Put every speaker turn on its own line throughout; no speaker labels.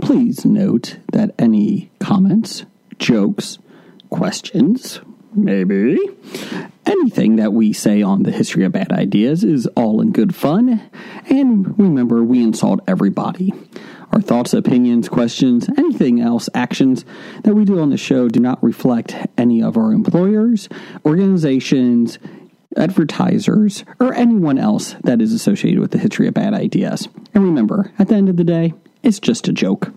Please note that any comments, jokes, questions, maybe, anything that we say on the history of bad ideas is all in good fun. And remember, we insult everybody. Our thoughts, opinions, questions, anything else, actions that we do on the show do not reflect any of our employers, organizations, advertisers, or anyone else that is associated with the history of bad ideas. And remember, at the end of the day, it's just a joke.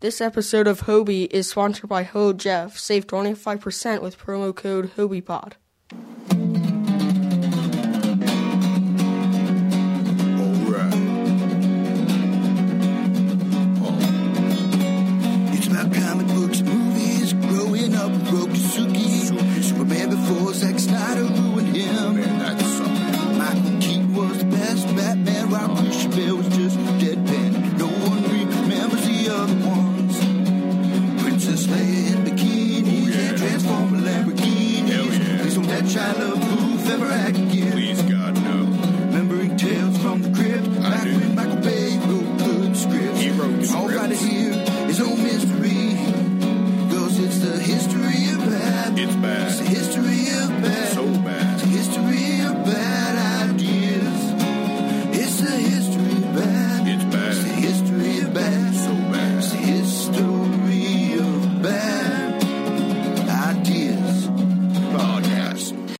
This episode of Hobie is sponsored by Ho Jeff. Save 25% with promo code HobiePod.
Alright. Oh. It's about comic books, movies, growing up with Rokusuki. Superman before Zack Snyder ruined him. Man, that sucked. Michael Keaton was the best Batman. Robert Chabert was just deadpan. No one remembers the other ones. Princess Leia in bikinis and Transformer Lamborghinis. Please don't let Shia LaBeouf ever act again. Please, God, no. Remembering tales from the crypt. back when Michael Bay wrote good scripts. He wrote scripts. All right here is no mystery. Cause it's the history of bad. It's bad. It's the history of bad. So bad. It's the history of bad ideas. It's the history of bad. It's bad. It's the history of bad. So bad. It's the history of bad ideas. Podcast.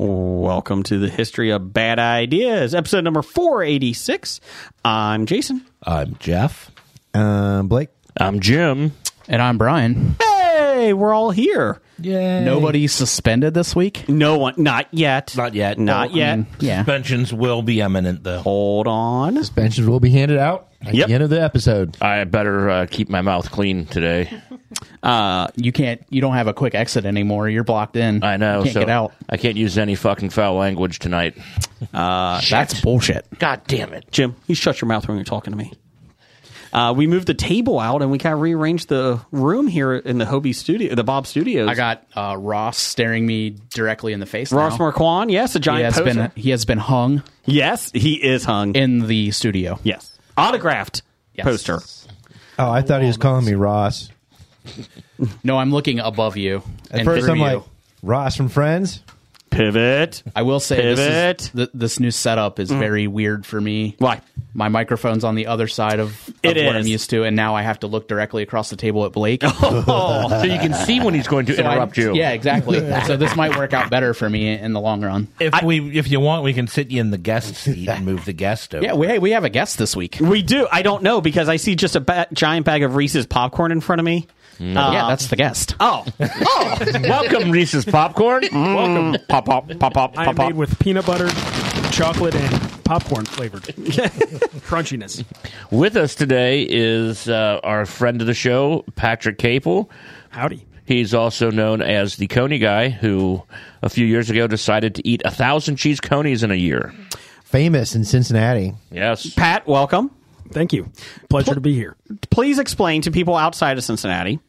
Welcome to the History of Bad Ideas, episode number 486. I'm Jason.
I'm Jeff. Um, Blake.
I'm Jim.
And I'm Brian.
Hey, we're all here.
Yeah.
Nobody suspended this week?
No one, not yet.
Not yet.
Not
Well,
yet.
Yeah.
Suspensions will be eminent, though.
Hold on.
Suspensions will be handed out at
Yep.
the end of the episode.
I better uh, keep my mouth clean today.
Uh, you can't, you don't have a quick exit anymore. You're blocked in.
I know.
You can't
so
get out.
I can't use any fucking foul language tonight.
uh,
That's bullshit.
God damn it.
Jim, you shut your mouth when you're talking to me. Uh, we moved the table out and we kind of rearranged the room here in the Hobie studio, the Bob Studios.
I got uh, Ross staring me directly in the face.
Ross
now.
Marquand. Yes, a
He
giant
has
poster.
been he has been hung
yes, he is hung.
in the studio.
yes. Autographed
Yes.
poster.
Oh, I thought he was calling me Ross.
No, I'm looking above you.
At
and
first,
through
I'm
you.
like, Ross from Friends?
Pivot.
I will say this
Pivot. Mm.
is, th- this new setup is very weird for me.
Why?
My microphone's on the other side of, of
It
what
is.
I'm used to, and now I have to look directly across the table at Blake.
Oh.
So you can see when he's going to
So I-
interrupt you.
Yeah, exactly. so this might work out better for me in the long run.
If we, if you want, we can sit you in the guest seat and move the guest over.
Yeah, we, hey, we have a guest this week.
We do. I don't know because I see just a ba- giant bag of Reese's popcorn in front of me. Uh,
Mm. yeah, that's the guest.
Oh, oh!
Welcome, Reese's popcorn. Welcome, pop pop pop pop
I am
pop
made
pop.
with peanut butter, chocolate, and popcorn flavored. Crunchiness.
with us today is uh, our friend of the show, Patrick Capel.
Howdy.
He's also known as the Coney guy, who a few years ago decided to eat a thousand cheese conies in a year.
Famous in Cincinnati.
Yes.
Pat, welcome.
Thank you. Pleasure to be here.
Please explain to people outside of Cincinnati,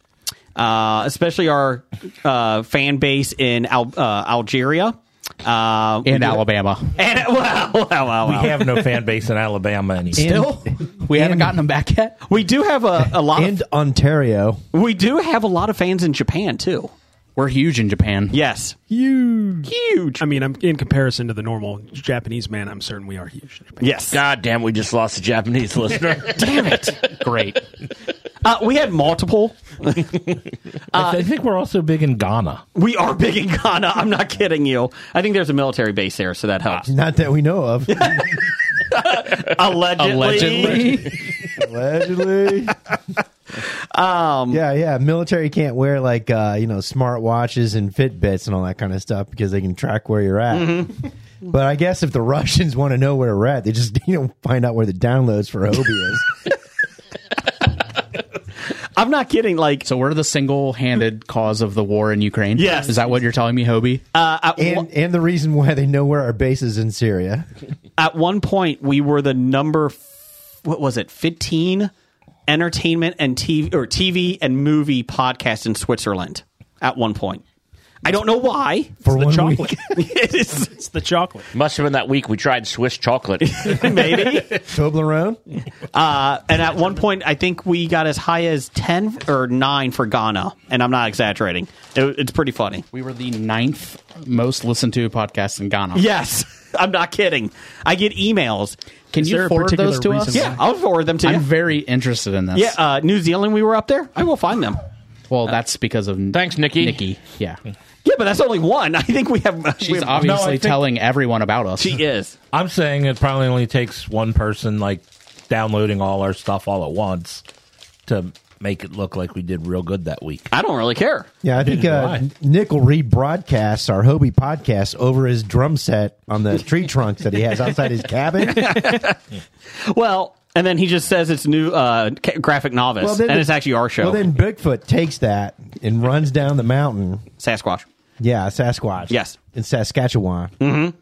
uh, especially our uh, fan base in Al- uh, Algeria uh,
In Alabama.
And wow, wow, wow,
We
wow.
have no fan base in Alabama anymore.
Still? We haven't gotten him back yet?
We do have a, a lot.
And Ontario.
Of, we do have a lot of fans in Japan too.
We're huge in Japan.
Yes,
Huge.
huge.
I mean, I'm in comparison to the normal Japanese man. I'm certain we are huge.
Yes,
God damn, we just lost a Japanese listener.
damn it.
Great.
Uh, we had multiple.
I think we're also big in Ghana.
We are big in Ghana. I'm not kidding you. I think there's a military base there, so that helps.
Not that we know of.
Allegedly.
Allegedly.
Allegedly. um, yeah, yeah. Military can't wear like, uh, you know, smart watches and Fitbits and all that kind of stuff because they can track where you're at. But I guess if the Russians want to know where we're at, they just you know find out where the downloads for Hobie is.
I'm not kidding. Like,
So we're the single handed cause of the war in Ukraine?
Yes. Uh,
Is that what you're telling me, Hobie?
and and the reason why they know where our base is in Syria.
at one point, we were the number, f- what was it, 15 entertainment and TV or TV and movie podcast in Switzerland at one point. I don't know why.
for one
chocolate.
week.
it is
it's the chocolate.
Must have been that week we tried Swiss chocolate.
maybe.
Toblerone.
Uh, and at one point, I think we got as high as ten or nine for Ghana, and I'm not exaggerating. It, it's pretty funny.
We were the ninth most listened to podcast in Ghana.
Yes, I'm not kidding. I get emails.
Can
Is there
you
a
forward
particular
those to us?
reason
Yeah, I'll forward them to
I'm
you.
very interested in this.
yeah, uh, New Zealand. We were up there. I will find them.
Well, that's because of
Thanks, Nikki.
Nikki. Yeah.
Yeah, but that's only one. I think we have. we
She's
have-
obviously
think-
telling everyone about us.
She is.
I'm saying it probably only takes one person like downloading all our stuff all at once to make it look like we did real good that week.
I don't really care.
Yeah, I think uh,
Why?
Nick will rebroadcast our Hobie podcast over his drum set on the tree trunks that he has outside his cabin.
Well, and then he just says it's new uh, ca- graphic novice, and it's actually our show,
Well, then Bigfoot takes that and runs down the mountain.
Sasquatch.
Yeah, Sasquatch.
Yes.
in Saskatchewan, mm-hmm.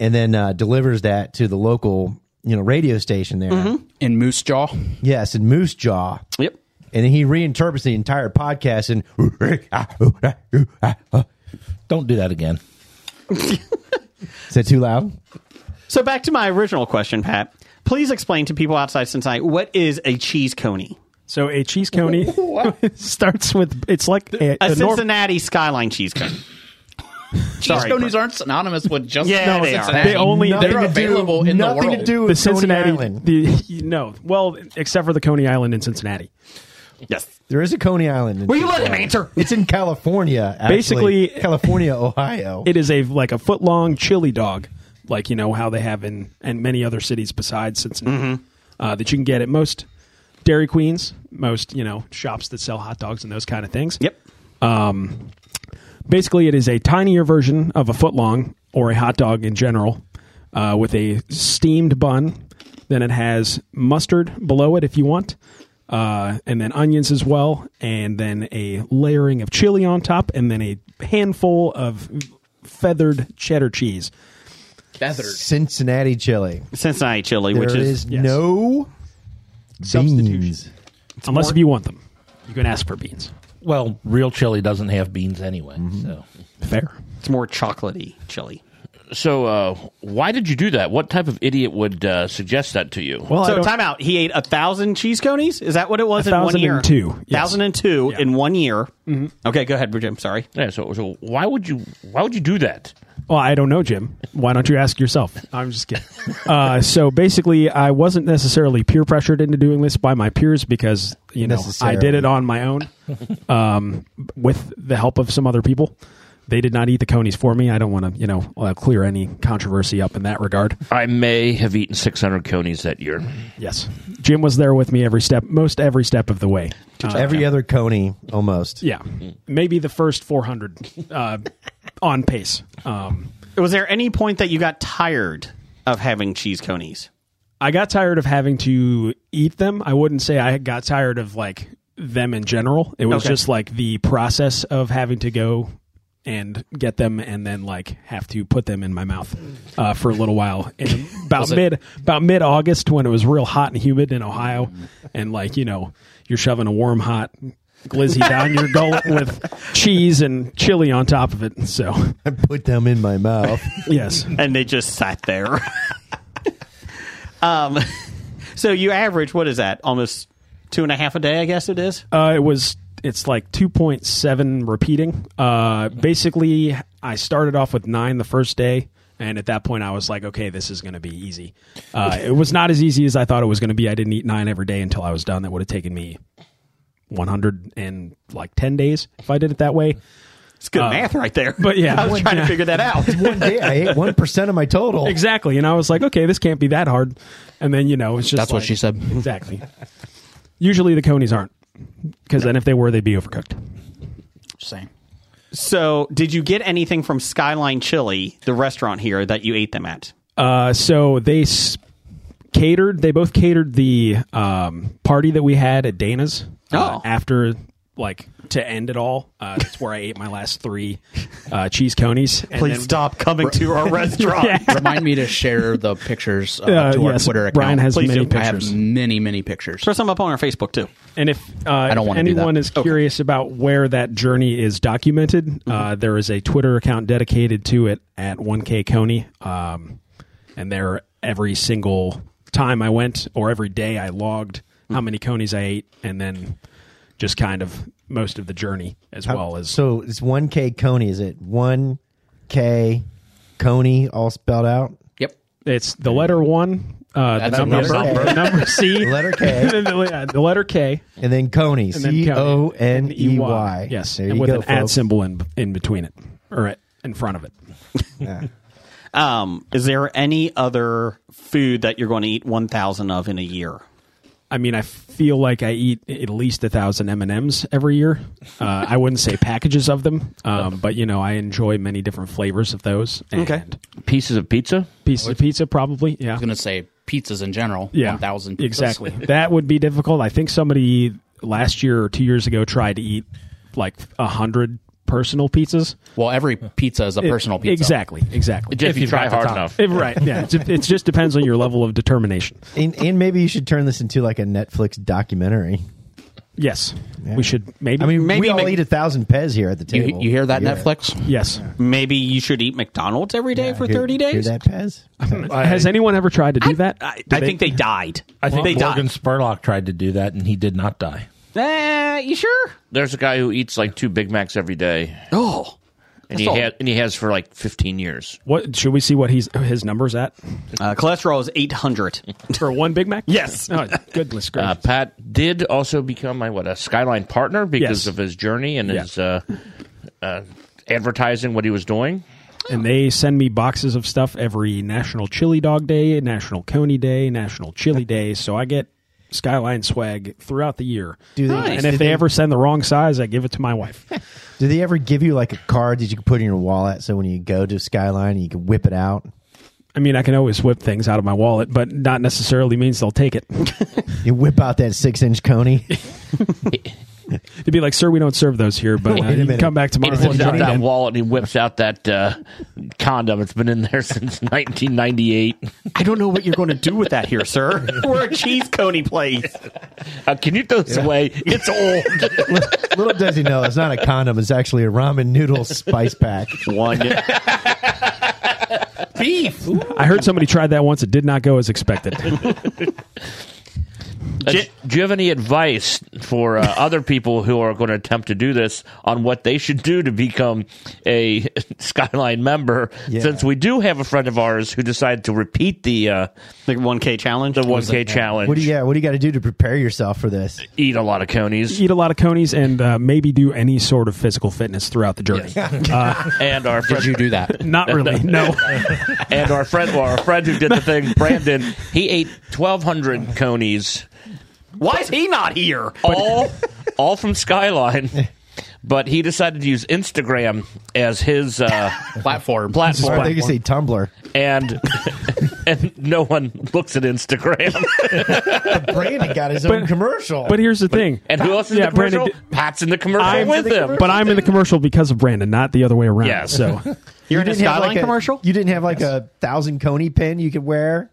and then uh, delivers that to the local, you know, radio station there.
in Moose Jaw.
Yes, in Moose Jaw,
Yep.
and then he reinterprets the entire podcast and.
Don't do that again.
Is that too loud?
So back to my original question, Pat. Please explain to people outside Cincinnati what is a cheese coney.
So a cheese coney starts with it's like a,
A
the nor-
Cincinnati skyline cheese cone.
Cheese
Sorry,
conies
bro.
aren't synonymous with just
Yeah,
No,
they are.
Cincinnati.
They only-
they're
Nothing to do-
available in the
nothing
world.
to do with
the
Coney
Cincinnati.
Island.
The no, well, except for the Coney Island in Cincinnati.
Yes.
There is a Coney Island. in
Will you let
Cincinnati.
him answer?
It's in California. actually.
Basically-
California, Ohio.
It is a like a foot long chili dog, like you know how they have in and many other cities besides Cincinnati uh, that you can get at most Dairy Queens, most you know shops that sell hot dogs and those kind of things.
Yep.
Um, basically, it is a tinier version of a footlong or a hot dog in general, uh, with a steamed bun. Then it has mustard below it if you want, uh, and then onions as well, and then a layering of chili on top, and then a handful of feathered cheddar cheese.
Feathered.
Cincinnati chili.
Cincinnati chili, which
there
is,
is,
yes.
no
Substitutions.
beans.
Unless if you want them, you can ask for beans.
Well, real chili doesn't have beans anyway. So
Fair.
it's more chocolatey chili.
So, uh, why did you do that? What type of idiot would uh, suggest that to you?
Well, I
so
don't-
time out. He ate a thousand cheese conies. Is that what it was in one year?
1,002, yes.
Thousand and two in one year. Okay, go ahead, Jim. Sorry.
yeah. So, so why would you? Why would you do that?
Well, I don't know, Jim. Why don't you ask yourself? I'm just kidding. Uh, so basically, I wasn't necessarily peer pressured into doing this by my peers because you know I did it on my own um, with the help of some other people. They did not eat the conies for me. I don't want to, you know, uh, clear any controversy up in that regard.
I may have eaten 600 conies that year.
Yes, Jim was there with me every step, most every step of the way. Uh,
Every other Coney, almost.
yeah, maybe the first 400 uh, on pace. Um,
Was there any point that you got tired of having cheese conies?
I got tired of having to eat them. I wouldn't say I got tired of like them in general. It was
Okay.
just like the process of having to go and get them and then like have to put them in my mouth uh, for a little while. And about mid about mid August when it was real hot and humid in Ohio and like, you know, you're shoving a warm hot glizzy down your gullet with cheese and chili on top of it. So
I put them in my mouth.
yes.
And they just sat there. um, so you average what is that? Almost two and a half a day, I guess it is.
Uh, it was. It's like 2.7 repeating. Uh, basically, I started off with nine the first day, and at that point, I was like, okay, this is going to be easy. Uh, it was not as easy as I thought it was going to be. I didn't eat nine every day until I was done. That would have taken me 100 and like 10 days if I did it that way.
It's good math right there.
but yeah.
I was trying to figure that out.
One day I ate 1% of my total.
Exactly. And I was like, okay, this can't be that hard. And then, you know, it's just
That's what
like-
she said.
Exactly. Usually the conies aren't, because then if they were, they'd be overcooked.
Just saying.
So, did you get anything from Skyline Chili, the restaurant here that you ate them at?
Uh, so they s- catered. They both catered the um, party that we had at Dana's uh,
Oh.
after like to end it all. Uh, that's where I ate my last three uh, cheese conies. And
Please stop coming to our restaurant.
Remind me to share the pictures uh,
Uh,
to our
yes,
Twitter account.
Brian has
Please
many
do. I have
pictures.
many, many pictures.
Throw some up on our Facebook too.
And if, uh, I
don't
if
wanna do
anyone
that.
is curious about where that journey is documented, uh,
Mm-hmm.
there is a Twitter account dedicated to it at 1K Coney. Um, and there, every single time I went or every day, I logged
Mm.
how many conies I ate and then just kind of most of the journey as well as.
so it's one K Coney. Is it one K Coney all spelled out?
Yep.
It's the letter one, uh, the
That's a
number,
number.
the number C,
Letter
and
K,
then the, yeah, the letter K,
and then Coney.
and then
C
Coney.
O N E Y.
Yes,
there
and
you
with
go,
an at
folks.
symbol in in between it or at, in front of it.
Um, is there any other food that you're going to eat 1,000 of in a year?
I mean, I feel like I eat at least a thousand M and M's every year. Uh, I wouldn't say packages of them, um, but you know, I enjoy many different flavors of those. And
Okay.
Pieces of pizza?
pieces of pizza, probably. Yeah,
I was going to say pizzas in general.
yeah,
1,000 pizzas.
exactly. that would be difficult. I think somebody last year or two years ago tried to eat like a hundred personal pizzas.
Well, every pizza is a personal pizza.
Exactly. Exactly.
If, you try
got the
hard
time.
enough.
Eh, right. Yeah. It, it just depends on your level of determination.
And, and maybe you should turn this into like a Netflix documentary.
Yes.
Yeah.
We should maybe.
I mean,
Maybe
we all
make-
eat a thousand pez here at the
You,
table.
you hear that,
Yeah.
Netflix?
yes.
Maybe you should eat McDonald's every day for
Hear-
30
Hear
days?
that pez?
Has anyone ever tried to do that?
I,
Do
I think they died.
I think
they
Morgan
died.
Spurlock tried to do that and he did not die.
Eh, you sure?
There's a guy who eats like two Big Macs every day,
Oh.
and he,
all.
ha- and he has for like 15 years.
What should we see? What he's his numbers at
Uh, cholesterol is 800.
for one Big Mac?
Yes.
Oh, goodness
Uh,
gracious.
Pat did also become my what a Skyline partner because
Yes.
of his journey and
Yeah.
his uh, uh, advertising what he was doing.
and they send me boxes of stuff every National Chili Dog Day, National Coney Day, National Chili Day. So I get Skyline swag throughout the year.
Do they-
And if
do
they,
they-
ever send the wrong size, I give it to my wife.
Do they ever give you like a card that you can put in your wallet so when you go to Skyline you can whip it out?
I mean, I can always whip things out of my wallet, but not necessarily means they'll take it.
You whip out that six inch coney.
It'd be like, sir, we don't serve those here, but uh,
Wait a
you can
minute.
come back
He
tomorrow.
whips out that wallet and he whips out that uh, condom. It's been in there since 1998.
I don't know what you're going to do with that here, sir. We're a cheese coney place.
Uh, can you throw this away? It's old.
Little does he know, it's not a condom. It's actually a ramen noodle spice pack.
One. Beef.
I heard somebody tried that once. It did not go as expected.
Uh, do you have any advice for uh, other people who are going to attempt to do this on what they should do to become a Skyline member?
Yeah.
Since we do have a friend of ours who decided to repeat the uh,
The 1K challenge.
the 1K challenge,
What do you got? What do you got to do to prepare yourself for this?
eat a lot of conies,
Eat a lot of conies and uh, maybe do any sort of physical fitness throughout the journey.
and our
Did
friend
you do that?
Not really. No.
and our friend well, our friend who did the thing, Brandon, he ate twelve hundred conies,
Why is he not here?
all all from Skyline. But he decided to use Instagram as his uh,
Platform.
Or
platform.
they can say Tumblr.
and and no one looks at Instagram.
Brandon got his own commercial.
But here's the thing.
and who else is in
Yeah,
the commercial?
Brandon
Pat's in the commercial
I'm-
with him.
But I'm in the commercial because of Brandon, not the other way around.
Yeah.
So
You're in a
didn't have
Skyline
like a-
commercial?
You didn't have like a thousand coney pin you could wear.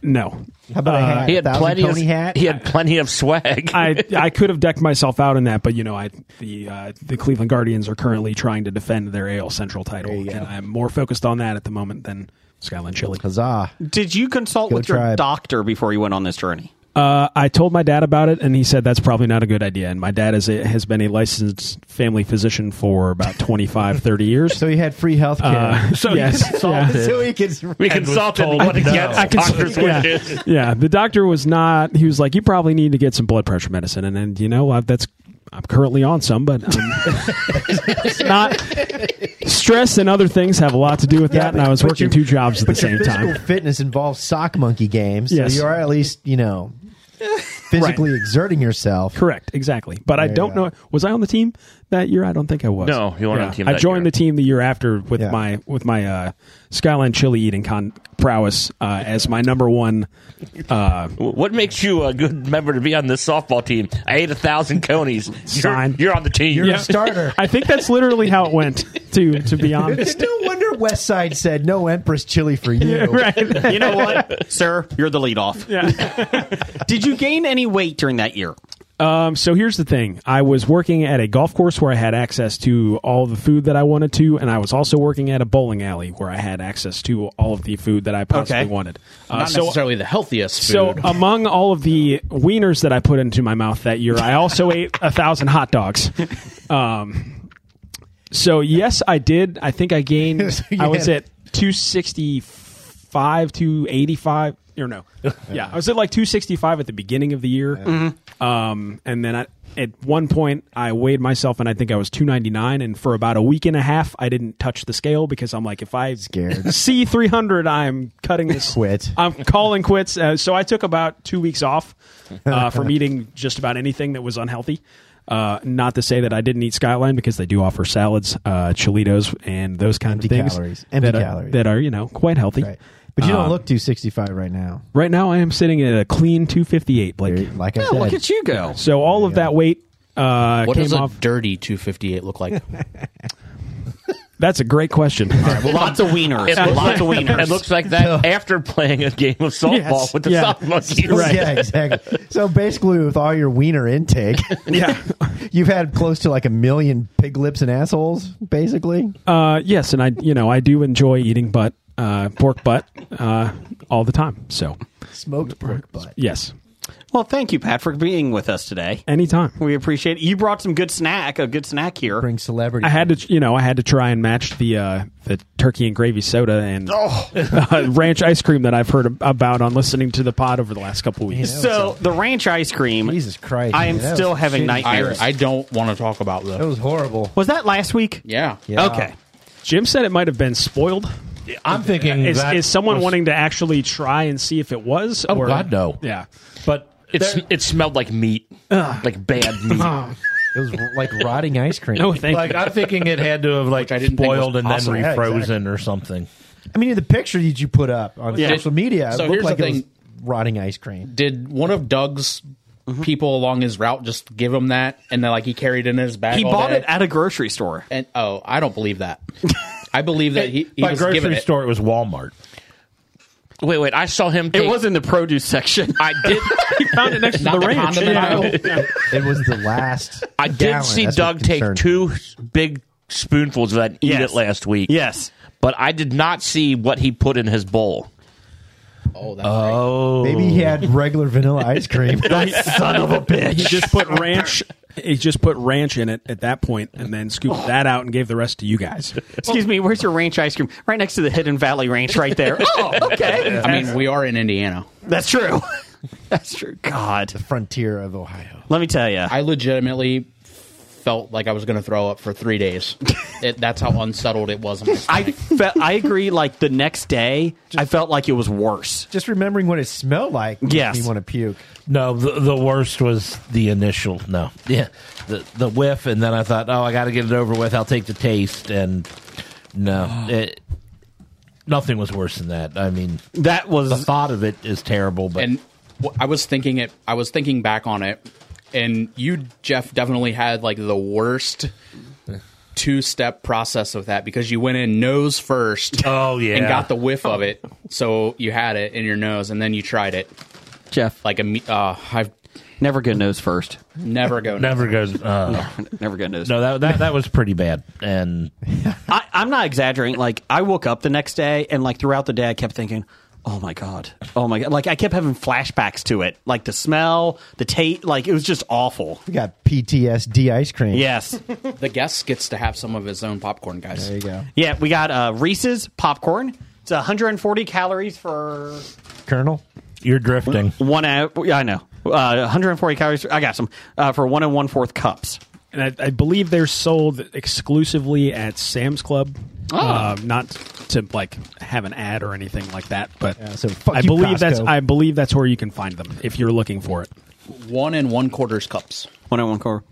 no. Uh,
How about a hat?
he had
a thousand
plenty of
coney hat.
he had plenty of swag.
I I could have decked myself out in that, but you know, I the uh, the Cleveland Guardians are currently trying to defend their AL Central title,
you go.
and I'm more focused on that at the moment than Skyline Chili.
Huzzah!
Did you consult
Go
with your
Tribe.
doctor before you went on this journey?
Uh, I told my dad about it, and he said that's probably not a good idea. And my dad is a, has been a licensed family physician for about 25, 30 years.
So he had free health care.
Uh, so yes, yeah.
so he could.
we
and was
consulted
told
what
no.
against
I
doctor's
yeah,
wishes.
yeah. The doctor was not. He was like, you probably need to get some blood pressure medicine, and then you know I, that's I'm currently on some, but um, it's not stress and other things have a lot to do with that.
Yeah,
and I was
but
working
your-
two jobs at the same
Physical
time.
fitness involves sock monkey games. So
Yes.
you are at least you know physically exerting yourself.
Correct, exactly. But I
There you
don't
go.
know. Was I on the team that year? I don't think I was.
No, you weren't on the team
I
that
joined
year.
the team the year after with
Yeah.
my with my uh, Skyline chili eating con- prowess uh, as my number one. Uh,
What makes you a good member to be on this softball team? I ate a thousand conies. You're,
Sign.
you're on the team.
You're a starter.
I think that's literally how it went. To to be honest,
no wonder West Side said no Empress chili for you.
right?
You know what, sir? You're the leadoff. Did you gain any weight during that year?
Um, so here's the thing. I was working at a golf course where I had access to all the food that I wanted to, and I was also working at a bowling alley where I had access to all of the food that I possibly
Okay.
wanted. Uh,
Not
so
necessarily the healthiest food.
So among all of the wieners that I put into my mouth that year, I also ate a thousand hot dogs. Um, so yes, I did. I think I gained.
So you
I was
had-
at two sixty five, two eighty five, or no, yeah, I was at like two sixty five at the beginning of the year. Um, and then I, at one point, I weighed myself, and I think I was two ninety nine. And for about a week and a half, I didn't touch the scale because I'm like, if I
Scared.
see three hundred, I'm cutting this
Quit.
I'm calling quits. Uh, so I took about two weeks off uh, from eating just about anything that was unhealthy. Uh, not to say that I didn't eat Skyline because they do offer salads, uh, Cholitos, and those kinds
Empty
of things
calories. Empty
that, are,
calories.
that are you know quite healthy.
Right. But you don't
Um,
look 265 right now.
Right now, I am sitting at a clean 258, Blake.
Like I
Yeah,
said,
Oh, look at you go.
So all of that weight uh,
what
came
does a
off.
dirty 258 look like?
That's a great question.
lots of wieners.
It looks,
lots
like,
of wieners.
it looks like that after playing a game of softball
Yes,
with the
yeah.
softball team.
Yeah, exactly. So basically, with all your wiener intake,
yeah.
you've had close to like a million pig lips and assholes, basically.
Uh, yes, and I you know I do enjoy eating butt, uh, pork butt, uh, all the time. So
Smoked pork butt.
yes,
well, thank you, Pat, for being with us today.
anytime.
We appreciate it. You brought some good snack, a good snack here.
Bring celebrity.
I had to, you know, I had to try and match the uh, the turkey and gravy soda and
Oh.
uh, ranch ice cream that I've heard ab- about on listening to the pod over the last couple weeks.
so the ranch ice cream.
Jesus Christ.
I am
man, that
still
was
having
shitty.
I,
nightmares.
I don't want to talk about
That
the.
was horrible.
was that last week?
Yeah. Oh,
Yeah.
Okay.
Jim said it might have been spoiled.
I'm thinking
Is,
that
is someone
was-
wanting to actually try and see if it was?
Oh
or,
God, no.
Yeah,
But
It,
it's
sm- it smelled like meat, like bad meat.
It was like rotting ice cream.
Oh, no, thank
like
you.
I'm thinking it had to have like
Which I didn't think was
boiled and
awesome.
then
Yeah,
refrozen
exactly.
or something.
I mean, the picture that you put up on
Yeah.
social media,
So
it looked
here's the
like it was
thing.
rotting ice cream.
Did one of Doug's people along his route just give him that, and then like he carried it in his bag?
He
all
bought
day?
it at a grocery store.
And oh, I don't believe that. I believe that he, he
By
was given
grocery
it.
store, it was Walmart.
Wait, wait. I saw him. Take,
It was in the produce section.
I did.
You found it next to
Not
the
the
ranch.
condiment
Yeah.
aisle.
It was the last.
I did
gallon.
see
That's
Doug
what
take
concerned me.
two big spoonfuls of that and eat
Yes.
it last week.
yes.
but I did not see what he put in his bowl.
Oh, that's right.
Oh,
Maybe he had regular vanilla ice cream.
Son of a
He
bitch.
just put ranch. He just put ranch in it at that point, and then scooped
Oh.
that out and gave the rest to you guys.
Excuse me, where's your ranch ice cream? Right next to the Hidden Valley Ranch right there. Oh, okay.
I mean, we are in Indiana.
That's true. That's true. God.
Frontier of Ohio.
Let me tell you.
I legitimately felt like I was going to throw up for three days. It, that's how unsettled it was. in my
I
stomach.
felt, I agree. Like the next day, I felt like it was worse.
Just remembering what it smelled like makes
Yes.
me want to puke.
no. The, the worst was the initial. No, yeah, the the whiff, and then I thought, oh, I got to get it over with. I'll take the taste, and no, it, nothing was worse than that. I mean,
That
the
was
thought of it is terrible, but
and wh- I was thinking it. I was thinking back on it, and you, Jeff, definitely had like the worst two-step process of that because you went in nose first.
Oh, yeah.
and got the whiff of it, so you had it in your nose, and then you tried it.
Jeff. Like
Like a, me- uh, I've
never good nose first.
never go.
never goes. Uh,
Never good nose.
no, that, that that was pretty bad, and
I, I'm not exaggerating. Like I woke up the next day and like throughout the day I kept thinking, Oh my god. Oh my god. Like I kept having flashbacks to it. Like the smell, the taste like it was just awful.
We got PTSD ice cream.
Yes.
The guest gets to have some of his own popcorn, guys.
There you go.
Yeah, we got uh Reese's popcorn. It's 140 calories for
Colonel.
you're drifting.
one hour. Yeah, I know. Uh, 140 calories. I got some uh, for one and one fourth cups.
and I, I believe they're sold exclusively at Sam's Club.
Oh.
Uh, not to like have an ad or anything like that, but
Yeah, so fuck
I
you,
believe that's
Costco.
I believe that's where you can find them if you're looking for it.
One and one quarters cups.
One on one core.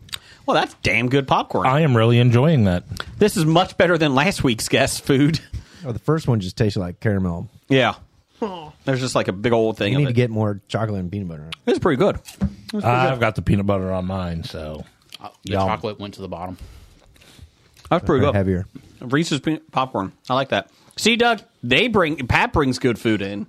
Well, that's damn good popcorn.
Uh,
I am really enjoying that.
this is much better than last week's guest food.
Oh, the first one just tasted like caramel.
Yeah. There's just like a big old thing
You
of
need
it.
to get more chocolate and peanut butter.
it's pretty good.
I've got the peanut butter on mine, so
Uh, the
Yum.
chocolate went to the bottom.
That's pretty
Or
good.
heavier.
Reese's peanut popcorn. I like that. See, Doug, they bring Pat brings good food in.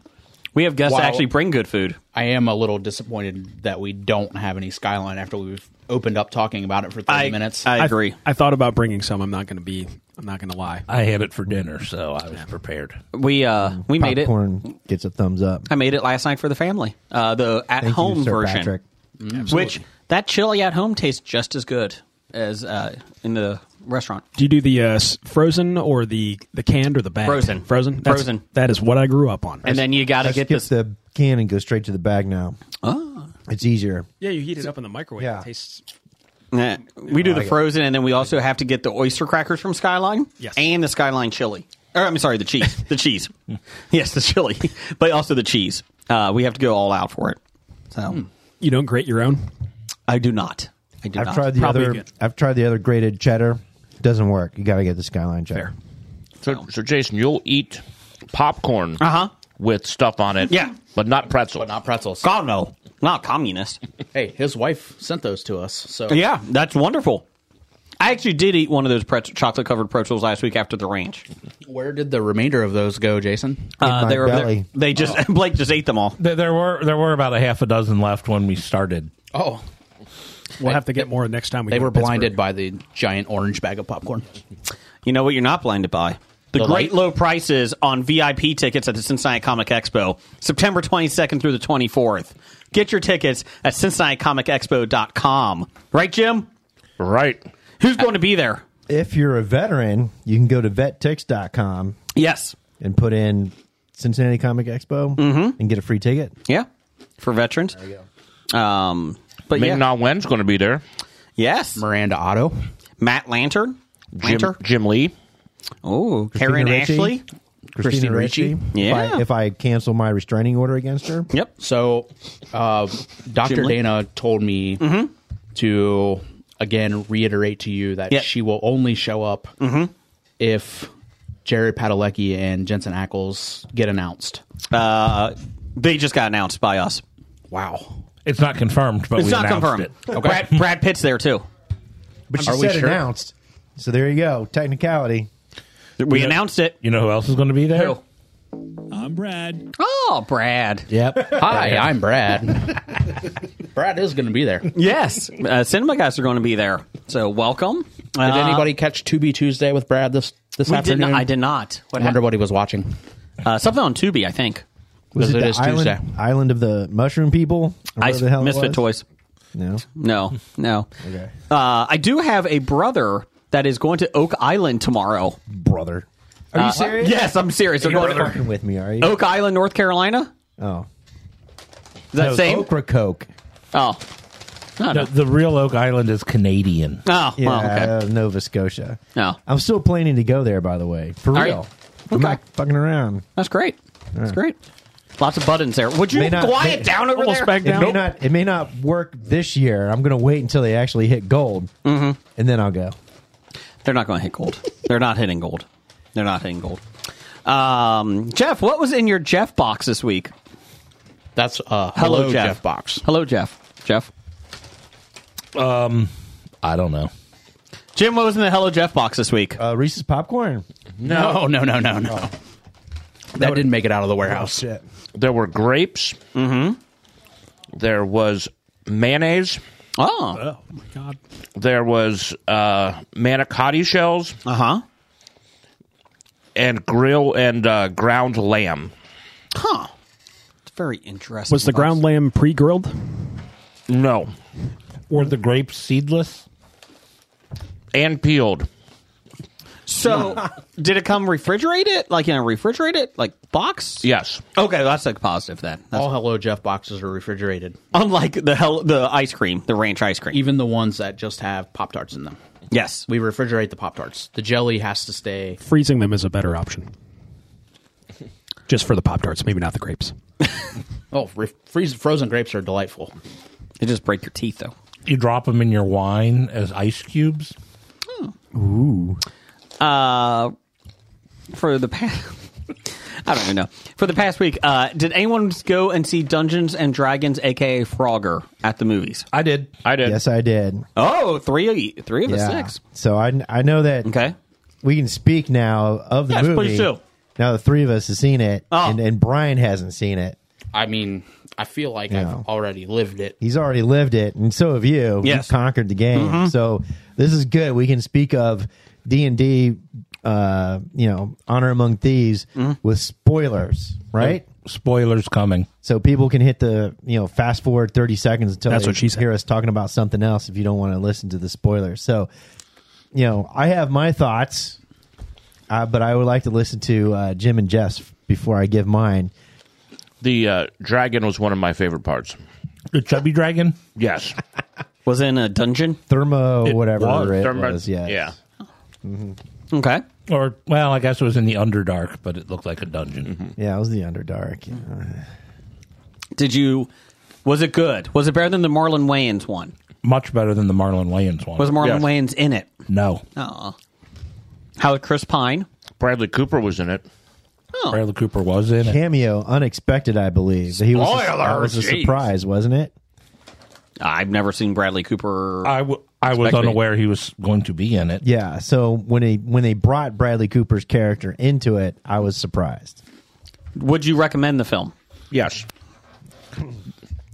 We have guests
Wow.
that actually bring good food.
I am a little disappointed that we don't have any skyline after we've opened up talking about it for 30
I
minutes.
I
I-
agree.
I, thought about bringing some. I'm not going to be. I'm not going to lie.
I had it for dinner, so I was prepared.
we uh we made it.
Popcorn gets a thumbs up.
I made it last night for the family. Uh, the at
Thank you,
home
Sir
version,
Patrick.
Mm. which that chili at home tastes just as good as uh, in the restaurant.
Do you do the uh, s- frozen or the the canned or the bag?
Frozen.
frozen, That's-
Frozen.
That is what I grew up on.
And then you got
I
to
skip
get this.
the can and go straight to the bag now. Oh. It's easier.
yeah, you heat it up in the microwave.
Yeah.
It tastes
Nah, we do the
like Oh, it.
frozen, and then we also have to get the oyster crackers from Skyline.
Yes.
and the Skyline chili. Or I'm sorry, the cheese. The cheese. yes, the chili, but also the cheese. Uh, we have to go all out for it. So
Hmm.
you don't grate your own.
I do not. I do
I've
not.
tried the
Probably
other.
good.
I've tried the other grated cheddar. Doesn't work. You got to get the skyline cheddar.
So-
So, Jason, you'll eat popcorn
Uh-huh.
with stuff on it.
Yeah.
But not pretzel.
but not pretzels.
God no, not communist.
Hey, his wife sent those to us. So
yeah, that's wonderful. I actually did eat one of those pretzel, chocolate covered pretzels last week after the ranch.
where did the remainder of those go, Jason?
Uh,
my
they were
belly.
they- they just Blake just ate them all.
There, there were there were about a half a dozen left when we started.
Oh,
We'll have to get more next time. We
they
go
were
to Pittsburgh.
blinded by the giant orange bag of popcorn.
You know what you're not blinded by? The,
The
great
light?
low prices on VIP tickets at the Cincinnati Comic Expo, September 22nd through the 24th. Get your tickets at CincinnatiComicExpo.com. Right, Jim?
right.
Who's going to be there?
If you're a veteran, you can go to vettix.com
Yes.
and put in Cincinnati Comic Expo and get a free ticket.
Yeah. For veterans. There you go. Um, but yeah.
Ming Na Wen's going to be there.
yes.
Miranda Otto.
Matt Lantern.
Jim,
Lantern.
Jim Lee.
Oh, Karen
Ritchie.
Ashley.
Christina,
Christina
Ricci.
Ricci?
Yeah.
If I, if I cancel my restraining order against her,
Yep.
So, uh, Dr.
Lee?
Dana told me to again reiterate to you that
Yeah.
she will only show up if Jerry Padalecki and Jensen Ackles get announced.
Uh, they just got announced by us.
Wow.
It's not confirmed, but
It's
we
not
announced
confirmed.
it.
Brad, Brad Pitt's there too.
but she
Are we
said
sure?
announced. So there you go. Technicality.
We announced it.
You know who else is going to be there?
I'm Brad. Oh, Brad.
Yep.
Hi, I'm Brad. Brad is going to be there. Did
Yes, uh, cinema guys are going to be there. So welcome. Did
anybody catch To Be Tuesday with Brad this this
Uh, We did
afternoon?
not, I did not. What
I wonder
happened?
what he was watching.
Uh, something on Tubi, I think.
Was
Because
it,
it
the
is
island,
Tuesday.
island of the mushroom people? Or
I
whatever the hell it
Misfit
was?
Toys.
No.
No, no.
Okay.
Uh, I do have a brother that is going to Oak Island tomorrow. Uh,
Brother. Are you serious?
Yes, I'm serious. They're
You're
going
fucking
to
with me, are you?
Oak Island, North Carolina.
Oh.
Is that
No,
Uh, same?
Okra Coke.
Oh, no,
No,
no.
the real Oak Island is Canadian.
Oh,
Yeah,
well, okay.
uh, Nova Scotia.
No,
I'm still planning to go there, by the way. For
All right.
real. I'm
Okay.
not fucking around.
that's great. That's great. Lots of buttons there. Would you
May not-
quiet
may-
down over
Almost
there?
back
It
down.
may not. It may not work this year. I'm going to wait until they actually hit gold, mm-hmm. and then I'll go.
They're not going to hit gold. They're not hitting gold. They're not hitting gold. Um, Jeff, what was in your Jeff box this week?
That's uh,
Hello,
hello,
Jeff.
Jeff. Box.
Hello, Jeff. Jeff.
I don't know.
Jim, what was in the Hello Jeff box this week?
Uh, Reese's popcorn.
No, no, no, no, no. That didn't make it out of the warehouse.
Oh. Shit.
There were grapes. Mm-hmm. There was mayonnaise.
oh,
Oh my god!
There was uh, manicotti shells
uh huh.
and grill and uh, ground lamb.
Huh. It's very interesting.
Was the
box.
ground lamb pre-grilled?
No.
Were the grapes seedless?
And peeled.
So, did it come refrigerated? Like in a refrigerated like box?
Yes.
Okay, that's like positive then. That's
All Hello Jeff boxes are refrigerated,
unlike the hell the ice cream, the ranch ice cream.
even the ones that just have Pop Tarts in them.
Yes.
We refrigerate the Pop Tarts. The jelly has to stay.
Freezing them is a better option. Just for the Pop Tarts, maybe not the grapes.
Oh, re- freeze, frozen grapes are delightful.
It just break your teeth though.
You drop them in your wine as ice cubes.
For the past I don't even know. For the past week, uh, did anyone go and see Dungeons and Dragons aka Frogger at the movies?
I did.
I did.
Yes, I did.
Oh, three three of the
yeah.
six.
So I, I know that
Okay.
we can speak now of the
Yes,
movie.
please do.
Now the three of us have seen it,
Oh.
and, and Brian hasn't seen it.
I mean, I feel like
Yeah.
I've already lived it.
He's already lived it, and so have you.
Yes.
You conquered the game. So this is good. We can speak of D and D, uh, you know, Honor Among Thieves with spoilers, right?
Spoilers coming.
So people can hit the you know fast forward thirty seconds until
That's
they
what she said.
hear us talking about something else if you don't want to listen to the spoilers. So you know I have my thoughts, uh, but I would like to listen to uh, Jim and Jess before I give mine.
The uh, dragon was one of my favorite parts.
The chubby dragon.
Yes.
Was it in a dungeon?
Thermo whatever
was.
it
Thermo-
was, yes.
Yeah.
Okay.
Or well, I guess it was in the underdark, but it looked like a dungeon.
Mm-hmm.
yeah, it was the Underdark. Yeah.
Did you was it good? Was it better than the Marlon Wayans one?
Much better than the Marlon Wayans one.
Was Marlon
Yes.
Wayans in it?
no.
Oh. How with Chris Pine?
Bradley Cooper was in it.
Oh.
Bradley Cooper was in it.
Cameo, unexpected, I believe. He was a, that was a
Spoilers, jeez.
surprise, wasn't it?
I've never seen Bradley Cooper.
Uh,
I, w- I was
Expect me.
unaware he was going to be in it.
Yeah. So when they when they brought Bradley Cooper's character into it, I was surprised.
Would you recommend the film?
Yes.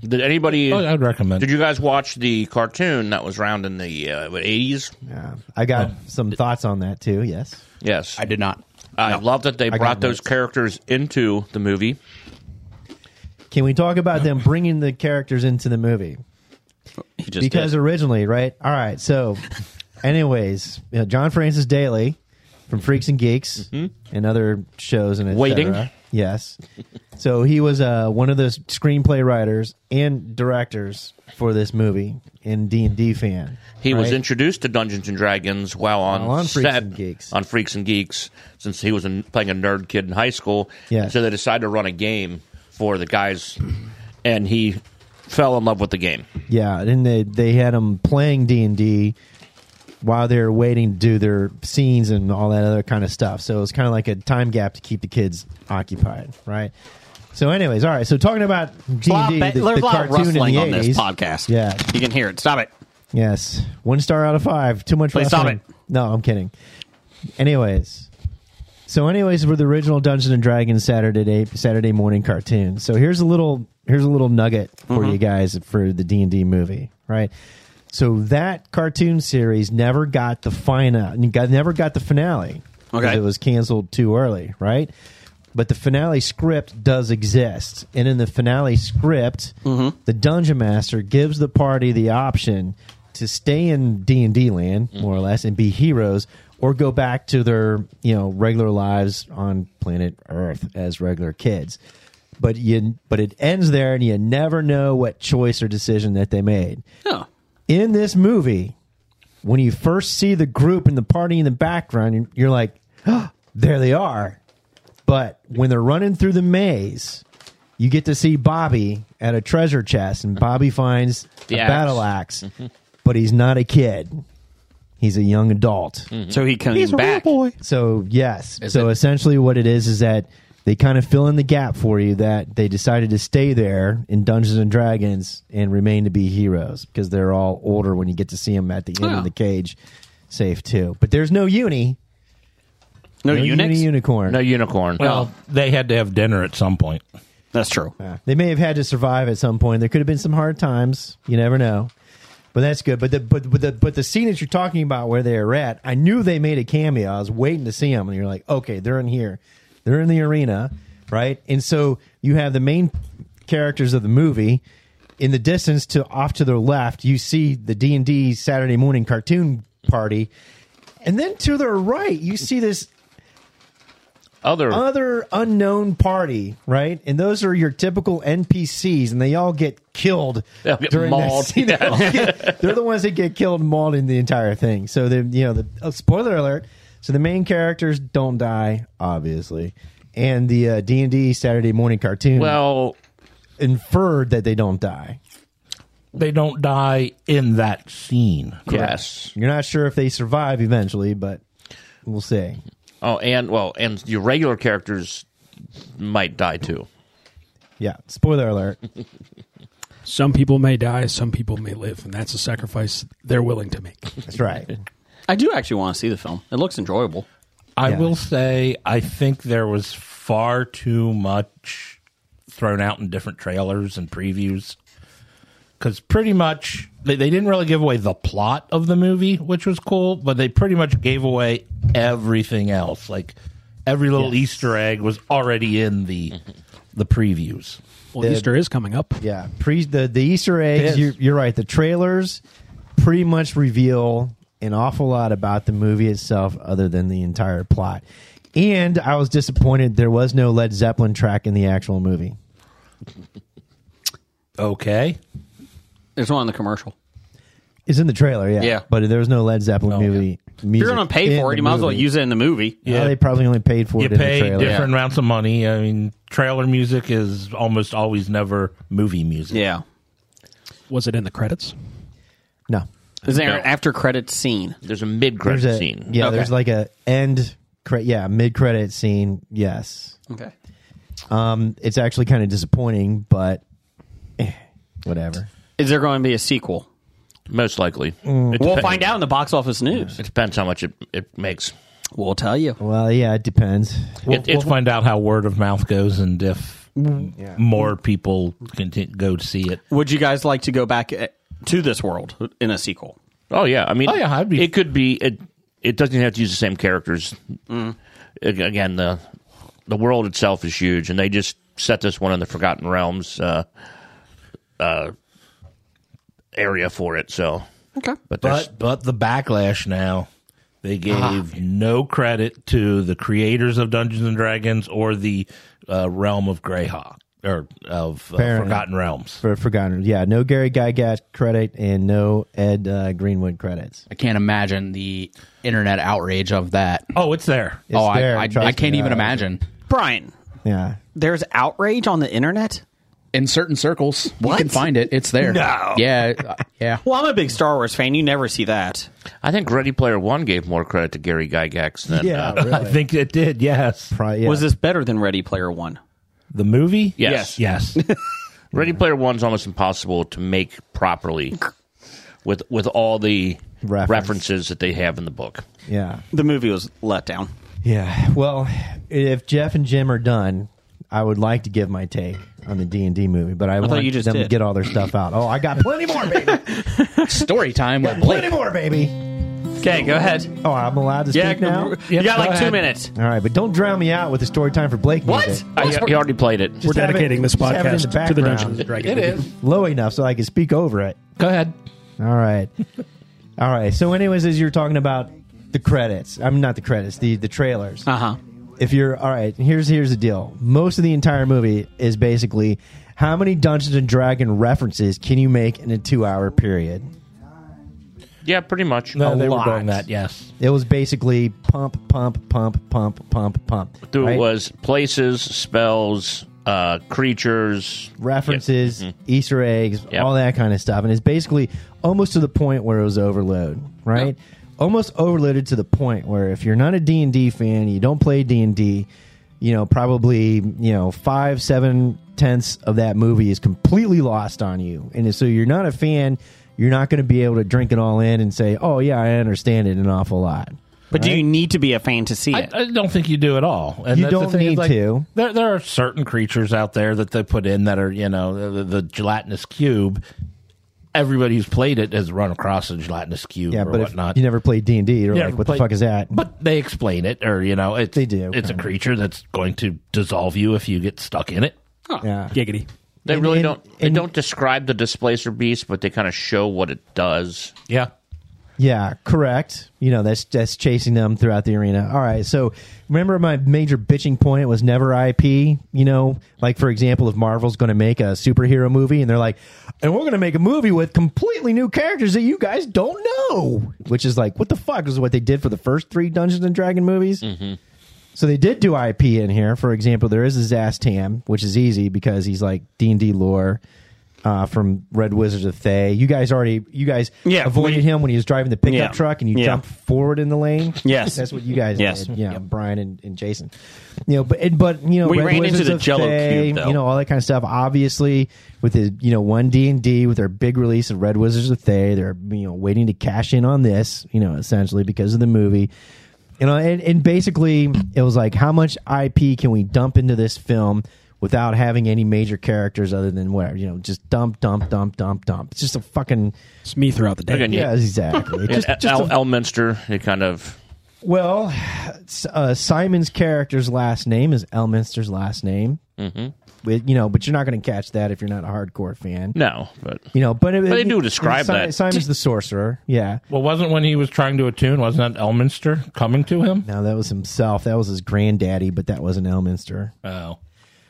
Did anybody?
Oh, I'd recommend.
Did you guys watch the cartoon that was around in the uh, eighties?
Yeah. I got some thoughts on that too. Yes.
Yes,
I did not.
I love that they
got
brought those
notes.
characters into the movie.
Can we talk about them bringing the characters into the movie?
He just
Because
did.
originally, right? All right. So, anyways, you know, John Francis Daly from Freaks and Geeks and other shows and et
Waiting.
cetera. Yes. So he was uh, one of the screenplay writers and directors for this movie and D and D fan.
He was
right?
introduced to Dungeons and Dragons while on,
While on Freaks
set
and Geeks.
on Freaks and Geeks, since he was a, playing a nerd kid in high school.
Yes.
So they decided to run a game for the guys, and he fell in love with the game.
Yeah, and they they had them playing D and D while they were waiting to do their scenes and all that other kind of stuff. So it was kind of like a time gap to keep the kids occupied, right? So, anyways, all right. So talking about D
Blah,
and E D,
ba-
the,
there's a
the
lot of
cartoon in
rustling
the
on this
eighties.
podcast.
Yeah.
you can hear it. Stop it.
Yes, one star out of five. Too much.
Please stop
wrestling.
it.
No, I'm kidding. Anyways, so anyways, we're the original Dungeons and Dragons Saturday day, Saturday morning cartoon. So here's a little here's a little nugget for you guys for the D and D movie, right? So that cartoon series never got the final, got, never got the finale. 'cause
Okay.
it was canceled too early, right? But the finale script does exist, and in the finale script, the dungeon master gives the party the option to stay in D and D land, more or less, and be heroes, or go back to their you know regular lives on planet Earth as regular kids. But you, but it ends there, and you never know what choice or decision that they made
Oh,
in this movie, when you first see the group and the party in the background, you're- you're like, "Ah, there they are. But when they're running through the maze, you get to see Bobby at a treasure chest, and Bobby finds
The
a
axe.
battle axe, but he's not a kid. He's a young adult.
Hmm.
so he comes back.
So yes. so essentially, what it is is that they kind of fill in the gap for you that they decided to stay there in Dungeons and Dragons and remain to be heroes because they're all older when you get to see them at the end
Oh.
of the cage, safe too. But there's no uni,
No,
no
eunuchs.
uni unicorn.
No unicorn.
Well, they had to have dinner at some point.
That's true.
Yeah. They may have had to survive at some point. There could have been some hard times. You never know. But that's good. But the but, but the but the scene that you're talking about where they are at, I knew they made a cameo. I was waiting to see them, and you're like, okay, they're in here, they're in the arena, right? And so you have the main characters of the movie. In the distance to off to their left, you see the D and D Saturday morning cartoon party And then to their right, you see this
Other
other unknown party, right? And those are your typical NPCs, and they all get killed
They'll get
during
mauled.
This, you know,
Yeah.
get- they're the ones that get killed and mauled in the entire thing. So the you know the oh, spoiler alert. So the main characters don't die, obviously, and the uh, D and D Saturday morning cartoon
well,
inferred that they don't die.
They don't die in that scene.
yes.
You're not sure if they survive eventually, but we'll see.
Oh, and well, and your regular characters might die too.
Yeah, spoiler alert.
Some people may die, some people may live, and that's a sacrifice they're willing to make.
That's right.
I do actually want to see the film. It looks enjoyable.
I
Yeah.
will say, I think there was far too much thrown out in different trailers and previews. Because pretty much, they, they didn't really give away the plot of the movie, which was cool, but they pretty much gave away everything else. Like, every little Easter egg was already in the
Mm-hmm.
the previews.
Well, Easter is coming up.
Yeah, pre the the Easter
Yes.
eggs. You're, you're right. The trailers pretty much reveal an awful lot about the movie itself, other than the entire plot. And I was disappointed there was no Led Zeppelin track in the actual movie.
Okay.
There's one on the commercial.
It's in the trailer, yeah.
Yeah. Oh,
but there was no Led Zeppelin movie.
If you're going to pay for it, you might as well use it in the movie.
Yeah, they probably only paid for
You
it in
pay
the trailer.
different amounts of money. I mean, trailer music is almost always never movie music.
Yeah.
Was it in the credits?
No,
Is there an
No.
after credit scene?
There's a mid
there's
credit
a
scene.
yeah.
Okay.
There's like a end, cre- yeah, mid credit scene. Yes,
Okay.
um, it's actually kind of disappointing, but eh, whatever.
Is there going to be a sequel?
most likely.
Mm.
It
We'll
depends-
find out in the box office news.
It depends how much it, it makes.
We'll tell you.
Well, yeah, it depends.
We'll,
It- it's-
we'll find out how word of mouth goes and if more people conti- go to see it.
Would you guys like to go back eh, to this world in a sequel?
Oh yeah, I mean,
Oh, yeah, I'd be-
It could be. It, it doesn't have to use the same characters. Ag- Again, the the world itself is huge, and they just set this one in the Forgotten Realms uh, uh, area for it. So okay, but there's
But Ah. but the backlash now. They gave no credit to the creators of Dungeons and Dragons or the uh, realm of Greyhawk or of uh,
Fair enough.
Forgotten Realms.
for forgotten. Yeah, no Gary Gygax credit and no Ed uh, Greenwood credits.
I can't imagine the internet outrage of that.
Oh, it's there.
It's
oh, I-
there,
I, I,
trust me,
can't even
I-
imagine.
Brian,
Yeah,
there's outrage on the internet?
In certain circles,
What?
you can find it. It's there.
No.
Yeah, uh, yeah.
Well, I'm a big Star Wars fan. You never see that.
I think Ready Player One gave more credit to Gary Gygax than
yeah,
uh,
really.
I think it did. Yes,
Pro- yeah.
Was this better than Ready Player One?
the movie.
Yes.
yes.
Ready Player One's almost impossible to make properly with with all the
Reference.
references that they have in the book.
Yeah,
The movie was let down.
yeah. Well, if Jeff and Jim are done, I would like to give my take on the D and D movie, but I,
thought
want
you just
them to
did.
get all their stuff out. Oh, I got plenty more, baby.
Story time with
plenty
Blake.
more, baby.
Okay, go ahead.
Oh, I'm allowed to speak
Yeah,
now.
you got like two minutes.
All right, but don't drown me out with the story time for Blake.
What?
Music.
I, he already played it.
We're
have it-
dedicating this
just have it in
podcast
the
to the
background.
Dungeons and Dragons.
Low enough so I can speak over it.
Go ahead.
All right. All right. So, anyways, as you're talking about the credits, I'm not the credits, the the trailers.
Uh huh.
If you're all right, here's here's the deal. Most of the entire movie is basically how many Dungeons and Dragon references can you make in a two hour period?
Yeah, pretty much.
No,
A
they
lot.
were doing that. Yes,
It was basically pump, pump, pump, pump, pump, pump.
Through
right?
was places, spells, uh, creatures.
references, Easter eggs,
Yep.
all that kind of stuff. And it's basically almost to the point where it was overload, right? Almost overloaded to the point where if you're not a D&D fan, you don't play D&D, you know, probably, you know, five, seven tenths of that movie is completely lost on you. And so you're not a fan, you're not going to be able to drink it all in and say, oh, yeah, I understand it an awful lot.
But do you need to be a fan to see
I,
it?
I don't think you do at all. And
You
that's the
don't
thing, is,
need to.
There, there are certain creatures out there that they put in that are you know the, the gelatinous cube. Everybody who's played it has run across a gelatinous cube
Yeah,
or
but if
whatnot.
you never played D&D, you're
Yeah,
like, what
play-
the fuck is that?
But they explain it, or you know, it's,
They do,
It's a
kinda.
creature that's going to dissolve you if you get stuck in it.
yeah.
Giggity.
They
And-
really
and-
don't. They
and-
don't describe the displacer beast, but they kind of show what it does.
Yeah,
Yeah, correct. You know, that's that's chasing them throughout the arena. All right. So remember my major bitching point was never IP, you know, like for example, if Marvel's gonna make a superhero movie and they're like, and we're gonna make a movie with completely new characters that you guys don't know which is like, what the fuck is what they did for the first three Dungeons and Dragon movies? So they did do IP in here. For example, there is a Zastam, which is easy because he's like D and D lore uh, from Red Wizards of Thay. You guys already, you guys
Yeah,
avoided
we-
him when he was driving the pickup
Yeah.
truck and you
Yeah.
jumped forward in the lane.
Yes.
that's what you guys
Yes.
did. Yeah, Brian and, and Jason. You know, but but you know,
We
Red
ran into
Wizards
the
of
Jell-O
Thay,
cube, though.
You know, all that kind of stuff. Obviously, with the you know one D and D with their big release of Red Wizards of Thay, they're you know waiting to cash in on this. You know, essentially because of the movie. You know, and, and basically it was like how much IP can we dump into this film without having any major characters other than whatever you know, just dump, dump, dump, dump, dump. It's just a fucking
It's me throughout the day.
Again,
yeah,
yeah.
exactly. Just-
Al-
just a-
Al- Elminster, they kind of
well, s- uh, Simon's character's last name is Elminster's last name. Mm-hmm. you know, but you're not going to catch that if you're not a hardcore fan.
no, but
You know, but, it,
But they
it-
do describe
Si-
that.
Simon's the sorcerer. Yeah.
Well, wasn't when he was trying to attune, wasn't that Elminster coming to him?
No, that was himself. That was his granddaddy, but that wasn't Elminster.
Oh.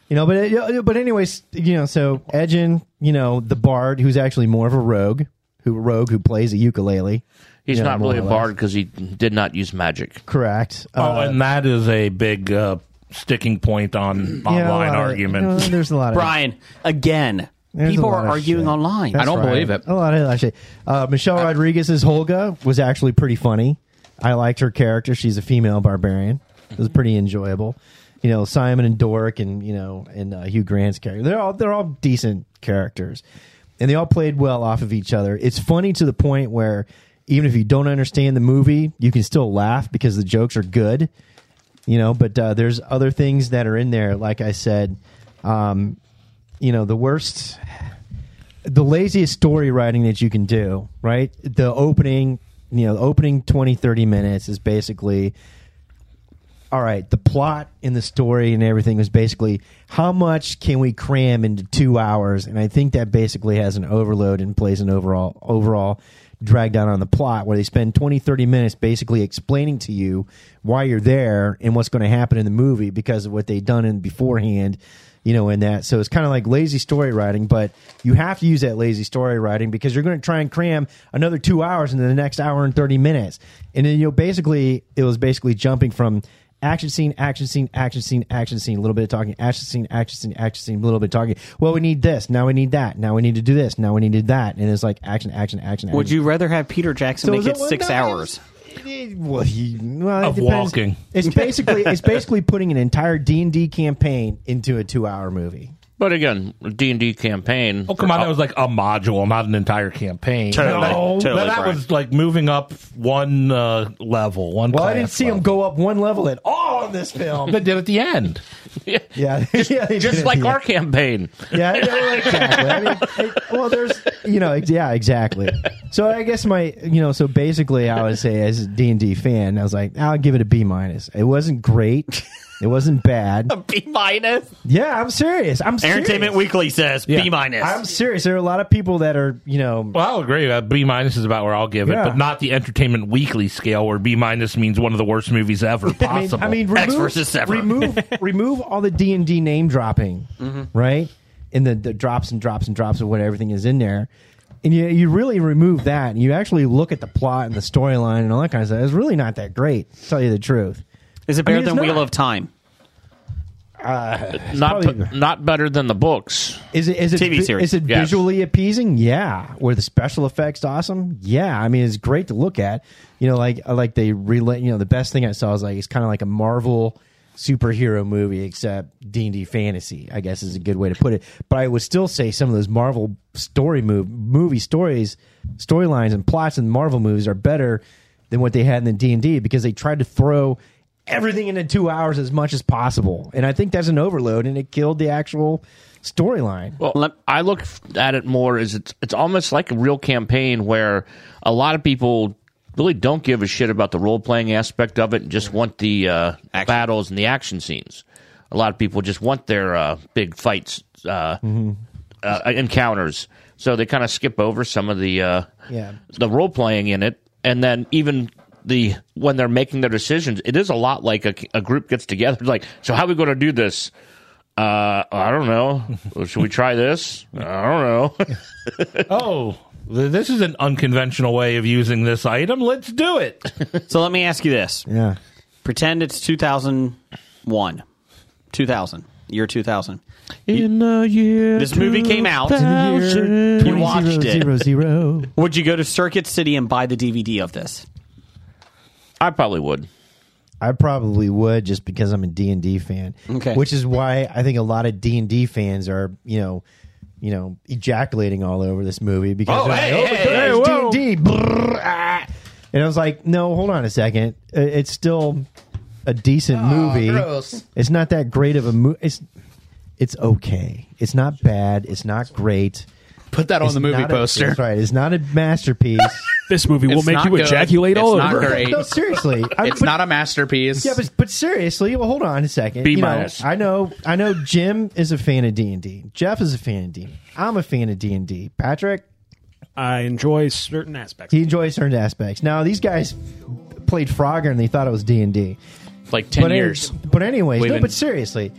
You know, but it, but anyways, you know, so Edgin, you know, the bard who's actually more of a rogue, who rogue who plays a ukulele.
he's
Yeah,
not
more
really a
or less.
bard because he did not use magic.
Correct. Uh,
oh, and that is a big uh, sticking point on
yeah, a lot
online
of-
argument.
you know, there's a lot of
Brian, again,
There's
people
a lot
are
of
arguing
shit.
online.
That's
don't
right.
believe it.
A lot of that shit. Uh, Michelle Rodriguez's Holga was actually pretty funny. I liked her character. She's a female barbarian. It was pretty enjoyable. You know, Simon and Doric, and you know, and uh, Hugh Grant's character. They're all they're all decent characters, and they all played well off of each other. It's funny to the point where even if you don't understand the movie, you can still laugh because the jokes are good you know but uh, there's other things that are in there like i said um, you know the worst the laziest story writing that you can do right the opening you know the opening 20 30 minutes is basically all right the plot and the story and everything was basically how much can we cram into two hours and i think that basically has an overload and plays an overall overall drag down on the plot where they spend 20 30 minutes basically explaining to you why you're there and what's going to happen in the movie because of what they've done in beforehand you know in that so it's kind of like lazy story writing but you have to use that lazy story writing because you're going to try and cram another two hours into the next hour and 30 minutes and then you know basically it was basically jumping from action scene, action scene, action scene, action scene, a little bit of talking, action scene, action scene, action scene, a little bit of talking. Well, we need this. Now we need that. Now we need to do this. Now we need to do that. And it's like action, action, action. action.
Would you rather have Peter Jackson
So
make
is
it
one
six
night?
hours?
Eh, Well, he, well, it
Of
depends.
walking.
It's basically it's basically putting an entire D and D campaign into a two hour movie.
But again, D and D campaign.
Oh, come on. That was like a module, not an entire campaign.
Totally,
No,
totally,
that
Brian.
was like moving up one uh, level, one
Well, I
class
didn't see him
level.
go up one level at all in this film.
They did at the end.
yeah, yeah, they
just
did.
like
Yeah.
our campaign.
yeah, yeah, exactly. I mean, it- well, there's, you know, ex- yeah, exactly. So I guess my, you know, so basically, I would say as a D and D fan, I was like, I'll give it a B minus. It wasn't great. It wasn't bad.
B minus.
Yeah, I'm serious. I'm serious.
Entertainment Weekly says
Yeah.
B minus.
I'm serious. There are a lot of people that are, you know,
Well, I'll agree. Uh, B minus is about where I'll give
Yeah.
it, but not the Entertainment Weekly scale, where B minus means one of the worst movies ever
I mean,
possible.
I mean, remove,
X versus Sever.
remove, remove all the D and D name dropping,
Mm-hmm.
right? And the, the drops and drops and drops of what everything is in there, and you you really remove that, and you actually look at the plot and the storyline and all that kind of stuff. It's really not that great. To tell you the truth,
Is it
I
better
mean, it's
than Wheel
not-
of Time?
Not
probably-
bu- not better than the books.
is it is it
TV
vi-
series,
is it
yes.
visually appeasing? Yeah. Were the special effects awesome? Yeah. I mean, it's great to look at. You know, like like they relate. You know, the best thing I saw is like it's kind of like a Marvel superhero movie except D and D fantasy. I guess is a good way to put it. But I would still say some of those Marvel story move movie stories, storylines and plots in Marvel movies are better than what they had in the D and D because they tried to throw everything into two hours as much as possible. And I think that's an overload and it killed the actual storyline.
Well, I look f- at it more as it's it's almost like a real campaign where a lot of people really don't give a shit about the role playing aspect of it and just want the uh, battles and the action scenes. A lot of people just want their uh, big fights uh, uh, encounters, so they kind of skip over some of the uh,
Yeah.
the role playing in it. and then even the when they're making their decisions, it is a lot like a, a group gets together. Like, so how are we going to do this? Uh, I don't know. Well, Should we try this? I don't know.
Oh, th- this is an unconventional way of using this item. Let's do it.
So let me ask you this:
Yeah.
Pretend it's 2001, 2000, year 2000.
In the year
This movie came out. You watched it.
Zero, zero.
Would you go to Circuit City and buy the DVD of this?
I probably would.
I probably would just because I'm a D&D fan.
Okay.
Which is why I think a lot of D&D fans are, you know, you know, ejaculating all over this movie because
Oh,
they're
hey,
like,
hey,
my
hey,
God,
whoa."
it's D&D. Brrr, ah. And I was like, no, hold on a second. I- It's still a decent
Oh,
movie.
gross.
It's not that great of a movie. It's it's okay. It's not bad. It's not great.
Put that on
It's
the movie
not a-
poster.
that's right. It's not a masterpiece.
This movie will
It's
make
not
you
good.
ejaculate
It's
all
not
over.
great.
no, seriously. I'm-
It's
but-
not a masterpiece.
yeah, but but seriously, well, hold on a second.
B
You know,
minus.
I know, I know. Jim is a fan of D and D. Jeff is a fan of D. I'm a fan of D and D. Patrick,
I enjoy certain aspects.
he enjoys certain aspects. Now these guys played Frogger and they thought it was D and D.
like ten
But any-
years.
but anyways,
We've
no.
been-
But seriously,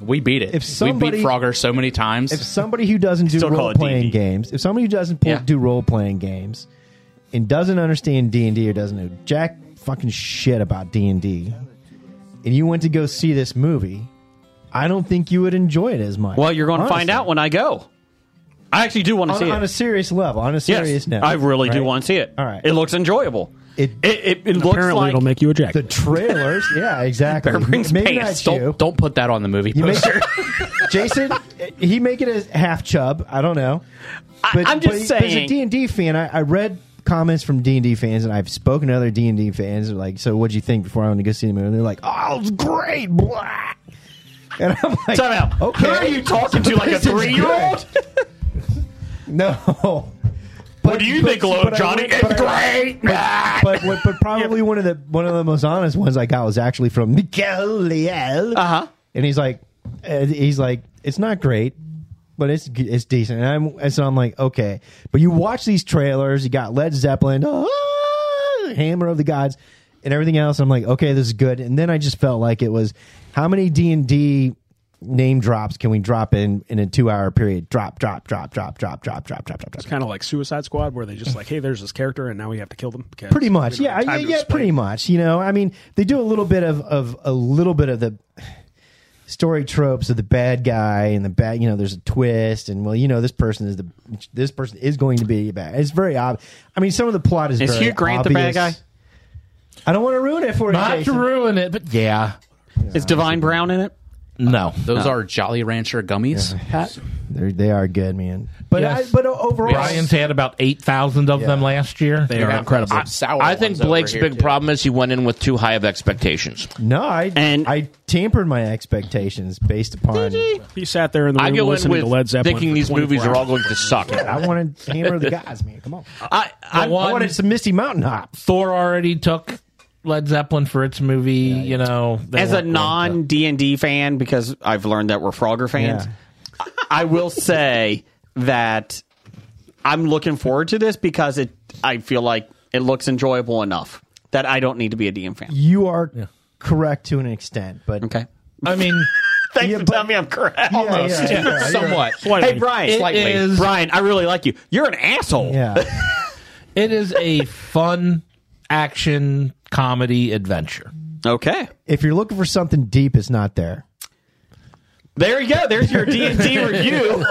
we beat it.
if somebody-
we beat Frogger so many times.
if somebody who doesn't do
Still call
role
it
playing
D&D.
games, if somebody who doesn't pl-
Yeah.
do role playing games and doesn't understand D and D or doesn't know jack fucking shit about D and D, and you went to go see this movie, I don't think you would enjoy it as much.
Well, you're going to find
honestly.
out when I go. I actually do want to
on,
see it.
on a serious level, on a serious
yes,
note.
I really do
right?
want to see it.
All right.
it looks enjoyable.
It-
It it, it, looks
Apparently,
like
it'll make you
the
ejaculate.
trailers. yeah, exactly.
Bear Brings
Maybe
Pants.
not
Don't-
you.
don't don't put that on the movie
You make-
poster.
Jason, he make it as half chub. I don't know.
I- I'm just
but, But as a
saying.
D and D fan, I, I read comments from D and D fans, and I've spoken to other D and D fans. They're Like, so what'd you think before I went to go see the movie? And they're like, oh, it's great. Blah. And I'm like,
Time out.
Okay,
Who are you talking to? Like a
This is
three year old?
No.
What do you think, little
I
Johnny?
went-
It's
but I-
great.
But, but, but, but probably one of the one of the most honest ones I got was actually from Miguel Liel.
Uh-huh.
And he's like, uh, he's like, it's not great, but it's g- it's decent. And I'm and so I'm like, okay. But you watch these trailers. You got Led Zeppelin, ah, Hammer of the Gods, and everything else. I'm like, okay, this is good. And then I just felt like it was how many D and D name drops can we drop in in a two hour period? Drop, drop, drop, drop, drop, drop, drop, drop, drop. drop.
Kind of like Suicide Squad, where they just like, hey, there's this character, and now we have to kill them. because
pretty much
we don't
yeah
have
yeah,
time to
yeah
explain.
pretty much you know i mean they do a little bit of of a little bit of the story tropes of the bad guy and the bad you know there's a twist and well you know this person is the this person is going to be bad it's very obvious i mean some of the plot is
Is
very
Hugh Grant the bad
obvious.
guy?
i don't want to ruin it for you
Not to
Jason.
ruin it, but yeah.
Is Divine Brown in it?
No.
Those are Jolly Rancher gummies.
They're, they are good man but
Yes.
I, but overall
Brian's had about 8,000 of them last year.
They are incredible.
Some sour
I think
ones over
Blake's
here,
big
too.
problem is he went in with too high of expectations.
no i
And-
i tampered my expectations based upon
He sat there in the
I
room
go in
listening to Led
with
Zeppelin,
thinking
for
these
24
movies are all
hours.
going to suck.
i wanted hammer of the guys man come on
I, I,
one-
i wanted some misty mountain hop
Thor already took Led Zeppelin for its movie, you know. they
as a
weren't going
non D and D fan, because I've learned that we're Frogger fans, I I will say that I'm looking forward to this because it. I feel like it looks enjoyable enough that I don't need to be a DM fan.
You are correct to an extent, but
Okay,
to- I mean,
thanks
Yeah,
for
but-
telling me I'm correct.
Yeah,
Almost.
yeah, yeah, yeah.
Somewhat.
Hey Brian,
it
Slightly.
is,
Brian, I really like you. You're an asshole.
Yeah,
it is a fun action comedy adventure.
Okay.
if you're looking for something deep, it's not there.
There you go. There's your D and D review.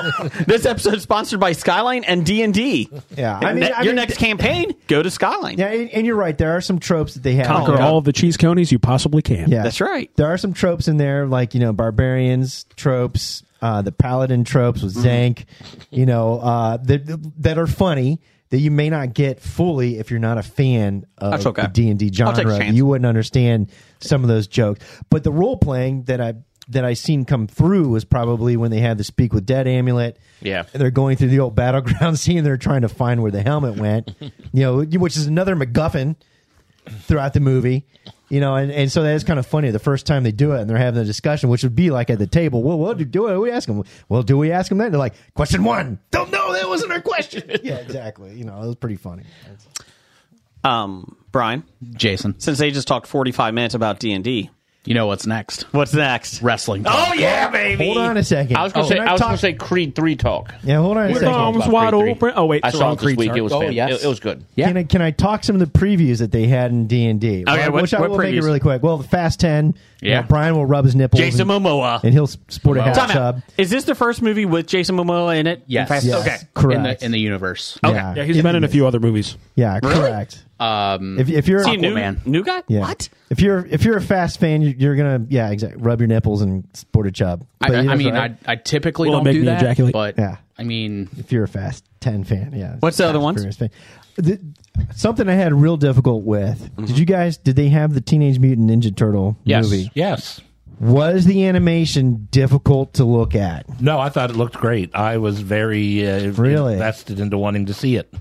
This episode is sponsored by Skyline and D and D.
Yeah, I mean- I
your
mean-
next campaign, go to Skyline.
Yeah, and, and you're right. There are some tropes that they have.
Conquer all of the cheese conies you possibly can.
Yeah,
That's right.
There are some tropes in there, like you know, barbarians tropes, uh, the paladin tropes
Mm-hmm.
with Zank, you know, uh, that that are funny that you may not get fully if you're not a fan of
That's okay.
the D and D
I'll take a
genre.
chance.
You wouldn't understand some of those jokes, but the role playing that I that I seen come through was probably when they had the speak with dead amulet.
Yeah.
And they're going through the old battleground scene. They're trying to find where the helmet went, you know, which is another MacGuffin throughout the movie. You know, and, and so that is kind of funny. The first time they do it, and they're having a discussion, which would be like at the table. Well, what do, do we ask them? Well, do we ask them that? They're like, question one. Don't know. That wasn't our question. yeah, exactly. You know, it was pretty funny.
um, Brian,
Jason.
since they just talked 45 minutes about D&D,
You know what's next?
what's next?
Wrestling.
Oh, yeah, baby.
Hold on a second.
I was gonna
Oh,
say
can
I was
talk-
gonna say Creed three talk.
Yeah, hold on a
Your
second.
arms
about
wide
Creed three.
open. Oh wait,
I
so
saw
on
it this
Creed
week. It was
Oh,
fan-
yes.
it, it was good.
Yeah.
Can I can I talk some of the previews that they had in D and D?
Okay, what-
which I
what
will make it
previews?
really quick. Well, the Fast Ten. you
Yeah.
know, Brian will rub his nipples.
Jason
and,
Momoa.
and he'll s- sport a half
Time out.
chub.
Is this the first movie with Jason Momoa in it?
Yes. Oh,
Fast-
Yes,
Okay.
correct.
In the in the universe.
Okay.
Yeah,
Yeah, he's been in a few other movies.
yeah, correct.
Um,
If, if you're
Is he a new,
Aquaman.
new guy?
yeah.
What?
If you're if you're a fast fan, you- you're gonna yeah exactly rub your nipples and sport a chub.
I,
But
I
he does,
mean,
right?
I, I typically
Will it
don't
make
do
me
that.
ejaculate?
But
Yeah.
I mean,
if you're a fast ten fan, yeah.
What's the other
Fast
ones?
Furious fan. The, something I had real difficult with.
Mm-hmm.
Did you guys? Did they have the Teenage Mutant Ninja Turtle
Yes.
movie?
Yes.
Was the animation difficult to look at?
No, I thought it looked great. I was very uh,
Really? Ah.
invested into wanting to see it.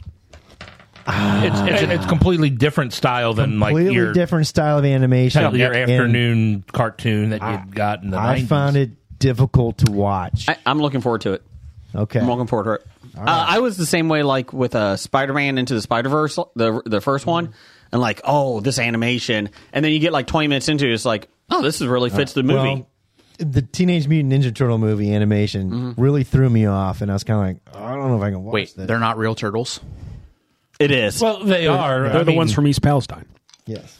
It's, it's, it's completely different style than like
completely
your
different style of animation.
your
And
afternoon cartoon that you'd got in the
I
90s.
found it difficult to watch.
I, I'm looking forward to it.
okay.
I'm looking forward to it. Uh, I was the same way, like with uh, Spider-Man into the Spider-Verse, the the first one, and like, oh, this animation, and then you get like 20 minutes into it, it's like, oh, this is really fits the movie.
Well, the Teenage Mutant Ninja Turtle movie animation really threw me off, and I was kind of like, I don't know if I can watch
Mm-hmm. wait,
this.
they're not real turtles.
it is
Well, they are.
They're the ones from East Palestine.
yes.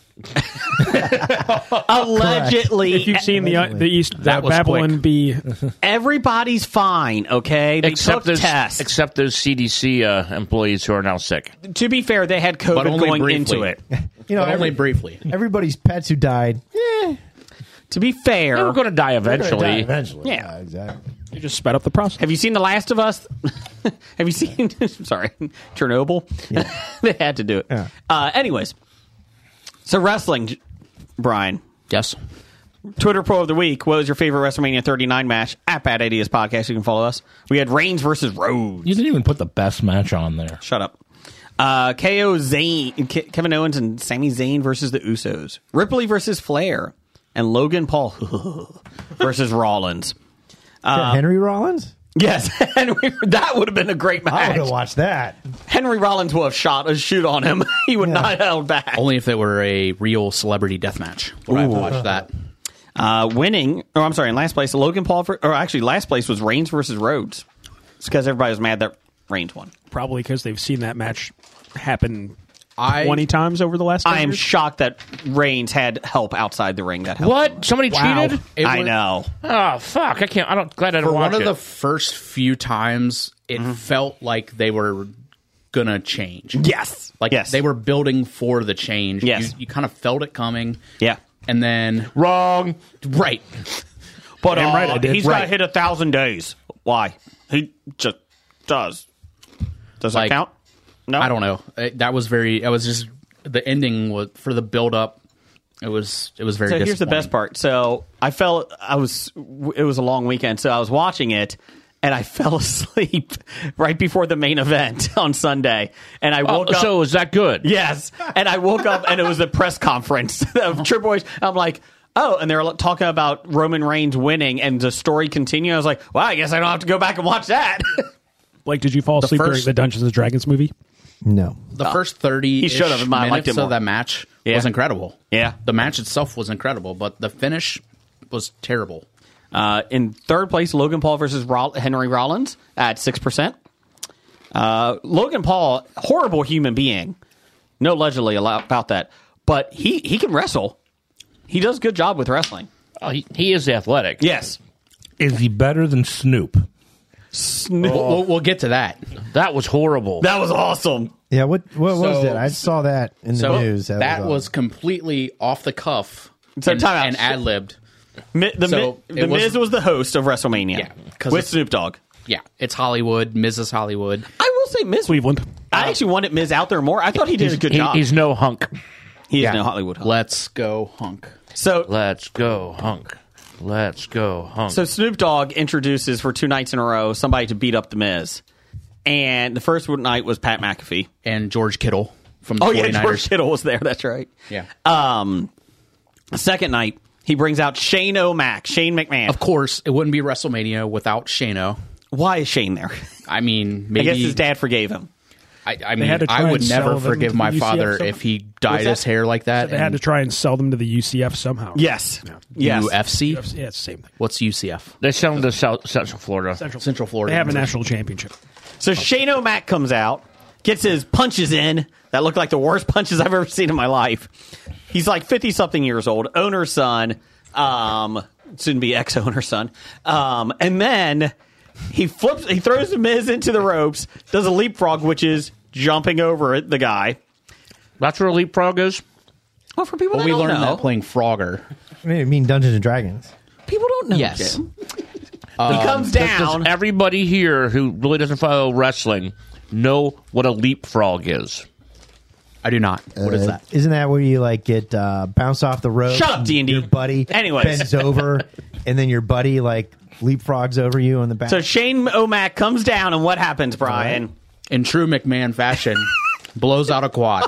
allegedly.
If you've seen the uh, the East
That
that
was
Babylon
quick.
Bee,
everybody's fine, okay? They
Except
took
those
tests.
except those CDC uh, employees who are now sick.
to be fair, they had
But
COVID
only
going
briefly.
into it.
You know,
But only
every-
briefly.
everybody's pets who died.
To be
They were
fair,
going to die
They died
eventually.
eventually.
Yeah.
exactly.
they just sped up the process.
have you seen The Last of Us? have you seen? sorry, Chernobyl. they had to do it.
Yeah.
Uh, anyways, so wrestling, J- Brian.
Yes.
Twitter poll of the week. What was your favorite WrestleMania 39 match? At Bad Ideas Podcast, you can follow us. We had Reigns versus Rhodes.
You didn't even put the best match on there.
Shut up. Uh, KO Zayn, Ke- Kevin Owens and Sami Zayn versus the Usos. Ripley versus Flair. And Logan Paul versus Rollins.
um,
Henry Rollins.
Yes, Henry, that would have been a great
I
match.
would have watched that.
Henry Rollins would have shot a shoot on him. He would not have held back.
Only if they were a real celebrity death match would I watch that.
Uh, winning, or I'm sorry, in last place, Logan Paul, for, or actually last place was Reigns versus Rhodes. It's because everybody was mad that Reigns won.
Probably because they've seen that match happen
I-
twenty times over the last. 10
I am
years.
shocked that Reigns had help outside the ring. That helped.
What? Somebody cheated?
It
I
was-
know.
Oh fuck! I can't. I don't. Glad I didn't
For
watch
one of
it. Mm-hmm.
the first few times, it felt like they were gonna change.
Yes.
Like
yes.
they were building for the change.
Yes.
You, you kind of felt it coming.
Yeah.
And then
Wrong.
right.
But uh,
Damn right I did.
he's got to
Right.
hit a thousand days. Why? He just does. Does
Like,
that count? No.
I don't know. It- that was very. I was just the ending was for the build up. It was. It was very.
So here's the best
disappointing.
part. So I fell. I was. It was a long weekend, so I was watching it. And I fell asleep right before the main event on Sunday, and I woke
Oh,
up.
so is that good?
Yes. And I woke up and it was a press conference of Triple H. I'm like, oh, and they're talking about Roman Reigns winning and the story continued. I was like, well, I guess I don't have to go back and watch that.
Like, did you fall asleep during
first-
the Dungeons and Dragons movie?
No.
The first thirty
He should've, in my- I liked
minutes
it more.
of that match
Yeah.
was incredible.
Yeah.
the match itself was incredible, but the finish was terrible.
Uh, in third place, Logan Paul versus Roll- Henry Rollins at 6%. Uh, Logan Paul, horrible human being. No allegedly allo- about that. But he, he can wrestle. He does a good job with wrestling.
Oh, he, he is athletic.
Yes.
Is he better than Snoop?
We'll, we'll, we'll get to that.
That was horrible.
Oh. That was awesome.
Yeah. What? What was
So-
it? I saw that in the
So
news.
that, was, completely off the cuff
So
and,
time out.
and ad libbed.
Mi- the
So,
Mi-
it
the
was-
Miz was the host of WrestleMania.
Yeah, 'cause
with
it's-
Snoop Dogg.
Yeah, it's Hollywood, Mrs. Hollywood.
I will say Miz.
Cleveland.
I actually wanted Miz out there more. I thought he did a good
He-
job.
He's no hunk.
he is no Hollywood. hunk.
Let's go, hunk.
So
Let's go hunk. Let's go hunk.
so Snoop Dogg introduces for two nights in a row somebody to beat up the Miz, and the first one night was Pat McAfee.
And George Kittle from the
Oh
49ers.
yeah, George Kittle was there. That's right.
Yeah.
Um, second night he brings out Shane O'Mac, Shane McMahon.
Of course, it wouldn't be WrestleMania without Shano.
Why is Shane there?
I mean,
I
maybe
guess his dad forgave him.
I, I
They
mean,
had to try
I would
and sell
never
them to
forgive
the
my
UCF
father
somehow.
if he
What's
dyed
that?
his hair like that.
They had to
and
try and sell them to the UCF somehow.
Yes. Yes.
UFC.
UFC, yeah, it's the same thing.
What's UCF?
They sell them to South, Central Florida.
Central,
Central Florida.
They have a national championship.
So Shane O'Mac comes out, gets his punches in that look like the worst punches I've ever seen in my life. He's like 50 something years old, owner's son, um, soon to be ex owner's son. Um, and then he flips, he throws the Miz into the ropes, does a leapfrog, which is jumping over it, the guy.
That's where leapfrog is.
Well, Oh, for people
Well,
that
we
don't
learned
know,
that playing Frogger.
I mean, I mean Dungeons and Dragons.
people don't know.
Yes.
Jim. he comes down.
Does everybody here who really doesn't follow wrestling know what a leapfrog is?
I do not. What is that?
Uh, Isn't that where you like get uh, bounced off the rope?
Shut up,
and
D&D.
Your buddy
Anyways.
bends over, and then your buddy like leapfrogs over you on the back.
so Shane O'Mac comes down, and what happens, Brian?
In true McMahon fashion, blows out a quad.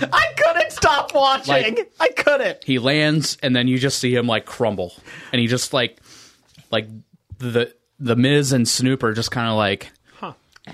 I couldn't stop watching.
Like-
I couldn't.
He lands, and then you just see him like crumble, and he just like, like the the Miz and Snoop are just kind of like,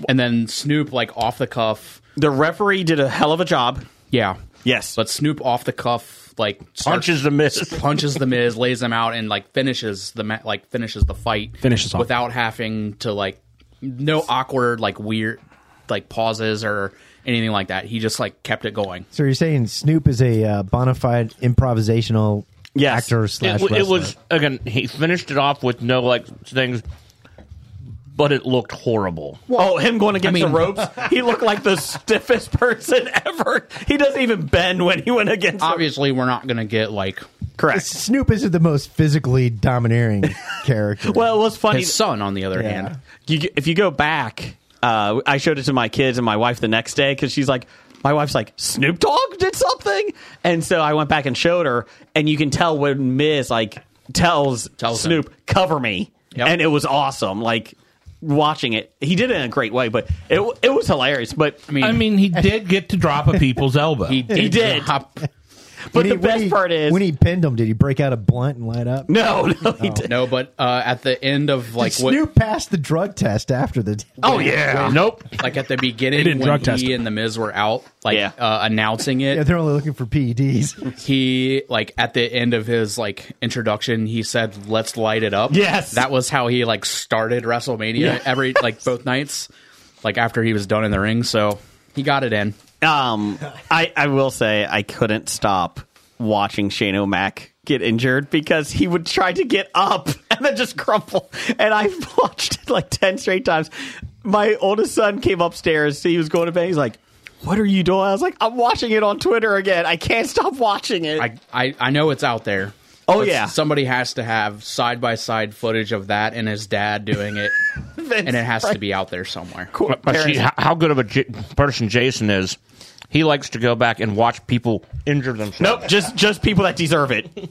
and then Snoop like off the cuff,
The referee did a hell of a job.
yeah,
Yes.
but Snoop off the cuff like starts-
Punches the Miz.
punches the Miz, lays him out, and like finishes the ma- like finishes the fight,
Finishes off.
without having to like no awkward like weird like pauses or anything like that. He just like kept it going.
So you're saying Snoop is a uh, bona fide improvisational
Yes.
actor
It,
slash
w- it
wrestler.
was again. He finished it off with no like things, but it looked horrible.
oh, him going against
I mean-
the ropes. He looked like the stiffest person ever. He doesn't even bend when he went against. the-
Obviously, we're not gonna get like
correct.
Snoop isn't the most physically domineering character.
Well, it was funny.
his son. On the other
Yeah.
hand,
You- if you go back, uh, I showed it to my kids and my wife the next day because she's like, my wife's like, Snoop Dogg did something, and so I went back and showed her, and you can tell when Miz like tells,
Tells him.
Snoop, "Cover me,"
Yep.
and it was awesome. Like watching it, he did it in a great way, but it w- it was hilarious. But
I mean,
I mean, he did get to drop a people's elbow.
he did,
did.
drop-
but
When he-
the
when
best
he-
part is
when he pinned him. Did he break out a blunt and light up?
no, no, he did.
no, but uh, at the end of like what,
Snoop passed the drug test after the.
Oh yeah,
Nope.
like at the
They
beginning
didn't
when
drug
he
test him.
and the Miz were out, like
Yeah.
uh, announcing it.
Yeah, they're only looking for E PEDs.
he like at the end of his like introduction he said let's light it up
Yes.
that was how he like started wrestlemania every like both nights like after he was done in the ring so he got it in
Um, I, I will say I couldn't stop watching Shane O'Mac get injured because he would try to get up and then just crumple. And I watched it like 10 straight times. My oldest son came upstairs. He was going to bed. He's like, what are you doing? I was like, I'm watching it on Twitter again. I can't stop watching it.
i i, I know it's out there
Oh,
but
yeah.
somebody has to have side by side footage of that and his dad doing it and it has to be out there somewhere
Cool.
But see how, how good of a J- person Jason is. He likes to go back and watch people injure themselves.
Nope, just just people that deserve it.
It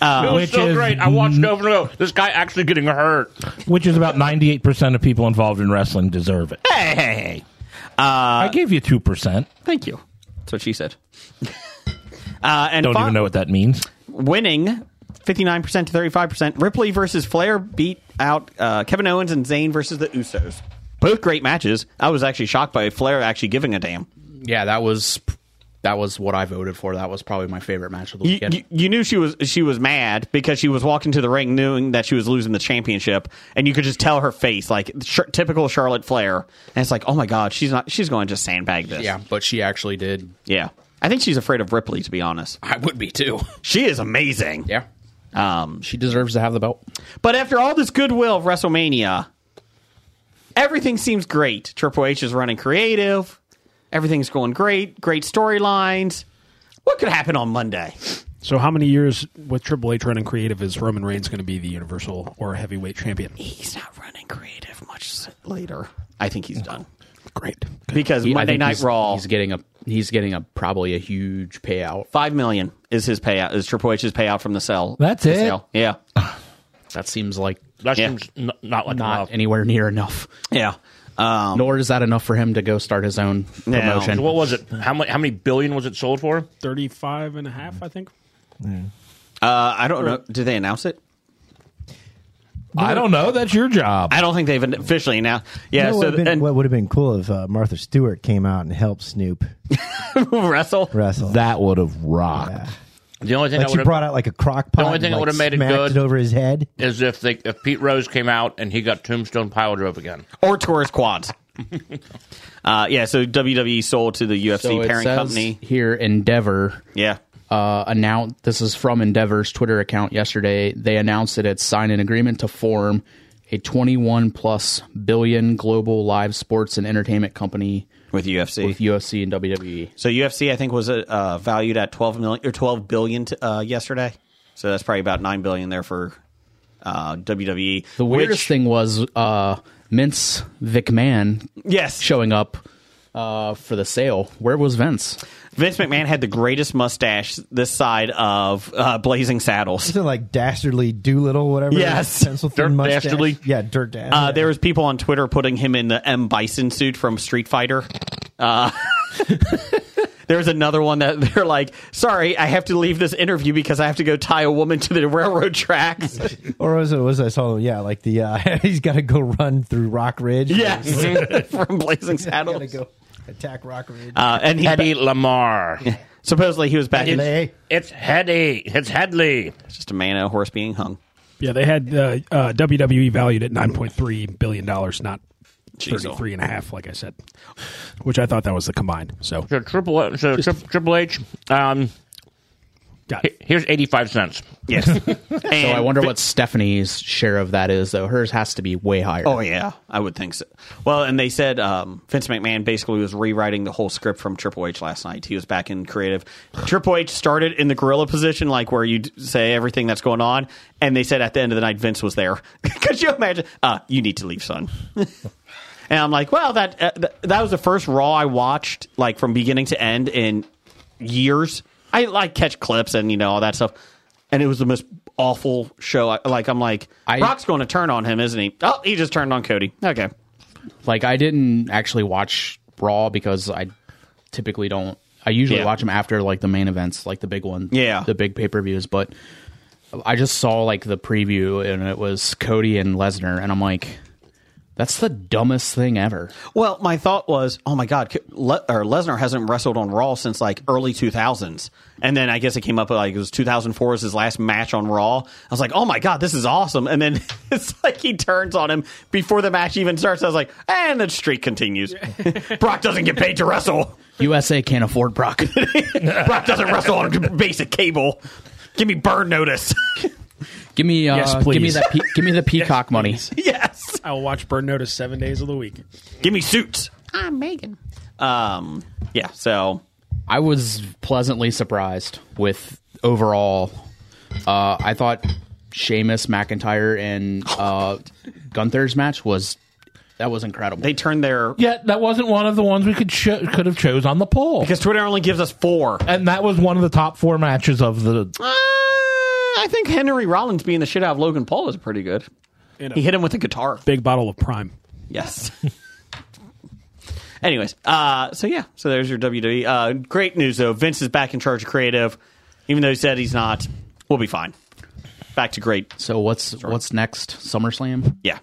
was
It's so great. I watched it over and over. This guy actually getting hurt.
which is about ninety-eight percent of people involved in wrestling deserve it.
Hey, hey, hey. Uh,
I gave you two percent.
Thank you. That's what she said. uh, and
Don't
fi-
even know what that means.
winning 59% to 35%. Ripley versus Flair beat out uh, Kevin Owens and Zayn versus the Usos. Both great matches. I was actually shocked by Flair actually giving a damn.
yeah that was that was what i voted for that was probably my favorite match of the
You,
weekend
you, you knew she was she was mad because she was walking to the ring knowing that she was losing the championship, and you could just tell her face like sh- typical Charlotte Flair. And it's like, oh my god, she's not she's going to just sandbag this.
yeah but she actually did
yeah. I think she's afraid of Ripley to be honest.
i would be too
She is amazing.
yeah
Um,
she deserves to have the belt
But after all this goodwill of WrestleMania, everything seems great. Triple H is running creative. Everything's going great. Great storylines. What could happen on Monday?
So, how many years with Triple H running creative is Roman Reigns going to be the Universal or heavyweight champion?
He's not running creative much s- later. I think he's done
Great.
because
He- I
Monday
think
Night
he's-
Raw,
He's getting a he's getting a probably a huge payout.
five million is his payout. Is Triple H's payout from the sell?
That's
the
it?
sale. Yeah,
That seems like
That
Yeah.
seems n- not like
not
enough.
anywhere near enough.
yeah. Um,
Nor is that enough for him to go start his own
No.
promotion.
What was it? How many, how many billion was it sold for?
35 and a half, I think.
uh, I don't know. Did they announce it?
I don't know. That's your job.
I don't think they've officially announced. Yeah,
You know what
so
would've been-
and
what would have been cool if uh, Martha Stewart came out and helped Snoop
wrestle.
wrestle.
That would have rocked.
The only thing
like
I
she
would
brought out like a crock pot.
only
and,
thing that
like,
would've made it
smacked
good-
over his head.
is if they if Pete Rose came out and he got Tombstone pile drove again.
or tourist quads. uh, yeah, so WWE sold to the UFC
So it
parent
says
company.
here, Endeavor.
Yeah.
uh, announced this is from Endeavor's Twitter account yesterday. They announced that it's signed an agreement to form a 21 plus billion global live sports and entertainment company
With UFC.
with UFC and E. WWE.
so UFC, I think, was uh, uh, valued at twelve million or twelve billion t- uh, yesterday. So that's probably about nine billion there for uh, WWE.
The weirdest
which-
thing was uh, Vince McMahon
yes,
showing up uh, for the sale. Where was Vince?
Vince McMahon had the greatest mustache this side of uh, Blazing Saddles.
Something like dastardly Doolittle, whatever.
Yes.
pencil thin
Dirt
mustache.
Dastardly.
Yeah, dirt dastardly.
Uh, there was people on Twitter putting him in the M Bison suit from Street Fighter. Uh, there was another one that they're like, "Sorry, I have to leave this interview because I have to go tie a woman to the railroad tracks."
or was it? Was I saw? Yeah, like the uh, he's got to go run through Rock Ridge.
yes, from Blazing
got to
Saddles.
go attack Rock Ridge.
Uh, and he
Eddie Lamar.
supposedly he was back in
Lay.
It's Heady. It's Headley.
It's just a man and a horse being hung.
Yeah, they had uh, uh, WWE valued at nine point three billion dollars, not
Jeez.
thirty three and a half, like I said, which I thought that was the combined. So
So Triple so tri- Triple H. Um,
got
he-
it.
here's eighty five cents.
Yes.
So I wonder
what.
what Stephanie's share of that is, though. Hers has to be way higher.
Oh yeah, I would think so. Well, and they said um, Vince McMahon basically was rewriting the whole script from Triple H last night. He was back in creative. Triple H started in the gorilla position, like where you say everything that's going on, and they said at the end of the night Vince was there. Could you imagine? Uh, you need to leave, son. and I'm like, well, that uh, th- that was the first Raw I watched, like from beginning to end in years. I like catch clips and you know all that stuff, and it was the most awful show. I, like I'm like,
I-
Brock's going to turn on him, isn't he? Oh, he just turned on Cody. Okay,
like I didn't actually watch Raw because I typically don't. I usually
Yeah.
watch them after like the main events, like the big one,
Yeah.
the big pay per views. But I just saw like the preview and it was Cody and Lesnar, and I'm like, that's the dumbest thing ever.
Well, my thought was, oh my God, C- Le- or Lesnar hasn't wrestled on Raw since like early 2000s. And then I guess it came up like it was 2004 was his last match on Raw. I was like, oh my God, this is awesome. And then it's like he turns on him before the match even starts. I was like, and the streak continues. Brock doesn't get paid to wrestle.
USA can't afford Brock.
Brock doesn't wrestle on basic cable. Give me burn notice.
give me, uh,
Yes,
give me
please.
that, pe- give me the peacock money.
yes.
I will watch Burn Notice seven days of the week.
Give me suits. I'm Megan. Um, yeah, so
I was pleasantly surprised with overall. Uh, I thought Sheamus, McIntyre, and uh, Gunther's match was that was incredible.
they turned their.
Yeah, that wasn't one of the ones we could cho- could have chose on the poll.
Because Twitter only gives us four.
and that was one of the top four matches of the.
Uh, I think Henry Rollins being the shit out of Logan Paul was pretty good. He hit him with a guitar.
Big bottle of Prime.
Yes. Anyways, uh, so yeah, so there's your WWE. Uh, great news though. Vince is back in charge of creative, even though he said he's not. We'll be fine. Back to great.
so what's what's next? SummerSlam?
Yeah.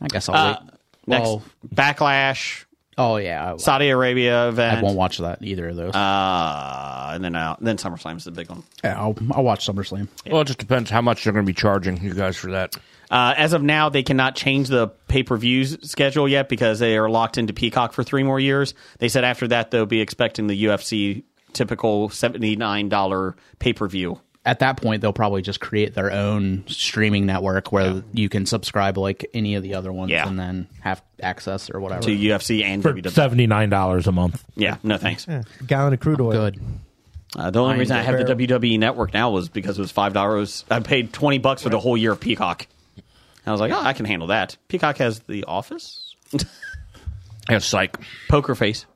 I guess I'll
Uh,
wait.
next,
Well,
Backlash,
oh yeah, I,
Saudi Arabia
I
event,
won't watch that either of those.
uh, and then uh, then SummerSlam's the big one.
Yeah, I'll, I'll watch SummerSlam.
Well, it just depends how much they're going to be charging you guys for that.
Uh, as of now, they cannot change the pay per views schedule yet because they are locked into Peacock for three more years. They said after that they'll be expecting the UFC typical seventy nine dollar pay per view.
At that point, they'll probably just create their own streaming network where you can subscribe like any of the other ones,
Yeah.
and then have access or whatever.
To UFC and
For
WWE.
seventy nine dollars a month,
yeah, no thanks.
gallon of crude oil.
Good.
Uh, the only reason I have the
barrel.
WWE network now was because it was five dollars. I paid twenty bucks for the whole year of Peacock. I was like, oh, I can handle that. Peacock has The Office,
It's like
Poker Face.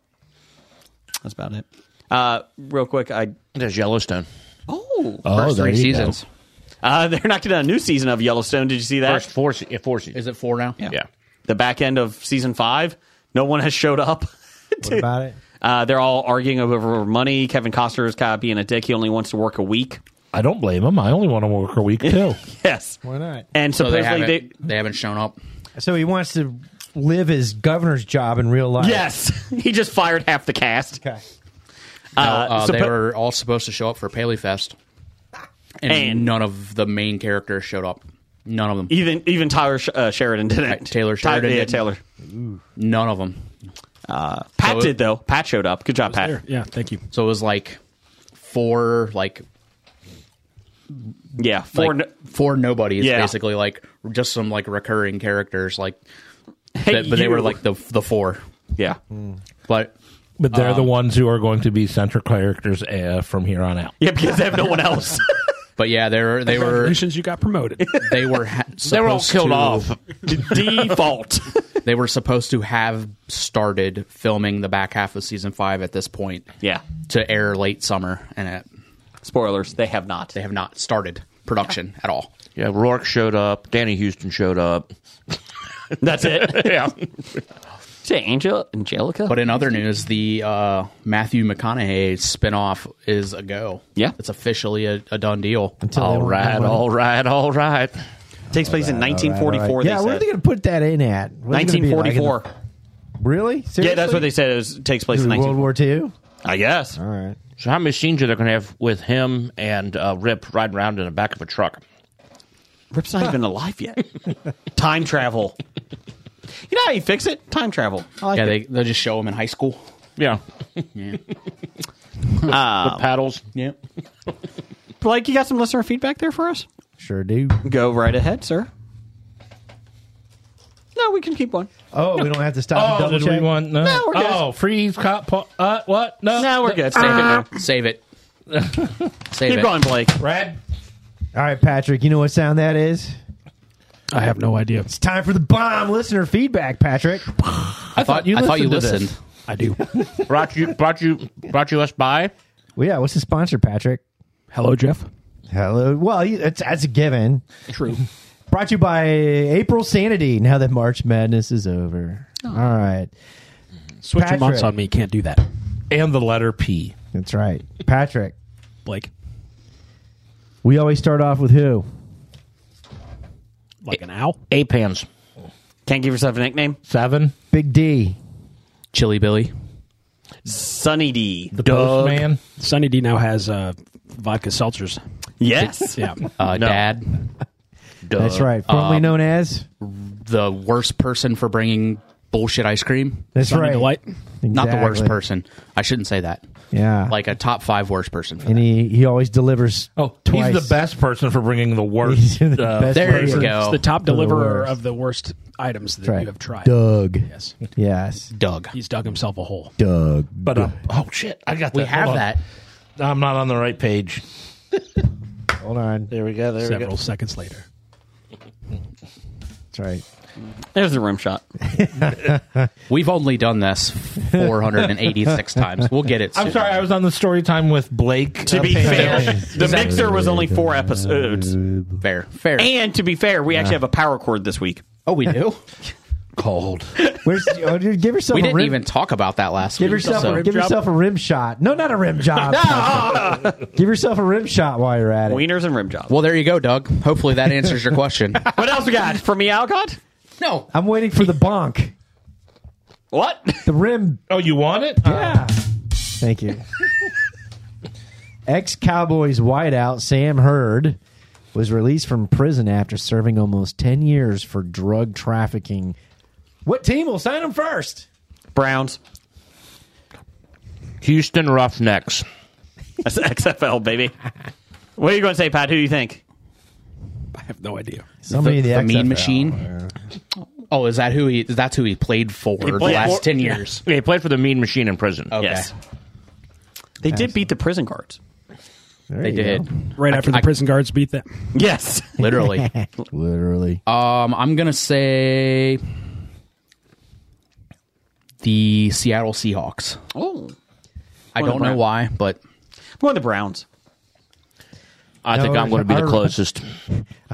That's about it. Uh, real quick, I
there's Yellowstone.
oh,
First
there
three
you go.
seasons.
Uh, they're not getting a new season of Yellowstone. Did you see that?
First four, se- yeah, four seasons.
Is it four now?
Yeah.
The back end of season five, no one has showed up.
What about it?
Uh, they're all arguing over money. Kevin Costner is kind of being a dick. He only wants to work a week.
I don't blame him. I only want to work a week too.
yes.
Why not?
And
So they
supposedly
haven't,
they,
they, haven't shown up.
So he wants to live his governor's job in real life.
Yes. he just fired half the cast.
Okay.
Uh,
Uh, they
suppo-
were all supposed to show up for Paley Fest, and,
And-
none of the main characters showed up. None of them.
even even Tyler Sh- uh, Sheridan didn't.
Right, Taylor
Ty-
Sheridan
yeah,
didn't.
Taylor.
None of them.
Pat
So it-
did though. Pat showed up. Good job, Pat.
There. Yeah, thank you.
So it was like four like
Yeah, four.
like,
no-
four nobodies
Yeah.
basically like just some like recurring characters like
Hey,
that, but they were
you.
like the the four.
yeah.
But
But they're
Um,
the ones who are going to be central characters uh, from here on out.
Yeah, because they have no one else.
but yeah, they were they were
Congratulations, you got promoted.
they were ha-
They were all
supposed
killed
to-
off.
Default.
They were supposed to have started filming the back half of season five at this point
yeah.
to air late summer, and it,
Spoilers. They have not.
they have not started production at all.
Yeah, Rourke showed up. Danny Houston showed up.
That's it.
Yeah.
Say Angel Angelica.
But in other news, the uh, Matthew McConaughey spinoff is a go.
Yeah.
it's officially a, a done deal.
all right, all right, all right.
takes place in 1944.
Yeah, where
they
are they
said.
going to put that in at? What's it gonna be, like, in the-
1944.
really? Seriously?
yeah, that's what they said. It was, takes place in
World
19.
War II?
I guess.
All right.
So how many scenes are they going to have with him and uh, Rip riding around in the back of a truck?
Rip's not even alive yet. Time travel. You know how you fix it? Time travel. I like
Yeah,
it.
they they'll just show him in high school.
Yeah,
Um,
paddles.
Yeah,
Blake, you got some listener feedback there for us?
Sure do.
Go right ahead, sir. No, we can keep one.
Oh, we don't have to stop and
did
double
we
check?
want? No,
No, we're good.
Oh, freeze, cop, po- uh, what? No,
No, we're good. Stay good.
save it. Uh-huh. Save
Keep
it.
going, Blake.
Brad.
All right, Patrick, you know what sound that is?
I have no idea.
It's time for the bomb listener feedback, Patrick.
I thought you.
I thought you
to this.
listened.
I do.
Brought you, brought you, brought you us by.
Well, yeah, what's the sponsor, Patrick?
Hello, Jeff.
Hello. Well, you- it's, that's a given.
True.
Brought to you by April Sanity now that March Madness is over. All right.
Switch
Patrick.
your months on me. Can't do that,
and the letter P.
That's right. Patrick,
Blake.
we always start off with who?
Like an owl.
Ape hands.
Can't give yourself a nickname.
Seven.
Big D.
Chili Billy.
Sunny D.
The postman.
Sunny D now has uh, vodka seltzers.
Yes.
Yeah.
Uh,
No.
Dad,
Uh,
That's right. Formerly known as.
the worst person for bringing bullshit ice cream.
That's
Sunny
right.
Delight.
Not the worst
Exactly.
person. I shouldn't say that.
Yeah.
Like a top five worst person. For
and
that.
he, he always delivers.
Oh,
twice.
he's the best person for bringing the worst. uh,
He's the best
There you
person.
go.
It's the top
the
deliverer
worst.
of the worst items that
That's right.
you have tried.
Doug.
Yes.
Yes.
Doug.
He's dug himself a hole.
Doug.
But uh, oh shit, I got that.
We have
Hold on.
that.
I'm not on the right page.
Hold on.
There we go. There we
Several
go.
seconds later.
That's right.
There's a rim shot.
We've only done this 486 times. We'll get it. Soon.
I'm sorry, I was on the story time with Blake.
To
uh,
be
page.
fair, the mixer was only four episodes.
fair. Fair.
And to be fair, we actually have a power cord this week.
oh, we do.
cold.
Where's oh, dude, give yourself
We
a
didn't
rim,
even talk about that last
give
week.
yourself
so-
a, give yourself a rim shot. No, not a rim job. give yourself a rim shot while you're at it.
Wieners and rim job.
well, there you go, Doug. Hopefully that answers your question.
What else we got? For me, Alcott?
no.
I'm waiting for the bonk.
What?
The rim.
Oh, you want it? Uh,
Yeah. Thank you. Ex Cowboys wideout Sam Hurd was released from prison after serving almost 10 years for drug trafficking. What team will sign him first?
Browns.
Houston Roughnecks.
That's XFL, baby. What are you going to say, Pat? Who do you think?
I have no idea.
Somebody
the,
in the,
the Mean
XFL.
Machine. Oh, is that who he? That's who he played for the
played
last
for-
ten years.
Yeah, he played for the Mean Machine in prison.
Oh,
Okay.
Yes. They did beat the prison guards.
There
They
you go.
did
Right after the
I-
prison guards beat them.
Yes.
literally.
Literally.
um, I'm gonna say the Seattle Seahawks.
Oh.
I
Well,
don't
the
know
Brown-
why, but
One of the Browns.
I think
No,
oh,
I'm going to be
our-
the closest.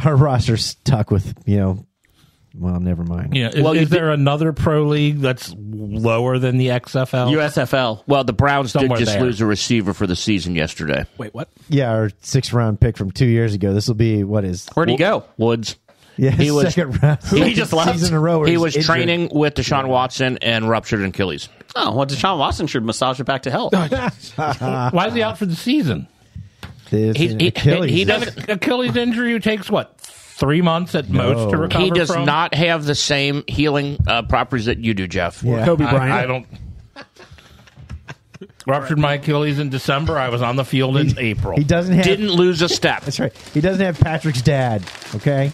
Our roster's stuck with, you know, well, never mind.
Yeah. Is,
Well, you
is there another pro league that's lower than the XFL?
USFL.
Well, the Browns did
Somewhere
just
there.
lose a receiver for the season yesterday.
Wait, what?
Yeah, our sixth round pick from two years ago. This will be what is
Where'd he go?
Woods.
yeah
He was-
second round.
He just left?
season in a row. where
He
he's
was
injured.
training with Deshaun Watson and ruptured Achilles.
Oh, well, Deshaun Watson should massage it back to health.
Why is he out for the season?
This
He,
and
he,
Achilles.
he
An
doesn't.
Achilles injury takes what three months at most to recover.
He does
from?
not have the same healing uh, properties that you do, Jeff.
Yeah.
Kobe
I,
Bryant.
I don't. Ruptured my Achilles in December. I was on the field in April.
He doesn't have.
Didn't lose a step.
That's right. He doesn't have Patrick's dad. Okay.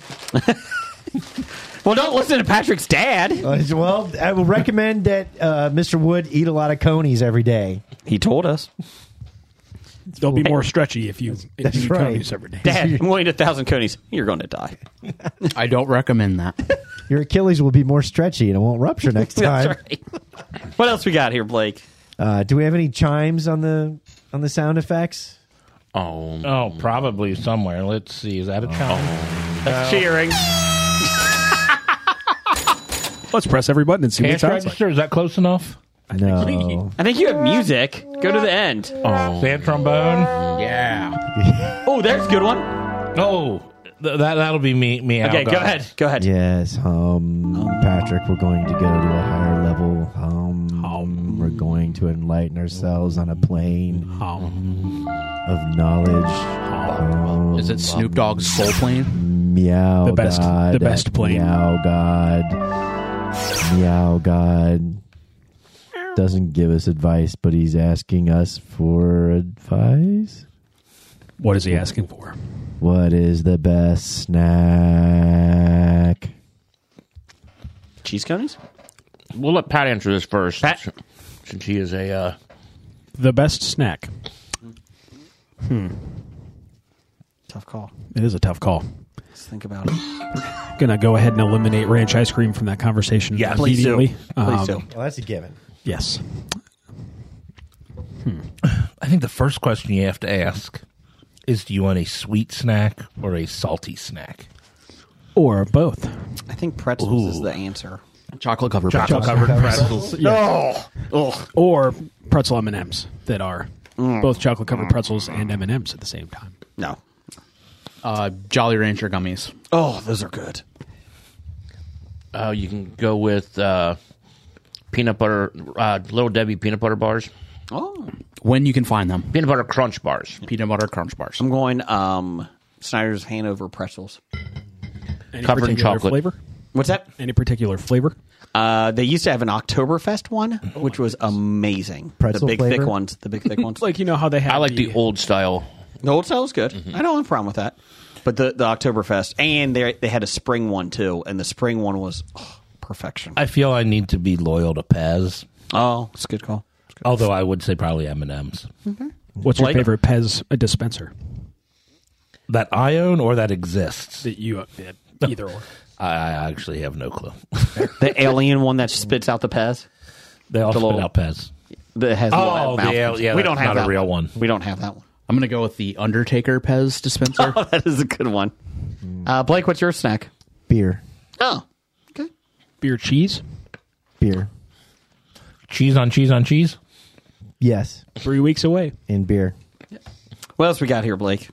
Well, don't listen to Patrick's dad.
Uh, well, I will recommend that uh, Mr. Wood eat a lot of conies every day.
He told us.
They'll be more stretchy if you if
That's
you
right.
use every day.
Dad, I'm going to thousand conies. You're going to die.
I don't recommend that.
Your Achilles will be more stretchy and it won't rupture next
That's
time.
right. What else we got here, Blake?
Uh, do we have any chimes on the on the sound effects?
Oh,
oh, probably somewhere. Let's see. Is that a challenge?
That's cheering.
Let's press every button and see what it
Cash
sounds like.
register? Is that close enough?
No.
I think you have music. Go to the end.
Sand trombone.
Yeah.
Oh, there's a good one.
Oh, th- that that'll be me. Me.
Okay,
Algar.
go ahead. Go ahead.
Yes, um, Patrick, we're going to go to a higher level. Um, we're going to enlighten ourselves on a plane
Um.
of knowledge. Um,
Is it Snoop Dogg's soul plane?
meow
The best-
god,
the best plane.
Meow god, meow god. Doesn't give us advice, but he's asking us for advice.
What is he asking for?
What is the best snack?
Cheese conies?
we'll let Pat answer this first,
Pat?
since he is a. Uh,
The best snack.
Hmm. Tough call.
It is a tough call.
Let's think about it.
Gonna go ahead and eliminate ranch ice cream from that conversation.
Yes.
Please do.
immediately.
Please do.
Um,
Well, that's a given.
Yes.
I think the first question you have to ask is: Do you want a sweet snack or a salty snack?
Or both.
I think pretzels is the answer.
Chocolate covered
Chocolate covered pretzels.
Oh.
Or pretzel M and M's that are both chocolate covered pretzels and M and M's at the same time.
Mm. No.
Uh, Jolly Rancher gummies.
Oh, those are good.
oh, you can go with uh, peanut butter, uh, little Debbie peanut butter bars,
Oh.
When you can find them.
peanut butter crunch bars.
Peanut butter crunch bars.
I'm going um Snyder's Hanover pretzels.
Any
Covered in
particular
chocolate.
flavor?
What's that?
Any particular flavor? Oh,
Uh, they used to have an Oktoberfest one, which was amazing.
Pretzel
the big
flavor?
thick ones. The big thick ones.
Like you know how they have.
I like the old style.
the old style was good.
Mm-hmm.
I don't have a problem with that. But the the Oktoberfest and they they had a spring one too, and the spring one was oh, perfection.
I feel I need to be loyal to Pez,
oh, it's a good call. It's good.
although I would say probably M and M's
What's your
Blake?
favorite Pez dispenser
that I own or that exists.
that you either or?
I, I actually have no clue.
The alien one that spits out the Pez.
They all
The
spit
little-
out Pez.
That has
Oh,
all that
the
mouth.
al- yeah,
we
that's
don't have
not a
that
real one.
We don't have that one.
I'm going to go with the Undertaker Pez dispenser.
That is a good one. Uh, Blake, what's your snack?
Beer,
Oh, okay.
Beer cheese,
beer.
Cheese on cheese on cheese.
Yes,
three weeks away.
and beer.
What else we got here, Blake?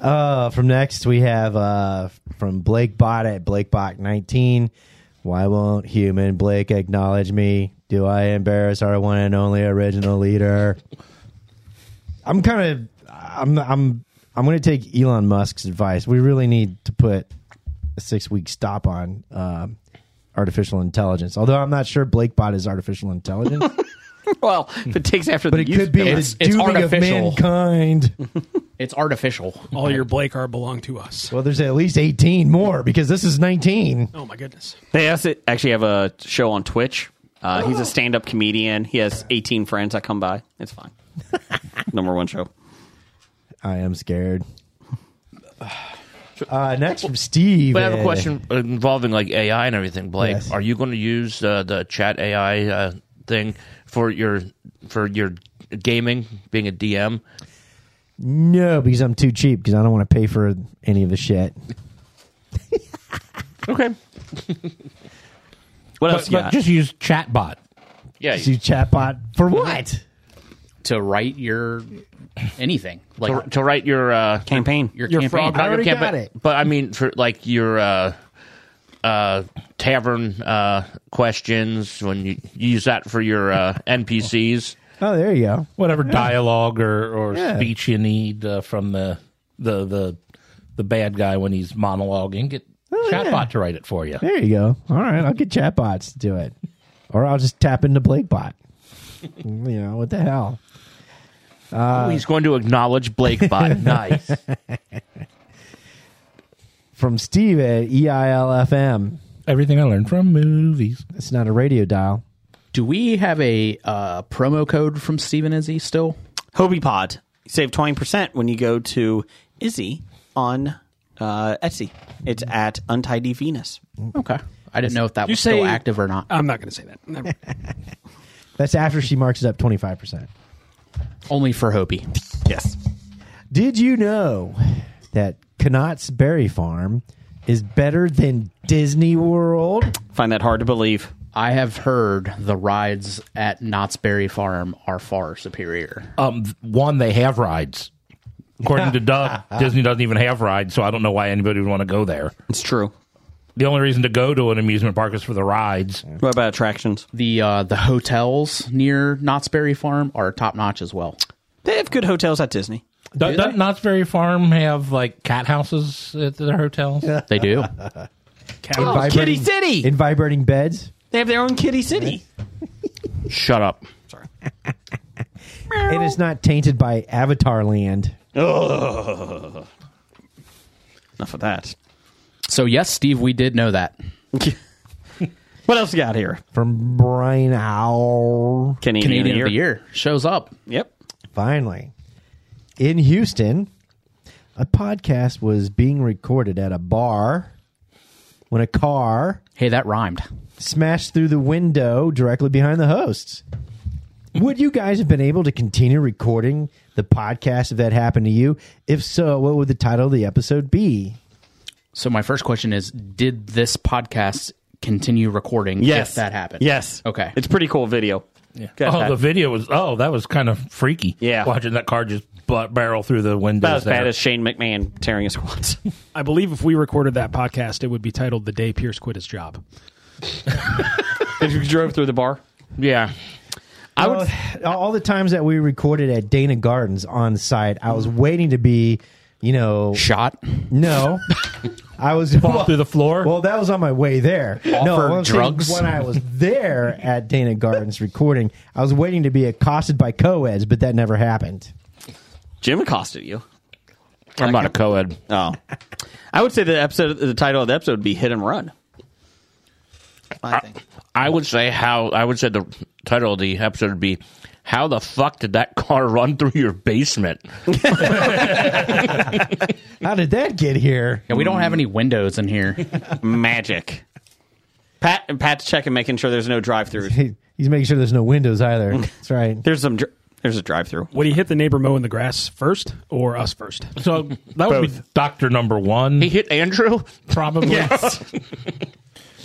Uh, from next we have uh, from Blake Bot at BlakeBot19. Why won't human Blake acknowledge me? Do I embarrass our one and only original leader? I'm kind of I'm I'm I'm going to take Elon Musk's advice. We really need to put a six week stop on um, artificial intelligence. Although I'm not sure Blake Bot is artificial intelligence,
Well, if it takes after
but
the
it
youth
could be
bill-
the
It's- it's
dooming of
artificial.
mankind.
it's artificial.
All your Blake are belong to us.
Well, there's at least 18 more because this is 19.
Oh my goodness!
They also actually have a show on Twitch. Uh,
Oh.
he's a stand-up comedian. He has 18 friends that come by. It's fine. Number one show.
I am scared. Uh, next from Steve.
But I have
uh,
a question involving like AI and everything, Blake.
Yes.
Are you going to use uh, the chat AI uh, thing for your for your gaming, being a DM?
No, because I'm too cheap because I don't want to pay for any of the shit.
Okay.
What
else you got?
Just use chatbot.
Yeah.
Just use chatbot for what?
to write your anything like
to, to write your uh,
campaign,
your,
Your
campaign.
frog- I
Not your
already
campaign,
got it.
But I mean, for like your uh, uh, tavern uh, questions when you, you use that for your uh, NPCs.
Oh, there you go.
Whatever dialogue or, or
Yeah.
speech you need uh, from the, the the the bad guy when he's monologuing, get
Oh,
chatbot
yeah.
to write it for you.
There you go. All right, I'll get chatbots to do it, or I'll just tap into Blakebot. you know what the hell?
Oh, He's going to acknowledge Blake bot. nice.
From Steve at E EILFM.
Everything I learned from movies.
It's not a radio dial.
do we have a uh, promo code from Steven Izzy still
Hobie Pod. Save 20% when you go to Izzy on uh, Etsy. It's at Untidy Venus.
okay I didn't know if that was still
say-
active or not
I'm not going to say that. Never-
That's after she marks it up twenty five percent.
only for Hopi
Yes.
Did you know that Knott's Berry Farm is better than Disney World?
Find that hard to believe.
I have heard the rides at Knott's Berry Farm are far superior
Um, th- one they have rides. According to Doug, Disney doesn't even have rides, so I don't know why anybody would want to go there.
It's true.
The only reason to go to an amusement park is for the rides.
What about attractions?
the uh, the hotels near Knott's Berry Farm are top notch as well
They have good hotels at Disney.
Do doesn't Knott's Berry Farm have like cat houses at their hotels?
they do
In
Oh, Kitty City!
In vibrating beds.
They have their own Kitty City.
Shut up.
And it's not tainted by Avatar Land.
Enough of that.
so yes Steve we did know that
What else you got here?
From Brian Owl.
Canadian,
Canadian
year.
of the Year shows up
Yep.
Finally. In Houston, a podcast was being recorded at a bar when a car
hey that rhymed
smashed through the window directly behind the hosts. Would you guys have been able to continue recording the podcast if that happened to you? If so, what would the title of the episode be?
so my first question is did this podcast continue recording if that happened
Yes.
okay
It's pretty cool video. Yeah.
Oh, the video was. Oh, that was kind of freaky.
Yeah.
watching that car just butt barrel through the windows.
About as bad
there.
as Shane McMahon tearing his quads.
I believe if we recorded that podcast, it would be titled "The Day Pierce Quit His Job."
if you drove through the bar.
Yeah.
I would, all the times that we recorded at Dana Gardens on site, I was waiting to be, you know,
shot
no. I was
Fall through the floor.
Well, that was on my way there. no,
Offer
what I'm saying,
drugs?
When I was there at Dana Gardens recording, I was waiting to be accosted by co-eds, but that never happened.
Jim accosted you.
I'm not a co-ed.
Oh. I would say the episode the title of the episode would be Hit and Run. I think.
I would say how I would say the title of the episode would be how the fuck did that car run through your basement?
How did that get here?
yeah we don't have any windows in here
Magic. Pat Pat's checking making sure there's no drive through.
He- He's making sure there's no windows either. That's right.
There's some dr- there's a drive through.
Would he hit the neighbor mowing the grass first, or us first?
so that would be Doctor Number One,
He hit Andrew.
probably.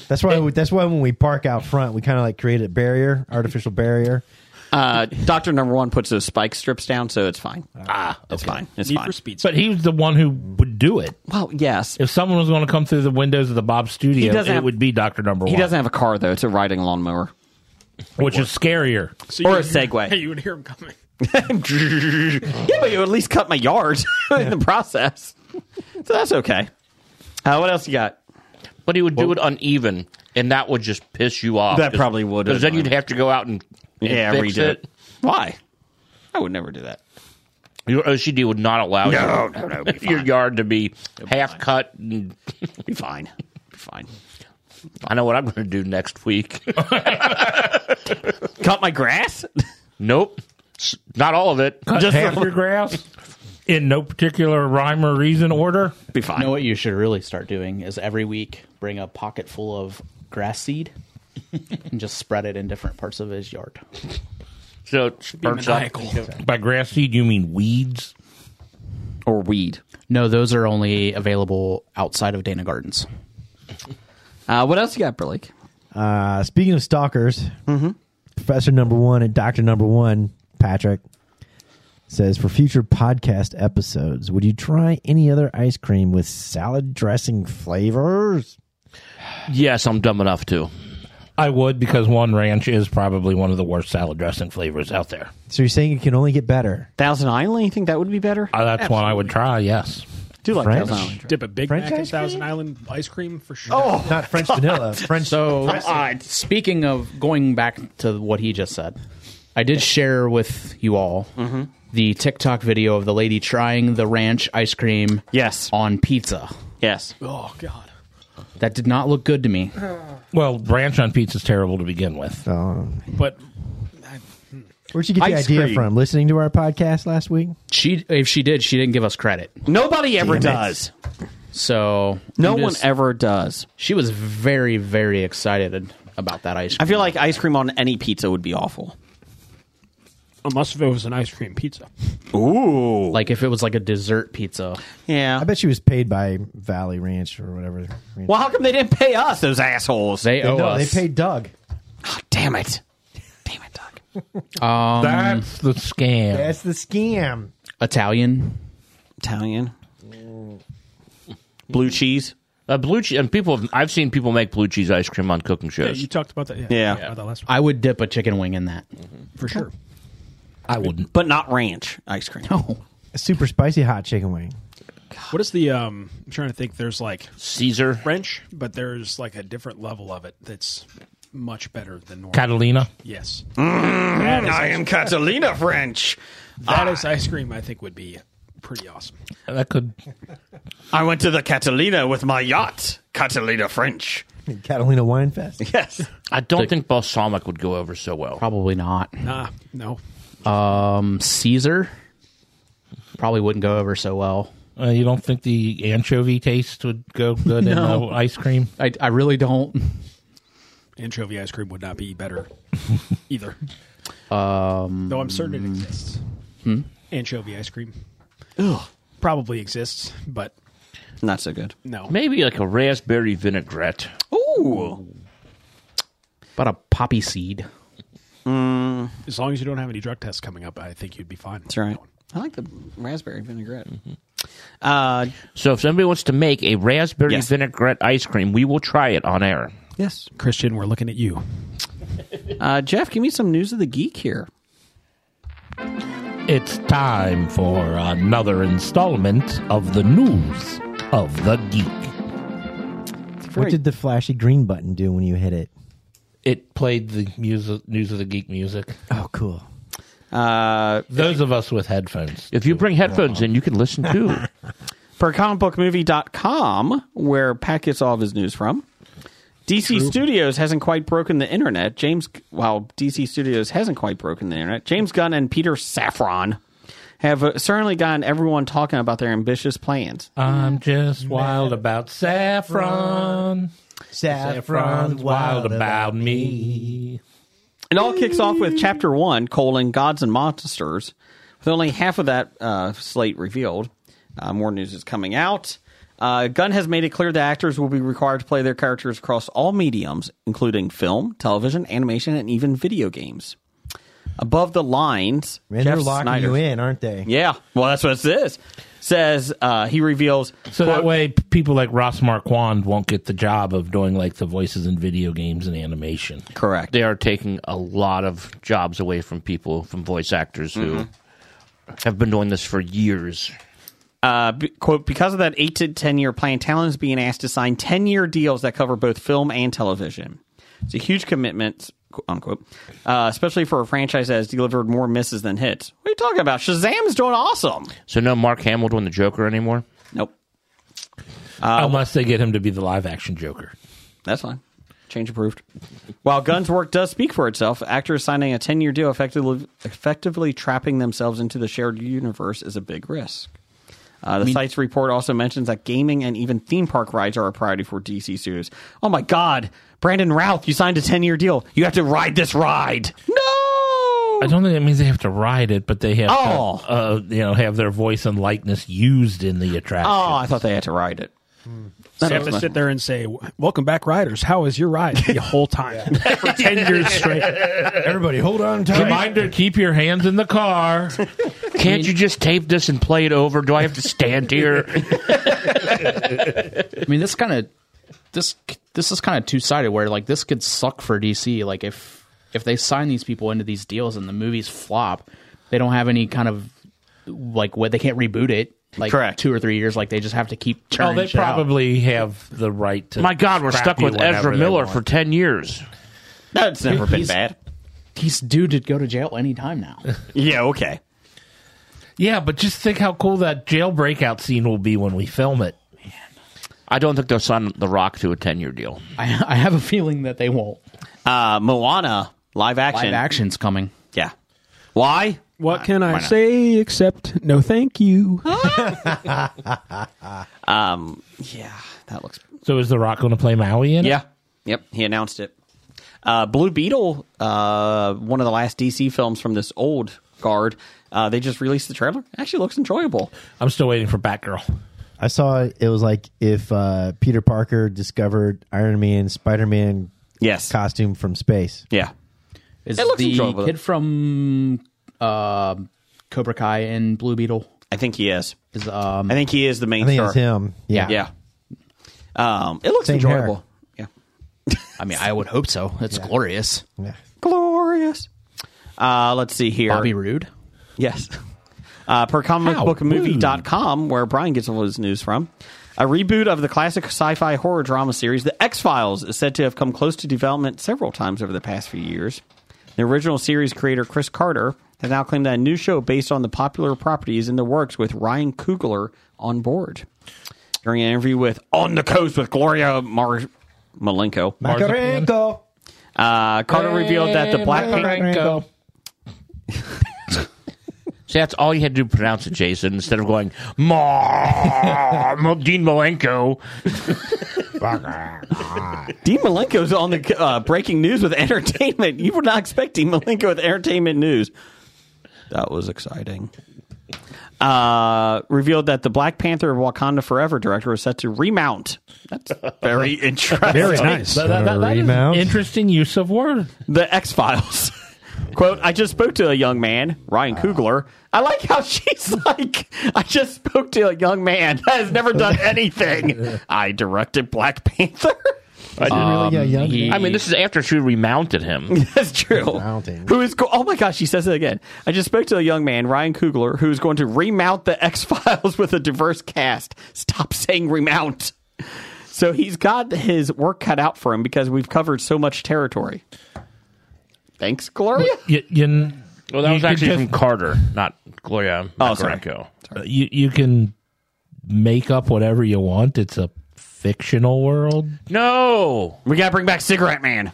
That's why. We, that's why when we park out front, we kind of like create a barrier, artificial barrier.
Uh, Doctor Number One puts those spike strips down, so it's fine. Ah, it's fine. It's
Need
fine.
for Speed.
But he was the one who would do it.
Well, yes.
If someone was going to come through the windows of the Bob Studio, it
doesn't have-
would be Doctor Number
He
One,
doesn't have a car though. It's a riding lawnmower
which is scarier.
So
or
you would hear-
a Segway.
Hey, you would hear him coming.
yeah, but you at least cut my yard in the process, so that's okay. Uh, what else you got?
But he would do it uneven, and that would just piss you off.
That probably would
Because then
annoy
you'd have to go out and, and fix
redo
it.
Why? I would never do that.
Your OCD would not allow
No,
you,
no, no, be
your
fine.
yard to be half cut. And
Be fine. Be fine.
I know what I'm going to do next week.
Cut my grass?
nope, S- not all of it.
Cut
Just
half
the-
your grass in no particular rhyme or reason order.
Be fine.
You know what you should really start doing is every week bring a pocket full of grass seed and just spread it in different parts of his yard.
So it burns up.
By grass seed, you mean weeds?
or weed.
No, those are only available outside of Dana Gardens.
Uh, what else you got, Burlake?
Uh, speaking of stalkers,
Mm-hmm.
Professor Number One and Doctor Number One, Patrick, says for future podcast episodes, would you try any other ice cream with salad dressing flavors?
Yes, I'm dumb enough to.
I would because one ranch is probably one of the worst salad dressing flavors out there.
So you're saying it can only get better?
Thousand Island? You think that would be better?
Uh, that's one I would try. Yes.
do like
French?
Thousand Island.
Dip a Big
French
Mac in
ice cream?
Thousand Island ice cream for sure. Oh,
Not French vanilla, French.
So, speaking of going back to what he just said, I did share with you all
Mm-hmm.
the TikTok video of the lady trying the ranch ice cream
Yes.
on pizza.
Yes.
God.
That did not look good to me.
Uh-huh.
Well, ranch on pizza is terrible to begin with.
Um,
But
where'd you get the
Ice
idea
cream.
from? Listening to our podcast last week?
She, if she did, she didn't give us credit.
Nobody ever does.
So
No
I'm
one
just-
ever does.
She was very, very excited about that ice
I
cream.
feel like ice cream on any pizza would be awful.
unless if it was an ice cream pizza,
Ooh.
like if it was like a dessert pizza.
Yeah.
I bet she was paid by Valley Ranch or whatever.
well, how come they didn't pay us, those assholes?
They owe
no,
us.
they paid Doug.
Damn it. Damn it, Doug.
um,
that's the scam.
That's the scam.
Italian.
Italian. Blue cheese.
Uh, blue cheese and people. Have, I've seen people make blue cheese ice cream on cooking
yeah,
shows.
you talked about that. Yeah,
Yeah.
about that last one
I would dip a chicken wing in that.
for sure.
I wouldn't.
But not ranch ice cream.
Oh,
A super spicy hot chicken wing.
What is the? Um, I'm trying to think. There's like
Caesar.
French, but there's like a different level of it that's much better than normal.
Catalina.
Yes,
I am Catalina French. Ah.
that is ice cream. I think would be pretty awesome.
That could.
I went to the Catalina with my yacht. Catalina French.
Catalina Wine Fest.
Yes.
I don't think balsamic would go over so well.
probably not.
Nah, no.
Um, Caesar probably wouldn't go over so well.
Uh, you don't think the anchovy taste would go good in uh, ice cream?
I, I really don't.
Anchovy ice cream would not be better either. Um, Though I'm certain it exists. Anchovy ice cream probably exists, but
Not so good.
no.
Maybe like a raspberry vinaigrette.
Ooh.
But a poppy seed.
As long as you don't have any drug tests coming up, I think you'd be fine.
That's right. I like the raspberry vinaigrette. Uh,
So if somebody wants to make a raspberry
Yes.
vinaigrette ice cream, we will try it on air.
yes.
Christian, we're looking at you.
Uh, Jeff, give me some news of the geek here.
It's time for another installment of the news of the geek.
What did the flashy green button do when you hit it?
It played the music, news of the geek music.
Oh, cool.
Uh,
Those of us with headphones.
If you bring headphones in, you can listen too.
for comicbookmovie.com, where Pat gets all of his news from. DC Studios hasn't quite broken the internet. James, well, DC Studios hasn't quite broken the internet. James Gunn and Peter Safran have uh, certainly gotten everyone talking about their ambitious plans.
I'm just wild about saffron. Saffron's wild about me.
It all kicks off with Chapter 1, colon, Gods and Monsters, with only half of that uh, slate revealed. Uh, more news is coming out. Uh, Gunn has made it clear that actors will be required to play their characters across all mediums, including film, television, animation, and even video games. Above the lines,
Man,
Jeff
they're locking
Snyder,
you in, aren't they?
Yeah, well, that's what it says. Says uh, he reveals.
So that
quote,
way, p- people like Ross Marquand won't get the job of doing like the voices in video games and animation.
correct.
they are taking a lot of jobs away from people, from voice actors who have been doing this for years.
uh, b- quote, because of that eight to 10 year plan, Talon is being asked to sign 10 year deals that cover both film and television. It's a huge commitment, qu- unquote, uh, especially for a franchise that has delivered more misses than hits. What are you talking about? Shazam is doing awesome.
So no Mark Hamill doing the Joker anymore.
Nope.
Unless they get him to be the live action Joker.
That's fine. Change approved. While Gunn's work does speak for itself, actors signing a 10 year deal effectively, effectively trapping themselves into the shared universe is a big risk. Uh, the site's report also mentions that gaming and even theme park rides are a priority for DC Studios. Oh my God, Brandon Routh, you signed a 10 year deal. You have to ride this ride. No!
I don't think that means they have to ride it, but they have
Oh.
to, uh, you know, have their voice and likeness used in the attraction.
Oh, I thought Oh, they had to ride it.
So you have to sit there and say, "Welcome back, riders. How was your ride?" The whole time for ten years straight.
Everybody, hold on tight.
Reminder: keep your hands in the car. Oh,
Can't you just tape this and play it over? Do I have to stand here?
I mean, this kind of this this is kind of two sided. Where like this could suck for DC. Like if if they sign these people into these deals and the movies flop, they don't have any kind of like what they can't reboot it. Like
Correct.
two or three years, like they just have to keep
Oh,
turning.
they
shit out.
probably have the right to.
My God, we're
scrap
stuck
you
with Ezra
whenever they
Miller
want.
for ten years.
That's never been
He's-
bad.
he's due to go to jail any time now.
Yeah, okay.
Yeah, but just think how cool that jail breakout scene will be when we film it.
I don't think they'll sign The Rock to a ten-year deal.
I, I have a feeling that they won't.
Uh, Moana live action.
Live action's coming.
Yeah. Why?
What can I
not?
say except no, thank you.
Um. Yeah, that looks.
So is The Rock going to play Maui in it?
Yeah. Yep. He announced it. Uh, Blue Beetle, uh, one of the last DC films from this old guard. Uh, they just released the trailer. Actually, looks enjoyable.
I'm still waiting for Batgirl.
I saw it, it was like if uh, Peter Parker discovered Iron Man, Spider Man
Yes.
costume from space.
Yeah.
Is
It looks
the
enjoyable.
kid from uh, Cobra Kai and Blue Beetle?
I think he is.
Is um,
I think he is the main
I think
star.
it's him. Yeah.
Yeah. Um, it looks
Same hair.
enjoyable. Yeah.
I mean, I would hope so. It's glorious.
Yeah.
Glorious. Uh, let's see here.
Bobby Roode.
Yes. Uh, per comicbookmovie.com, where Brian gets all his news from, a reboot of the classic sci fi horror drama series, The X Files, is said to have come close to development several times over the past few years. The original series creator, Chris Carter, has now claimed that a new show based on the popular property is in the works with Ryan Coogler on board. During an interview with On the Coast with Gloria Mar- Malenko,
Macarenko.
uh, Carter revealed that the Black
Macarenko.
See, that's all you had to do pronounce it, Jason, instead of going Ma Ma- Dean Malenko.
Dean Malenko's on the uh, breaking news with entertainment. You would not expect Dean Malenko with entertainment news. That was exciting. Uh, revealed that the Black Panther of Wakanda Forever director was set to remount. That's very interesting.
Very nice.
That- that- that is an
Remount.
interesting use of word.
The X Files. Quote, I just spoke to a young man, Ryan Kugler. I like how she's like, I just spoke to a young man that has never done anything. I directed Black Panther.
really a young
he-
I mean, this is after she remounted him.
That's true.
Mounting.
Who is go- Oh my gosh, she says it again. I just spoke to a young man, Ryan Kugler, who is going to remount the X Files with a diverse cast. Stop saying remount. So he's got his work cut out for him because we've covered so much territory. Thanks, Gloria.
You, you,
Well, that
you
was
could
actually
just-
from Carter, not Gloria
Oh, sorry.
Macarenko.
you you can make up whatever you want. It's a fictional world.
No,
We gotta bring back Cigarette Man.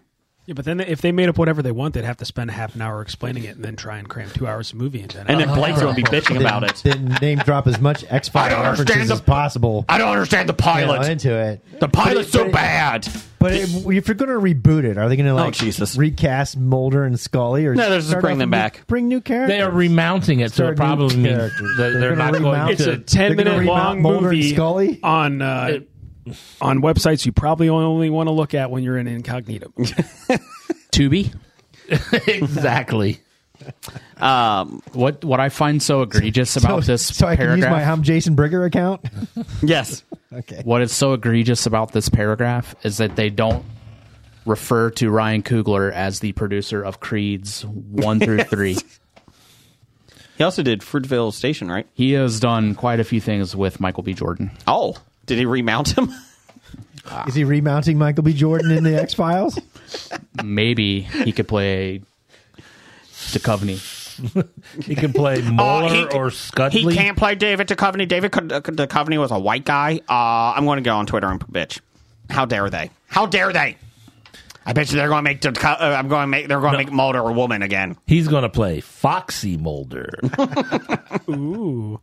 Yeah, Um, but then if they made up whatever they want, they'd have to spend half an hour explaining it and then try and cram two hours of movie into it.
And then Blake's gonna be bitching
Uh-huh. Then-
about it.
Then name drop as much X Files
I understand
references
the-
as possible.
I don't understand the
you know,
pilot.
into it.
the pilot's so bad.
But if, if you're going to reboot it, are they going to like
Oh, Jesus.
recast Mulder and Scully, or
No, they're just
start
bringing
off
them
with-
back.
Bring new characters.
They are remounting it, so
Start
it probably
new
means
characters.
they're,
They're
they're
gonna
not going
remount
it's
it.
to.
a 10
They're gonna
minute
remount
long
Mulder and
movie
Scully?
on uh, on websites you probably only want to look at when you're in incognito.
Tubi.
exactly.
Um,
What what I find so egregious
So-
about this
so I can use
paragraph.
my I'm Jason Brigger account.
Yes.
okay.
what is so egregious about this paragraph is that they don't refer to Ryan Coogler as the producer of Creeds one through three.
He also did Fruitvale Station, right?
He has done quite a few things with Michael B. Jordan.
Oh. Did he remount him?
Is he remounting Michael B. Jordan in the X Files?
Maybe he could play Duchovny.
He Oh, can play Muller or
Uh, He
Scudley.
can't play David Duchovny. David Cud- uh, Duchovny was a white guy. Uh, I'm going to go on Twitter and bitch. How dare they? How dare they? I bet you they're going to make. Ducov- uh, I'm going to make. They're going to make Mulder a woman again.
He's going to play Foxy Mulder.
Ooh,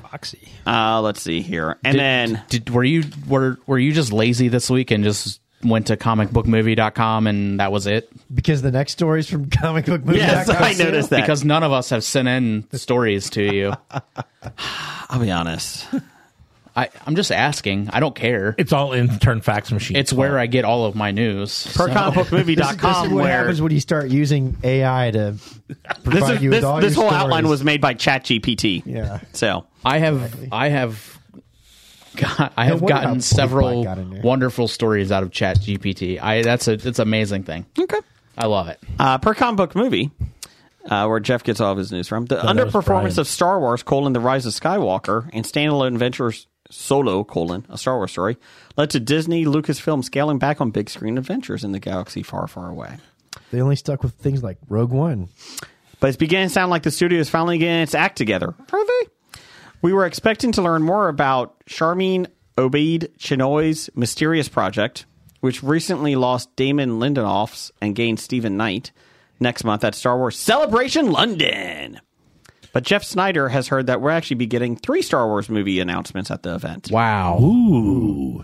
foxy.
Uh, let's see here, and then
Did, were you were were you just lazy this week and just went to comicbookmovie.com and that was it?
Because the next story is from comic book movie.
yes, I noticed that.
Because none of us have sent in stories to you.
I'll be honest,
I, I'm just asking. I don't care.
It's all intern fax machine.
It's where I get all of my news.
Per
This is, this is
comicbookmovie.com,
what
where
happens when you start using AI to
this,
provide
is,
you
this,
with all
this
your
whole outline
stories.
was made by ChatGPT.
Yeah.
So
I have I have got, I have
wonder how
gotten
Black
several
got in there.
wonderful stories out of Chat GPT. I that's a it's an amazing thing.
okay.
I love it.
Uh, per comic book movie, uh, where Jeff gets all of his news from, the
Oh, that was
underperformance
Brian.
of Star Wars: colon, The Rise of Skywalker and standalone adventures Solo: colon, A Star Wars Story led to Disney Lucasfilm scaling back on big screen adventures in the galaxy far, far away.
They only stuck with things like Rogue One.
But it's beginning to sound like the studio is finally getting its act together. Are they? We were expecting to learn more about Charmin Obeid Chinoy's mysterious project, which recently lost Damon Lindelof's and gained Stephen Knight next month at Star Wars Celebration London. But Jeff Snyder has heard that we're actually be getting three Star Wars movie announcements at the event.
Wow.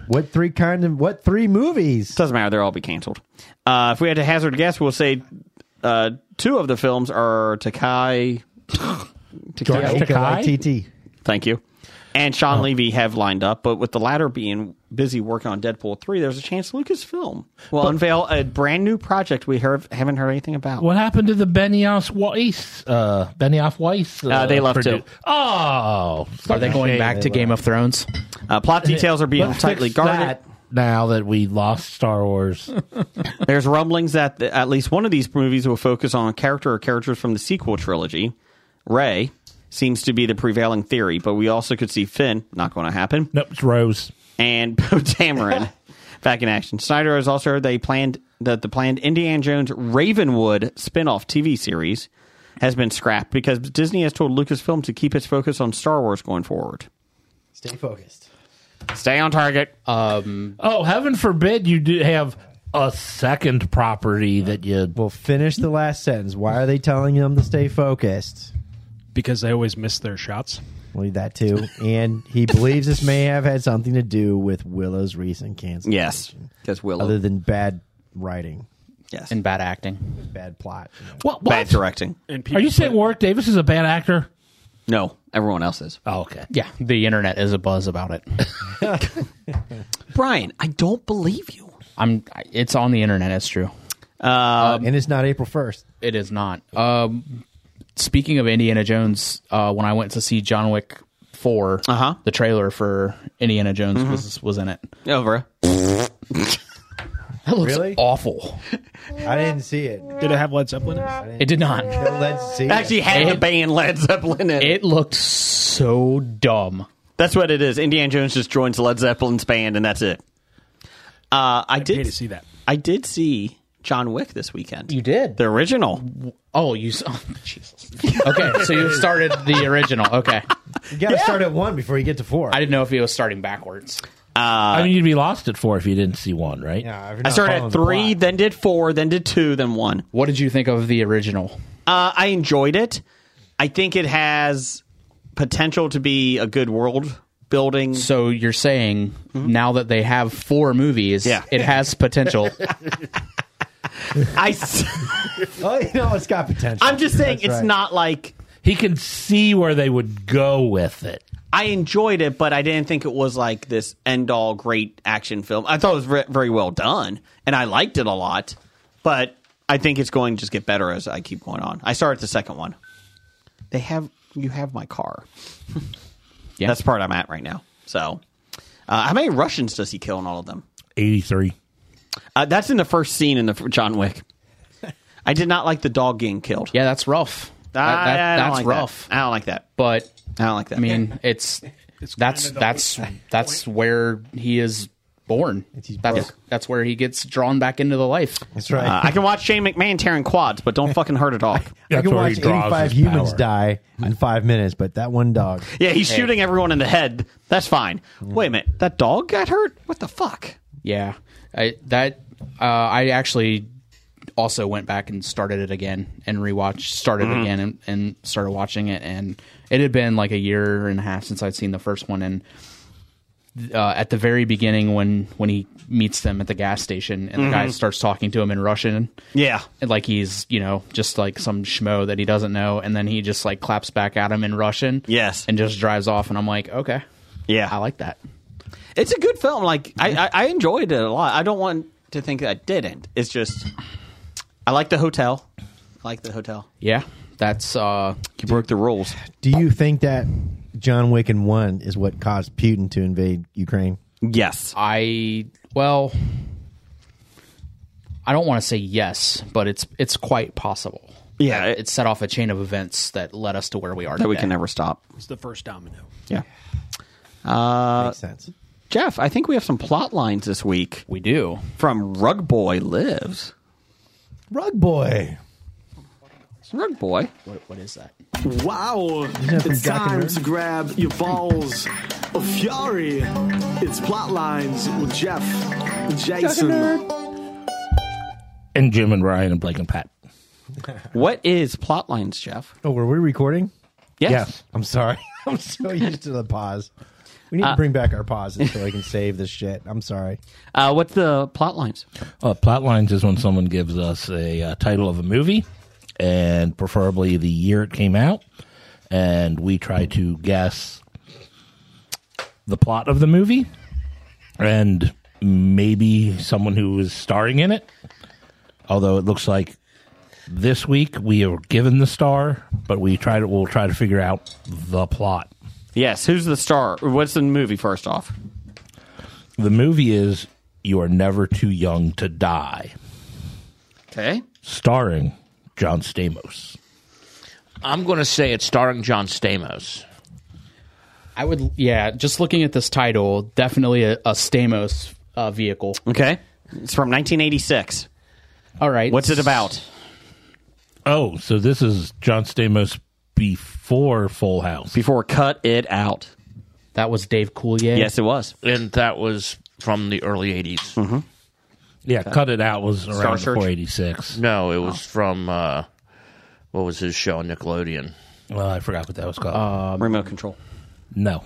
What three kind of what three movies?
Doesn't matter; they'll all be canceled. Uh, if we had to hazard a guess, we'll say uh, two of the films are Takai. Takai
Taika Waititi.
Thank you. And Sean
Oh.
Levy have lined up, but with the latter being busy working on Deadpool 3, there's a chance Lucasfilm will unveil a brand new project we heard, haven't heard anything about.
What happened to the Benioff Weiss? Uh, Benioff Weiss?
Uh, they left too.
produ- Oh,
Are they going
shame.
back to Game of Thrones?
Uh, plot details are being
Let's
tightly
fix
guarded.
that Now that we lost Star Wars,
There's rumblings that the, at least one of these movies will focus on a character or characters from the sequel trilogy. Ray seems to be the prevailing theory, but we also could see Finn, not going to happen,
nope, it's Rose.
and Poe Dameron back in action. Snyder has also heard they planned that the planned Indiana Jones Ravenwood spin-off TV series has been scrapped because Disney has told Lucasfilm to keep its focus on Star Wars going forward.
Stay focused.
Stay on target.
Um,
Oh, heaven forbid you do have a second property that you.
Well, finish the last sentence. Why are they telling them to stay focused?
because they always miss their shots.
Well, that too. And he believes this may have had something to do with Willow's recent cancer.
yes, because Willow.
Other than bad writing,
yes,
and bad acting.
bad plot. you know.
What?
bad
what?
directing.
And
Are you saying
put-
Warwick Davis is a bad actor?
No, everyone else is.
Oh, okay.
Yeah, the internet is abuzz about it.
Brian, I don't believe you.
I'm. It's on the internet. It's true.
and it's not April first.
It is not. Um, speaking of Indiana Jones, uh, when I went to see John Wick 4
Uh-huh.
the trailer for Indiana Jones
Mm-hmm.
was was in it.
Over.
That looks
Really?
awful.
I didn't see it.
Did it have Led Zeppelin? in it?
It did not.
Let's see.
Actually, had the band Led Zeppelin in it.
It looked so dumb.
That's what it is. Indiana Jones just joins Led Zeppelin's band, and that's it. Uh, I
Hate
did
to see that.
I did see John Wick this weekend.
did.
the original.
Oh, you. s- Oh, Jesus. Okay, so you started the original. Okay,
you got to start at one before you get to four.
I didn't know if he was starting backwards.
I mean, you'd be lost at four if you didn't see one, right?
Yeah, if you're
I
not
started
following
at
the
three,
plot.
then did four, then did two, then one.
What did you think of the original?
Uh, I enjoyed it. I think it has potential to be a good world building.
So you're saying now that they have four movies,
Mm-hmm. Yeah.
it has potential.
I, s-
Oh, you know, it's got potential.
I'm just saying,
That's
it's
right.
not like
He can see where they would go with it.
I enjoyed it, but I didn't think it was like this end all great action film. I thought it was ve- very well done, and I liked it a lot. But I think it's going to just get better as I keep going on. I start at the second one. They have you have my car.
Yeah.
that's the part I'm at right now. So, uh, how many Russians does he kill in all of them?
Eighty-three.
Uh, that's in the first scene in the f- John Wick. I did not like the dog getting killed.
yeah, that's rough. That-
I-
that-
I don't
that's
like that.
rough.
I don't like that.
But
I don't like that.
I mean, it's, that's that's that's where he is born. That's that's where he gets drawn back into the life.
That's right.
Uh, I can watch Shane McMahon tearing quads, but don't fucking hurt a dog.
you
That's
can
where
watch
he draws
85
his
humans
power.
die in five minutes, but that one dog.
Yeah, he's shooting everyone in the head. That's fine. Wait a minute, that dog got hurt. What the fuck?
Yeah, I, that uh, I actually also went back and started it again and rewatched, started again and, and started watching it, and it had been like a year and a half since I'd seen the first one, and uh, at the very beginning when when he meets them at the gas station and the guy starts talking to him in Russian,
Yeah,
and, like he's you know just like some schmo that he doesn't know, and then he just like claps back at him in Russian,
Yes.
and just drives off, and I'm like, okay,
Yeah,
I like that.
It's a good film. Like I, I, I enjoyed it a lot. I don't want to think I didn't. It's just I like the hotel. I like the hotel.
Yeah, that's uh,
You broke the rules.
Do you think that John Wick and one is what caused Putin to invade Ukraine?
Yes.
I well, I don't want to say yes, but it's it's quite possible.
Yeah.
It set off a chain of events that led us to where we are
that
today.
we can never stop.
It's the first domino.
Yeah. Uh,
Makes sense.
Jeff, I think we have some plot lines this week
We do.
from Rug Boy Lives.
Rug boy.
Rug Boy.
What, what is that?
Wow,
that from
it's
Jack and
time
Mary?
to grab your balls of fury. It's Plotlines with Jeff, Jason.
And Jim and Ryan and Blake and Pat.
What is plot lines, Jeff?
Oh, were we recording?
Yes.
I'm sorry. I'm so used to the pause. We need to bring back our pauses so I can save this shit. I'm sorry.
Uh, what's the plot lines?
Uh, plot lines is when someone gives us a uh, title of a movie and preferably the year it came out, and we try to guess the plot of the movie and maybe someone who is starring in it. Although it looks like this week we are given the star, but we try to we'll try to figure out the plot.
Yes. Who's the star? What's the movie first off?
The movie is You Are Never Too Young to Die,
Okay.
starring John Stamos.
I'm going to say it's starring John Stamos.
I would. Yeah, just looking at this title, definitely a, a Stamos uh, vehicle.
Okay. It's from 1986.
All right.
What's it about?
Oh, so this is John Stamos before Full House.
Before cut it out.
That was Dave Coulier.
Yes, it was.
And that was from the early 80s.
yeah, Cut It Out was around
Search?
before 86.
No, it was from, uh, what was his show on Nickelodeon?
Well, I forgot what that was called.
Uh,
Remote control.
no.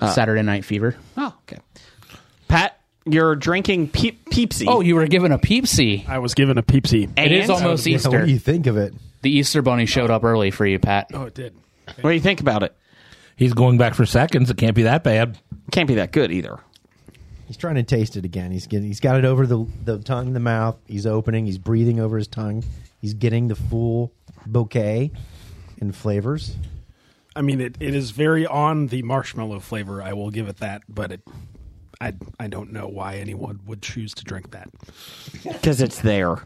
uh,
Saturday Night Fever.
Oh, okay. Pat, you're drinking peep- Peepsy.
Oh, you were given a peepsy.
I was given a peepsy.
and
it is almost
Yeah, what
Easter.
do you think of it?
The Easter Bunny showed up early for you, Pat.
Oh, it did.
What do you think about it?
He's going back for seconds. It can't be that bad.
Can't be that good either.
He's trying to taste it again. He's getting. He's got it over the the tongue, the mouth. He's opening. He's breathing over his tongue. He's getting the full bouquet and flavors.
I mean, it, it is very on the marshmallow flavor. I will give it that, but it, I I don't know why anyone would choose to drink that.
Because it's there.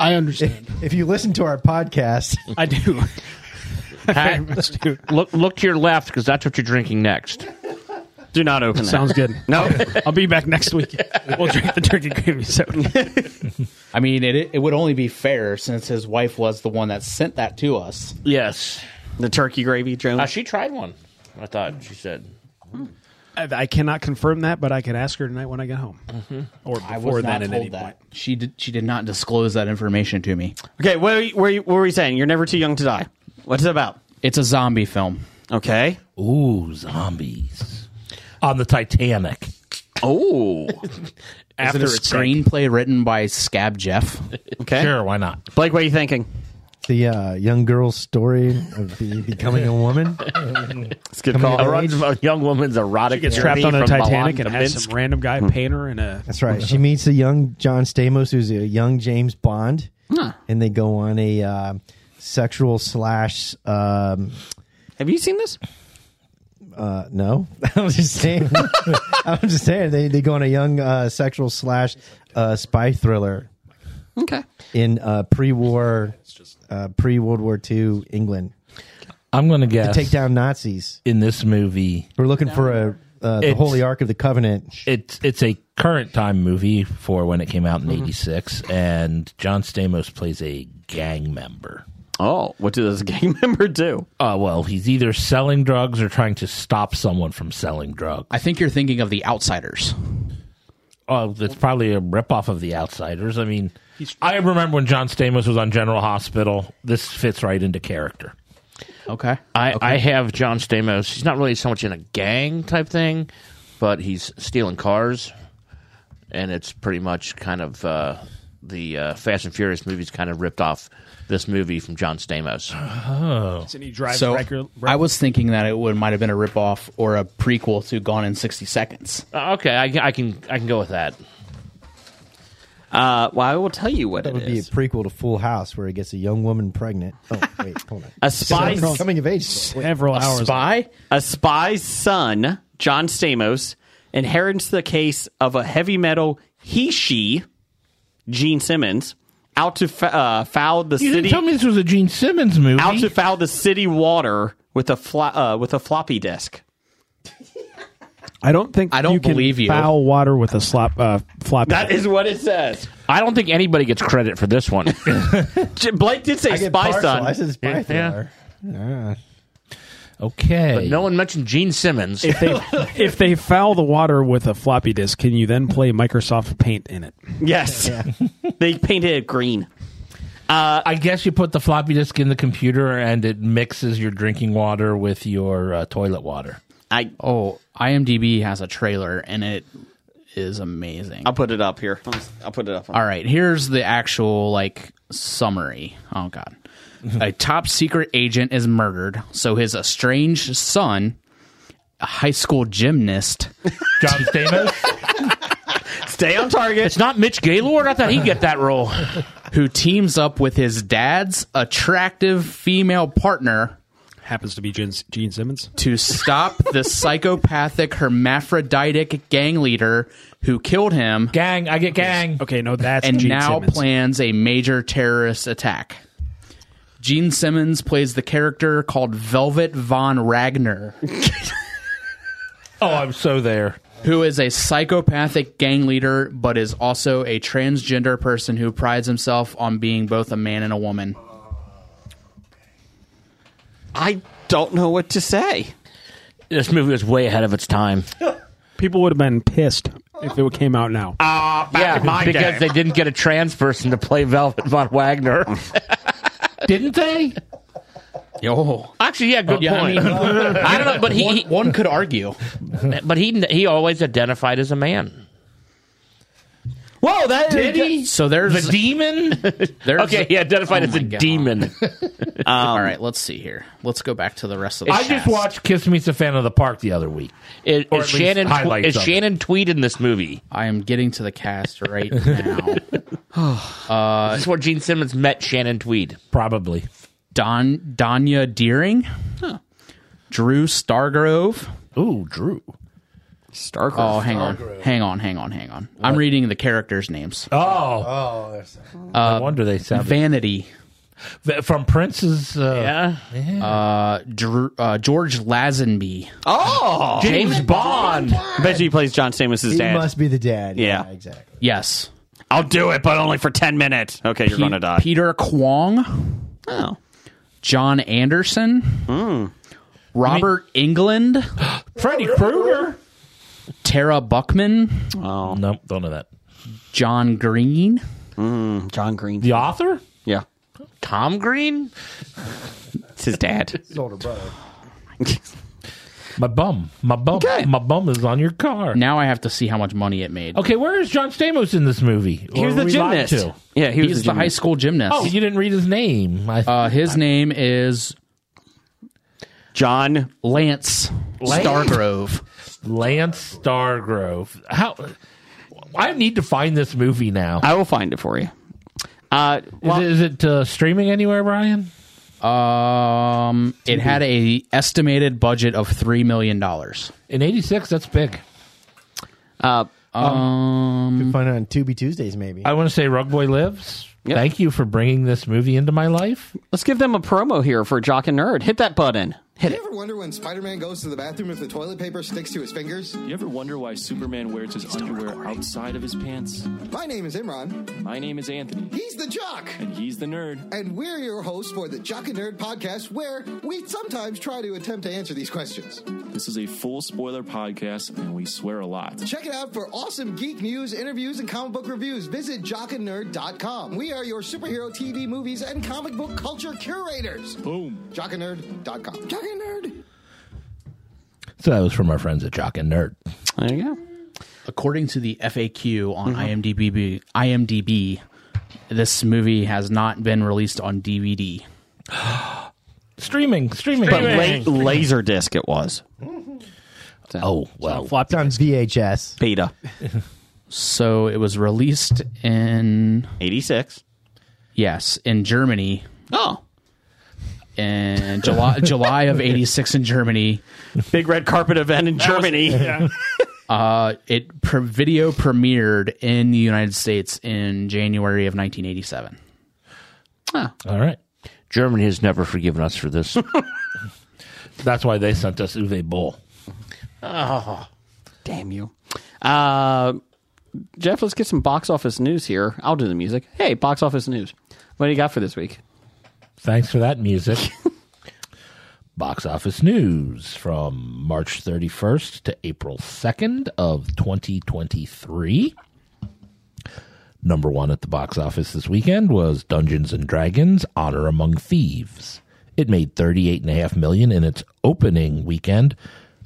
I understand.
If you listen to our podcast,
I do.
Pat, look, look to your left because that's what you're drinking next.
Do not open that.
Sounds good.
No.
I'll be back next week. We'll drink the turkey gravy soda.
I mean, it it would only be fair since his wife was the one that sent that to us.
Yes.
the turkey gravy, Jones.
Uh, she tried one, I thought she said.
I, I cannot confirm that, but I could ask her tonight when I get home, or
I
before
was not
then at any
told
point.
that. She did. She did not disclose that information to me.
okay, what were, you, what, were you, what were you saying? You're never too young to die. What's it about?
It's a zombie film.
Okay.
Ooh, zombies. On the Titanic.
Oh.
After is it a screenplay written by Scab Jeff?
Okay.
Sure, why not?
Blake, what are you thinking?
the uh, young girl's story of be, becoming a woman.
It's good
Coming
A
of age.
run- a young woman's erotic
Gets
journey
trapped on a
from Milan
Titanic
to
and has
Minsk.
some random guy paint her in a.
That's right. She meets a young John Stamos, who's a young James Bond, and they go on a uh, sexual slash. Um,
Have you seen this?
uh, no, I'm just saying. I'm just saying they, they go on a young uh, sexual slash uh, spy thriller
Okay.
in uh, pre-war, uh, pre-World War II England
I'm going to
to
guess
take down Nazis.
in this movie,
We're looking for a uh, the
It's-
Holy Ark of the Covenant.
it's, it's a current time movie for when it came out
Mm-hmm.
in 86, and John Stamos plays a gang member.
Oh, what does this gang member do?
Uh, well, he's either selling drugs or trying to stop someone from selling drugs.
I think you're thinking of The Outsiders.
Oh, that's probably a ripoff of The Outsiders. I mean, I remember when John Stamos was on General Hospital. This fits right into character.
Okay.
I, I have John Stamos. He's not really so much in a gang type thing, but he's stealing cars, and it's pretty much kind of uh, the uh, Fast and Furious movies kind of ripped off this movie from John Stamos.
Oh.
So he drives
So
record,
I was thinking that it would might have been a ripoff or a prequel to Gone in 60 Seconds.
Uh, Okay, I, I can I can go with that.
Uh, well, I will tell you what
That
it
would be a
is.
prequel to Full House, where he gets a young woman pregnant. Oh wait, hold on.
A spy's,
It's a coming of age. story. Wait.
several hours.
Spy?
a spy's son, John Stamos, inherits the case of a heavy metal he/she, Gene Simmons, out to fa- uh, foul the
You
city
didn't tell me this was a Gene Simmons movie.
out to foul the city water with a fla- uh, with a floppy disk.
I don't think
I don't
you can
believe you.
Foul water with a slop uh, floppy.
That is what it says.
I don't think anybody gets credit for this one.
J- Blake did say
I get
spy
partial. I
son.
said spy
Yeah.
thriller. Yeah.
okay.
but no one mentioned Gene Simmons.
if they if they foul the water with a floppy disk, can you then play Microsoft Paint in it?
Yes, they painted it green.
I guess you put the floppy disk in the computer and it mixes your drinking water with your uh, toilet water.
I
Oh, IMDb has a trailer and it is amazing.
I'll put it up here. I'll just- I'll put it up.
All right, here's the actual like summary. Oh god. a top secret agent is murdered, so his estranged son, a high school gymnast,
John Stamos?
Stay on target.
it's not Mitch Gaylord. I thought he'd get that role.
who teams up with his dad's attractive female partner
Happens to be Gene, Gene Simmons.
to stop the psychopathic hermaphroditic gang leader who killed him
gang, I get gang.
Okay, no, that's
and
Gene
now
Simmons.
plans a major terrorist attack. Gene Simmons plays the character called Velvet Von Ragnar,
Oh, I'm so there.
who is a psychopathic gang leader but is also a transgender person who prides himself on being both a man and a woman.
I don't know what to say.
This movie was way ahead of its time.
People would have been pissed if it came out now.
Uh,
yeah, because they didn't get a trans person to play Velvet von Wagner.
Didn't they?
Yo.
Actually, yeah, good
Yeah, I
point. I,
mean,
don't know, but he,
one, one could argue.
he- but he he always identified as a man.
Whoa, that
Did he?
So there's
The demon.
there's
okay, he identified
Oh
as a
my God. Um,
demon.
All right, let's see here. Let's go back to the rest of the
I just
cast.
watched Kiss Meets a Fan of the Park the other week.
Is,
Or
is
at least
Shannon tw-
highlights
is
of it.
Shannon Tweed in this movie?
I am getting to the cast right now.
That's where Gene Simmons met Shannon Tweed.
Probably.
Don Danya Deering, Drew Stargrove.
Ooh, Drew.
Starker.
Oh, hang on, hang on, hang on, hang on. I'm reading the characters' names.
Oh,
Oh, there's
no wonder they sound
Vanity,
from Prince's. Uh,
Yeah,
Drew, uh, George Lazenby,
Oh,
James Bond.
I bet you he plays John Stamos'
Oh. he
dad.
must be the dad.
Yeah.
exactly.
yes,
I'll do it, but only for ten minutes. Okay, you're
Pe-
gonna die.
Peter Kwong,
oh. Hmm.
John Anderson, Robert England,
Freddy Krueger.
Tara Buckman,
No, don't know that.
John Green,
John Green.
The author?
Yeah,
Tom Green.
it's his dad.
His older brother.
My bum. My bum.
Okay.
My bum is on your car.
Now I have to see how much money it made.
Okay, where is John Stamos in this movie?
He was
Or
the
we lied
gymnast.
to?
Yeah, he was
He's the high
gymnast.
school gymnast.
Oh, you didn't read his name. I,
Uh, his name is
John.
Lance,
Lance?
Stargrove.
Lance Stargrove. How? I need to find this movie now.
I will find it for you. Uh, well,
is it, is it uh, streaming anywhere, Brian?
Um, it had a estimated budget of three million dollars.
In '86, that's big.
uh,
You can find it on Tubi Tuesdays, maybe.
I want to say Rug Boy Lives.
Yep.
Thank you for bringing this movie into my life.
let's give them a promo here for Jock and Nerd. Hit that button. Hit
You
it.
ever wonder when Spider-Man goes to the bathroom if the toilet paper sticks to his fingers?
You ever wonder why Superman wears his underwear outside of his pants?
My name is Imran.
My name is Anthony,
He's the Jock.
and he's the nerd.
And we're your hosts for the Jock and Nerd podcast, where we sometimes try to attempt to answer these questions.
This is a full spoiler podcast, and we swear a lot.
Check it out for awesome geek news, interviews, and comic book reviews. Visit jockandnerd.com. We are your superhero TV, movies, and comic book culture curators.
Boom.
Jockandnerd.com. Jock and Nerd.
So that was from our friends at Jock and Nerd.
There you go.
Mm-hmm. According to the FAQ on IMDb, IMDb, this movie has not been released on DVD.
streaming, streaming.
But la- laser disc it was.
oh
well,
flopped on VHS
beta.
so it was released in
'86.
Yes, in Germany.
Oh,
in July July of '86 in Germany.
Big red carpet event in Germany.
uh, it pre- video premiered in the United States in January of 1987.
All right.
Germany has never forgiven us for this.
That's why they sent us Uwe Boll.
Oh, damn you. Uh, Jeff, let's get some box office news here. I'll do the music. Hey, box office news. What do you got for this week?
Thanks for that music. Box office news from March 31st to April 2nd of 2023. Number one at the box office this weekend was Dungeons and Dragons: Honor Among Thieves. It made 38.5 million in its opening weekend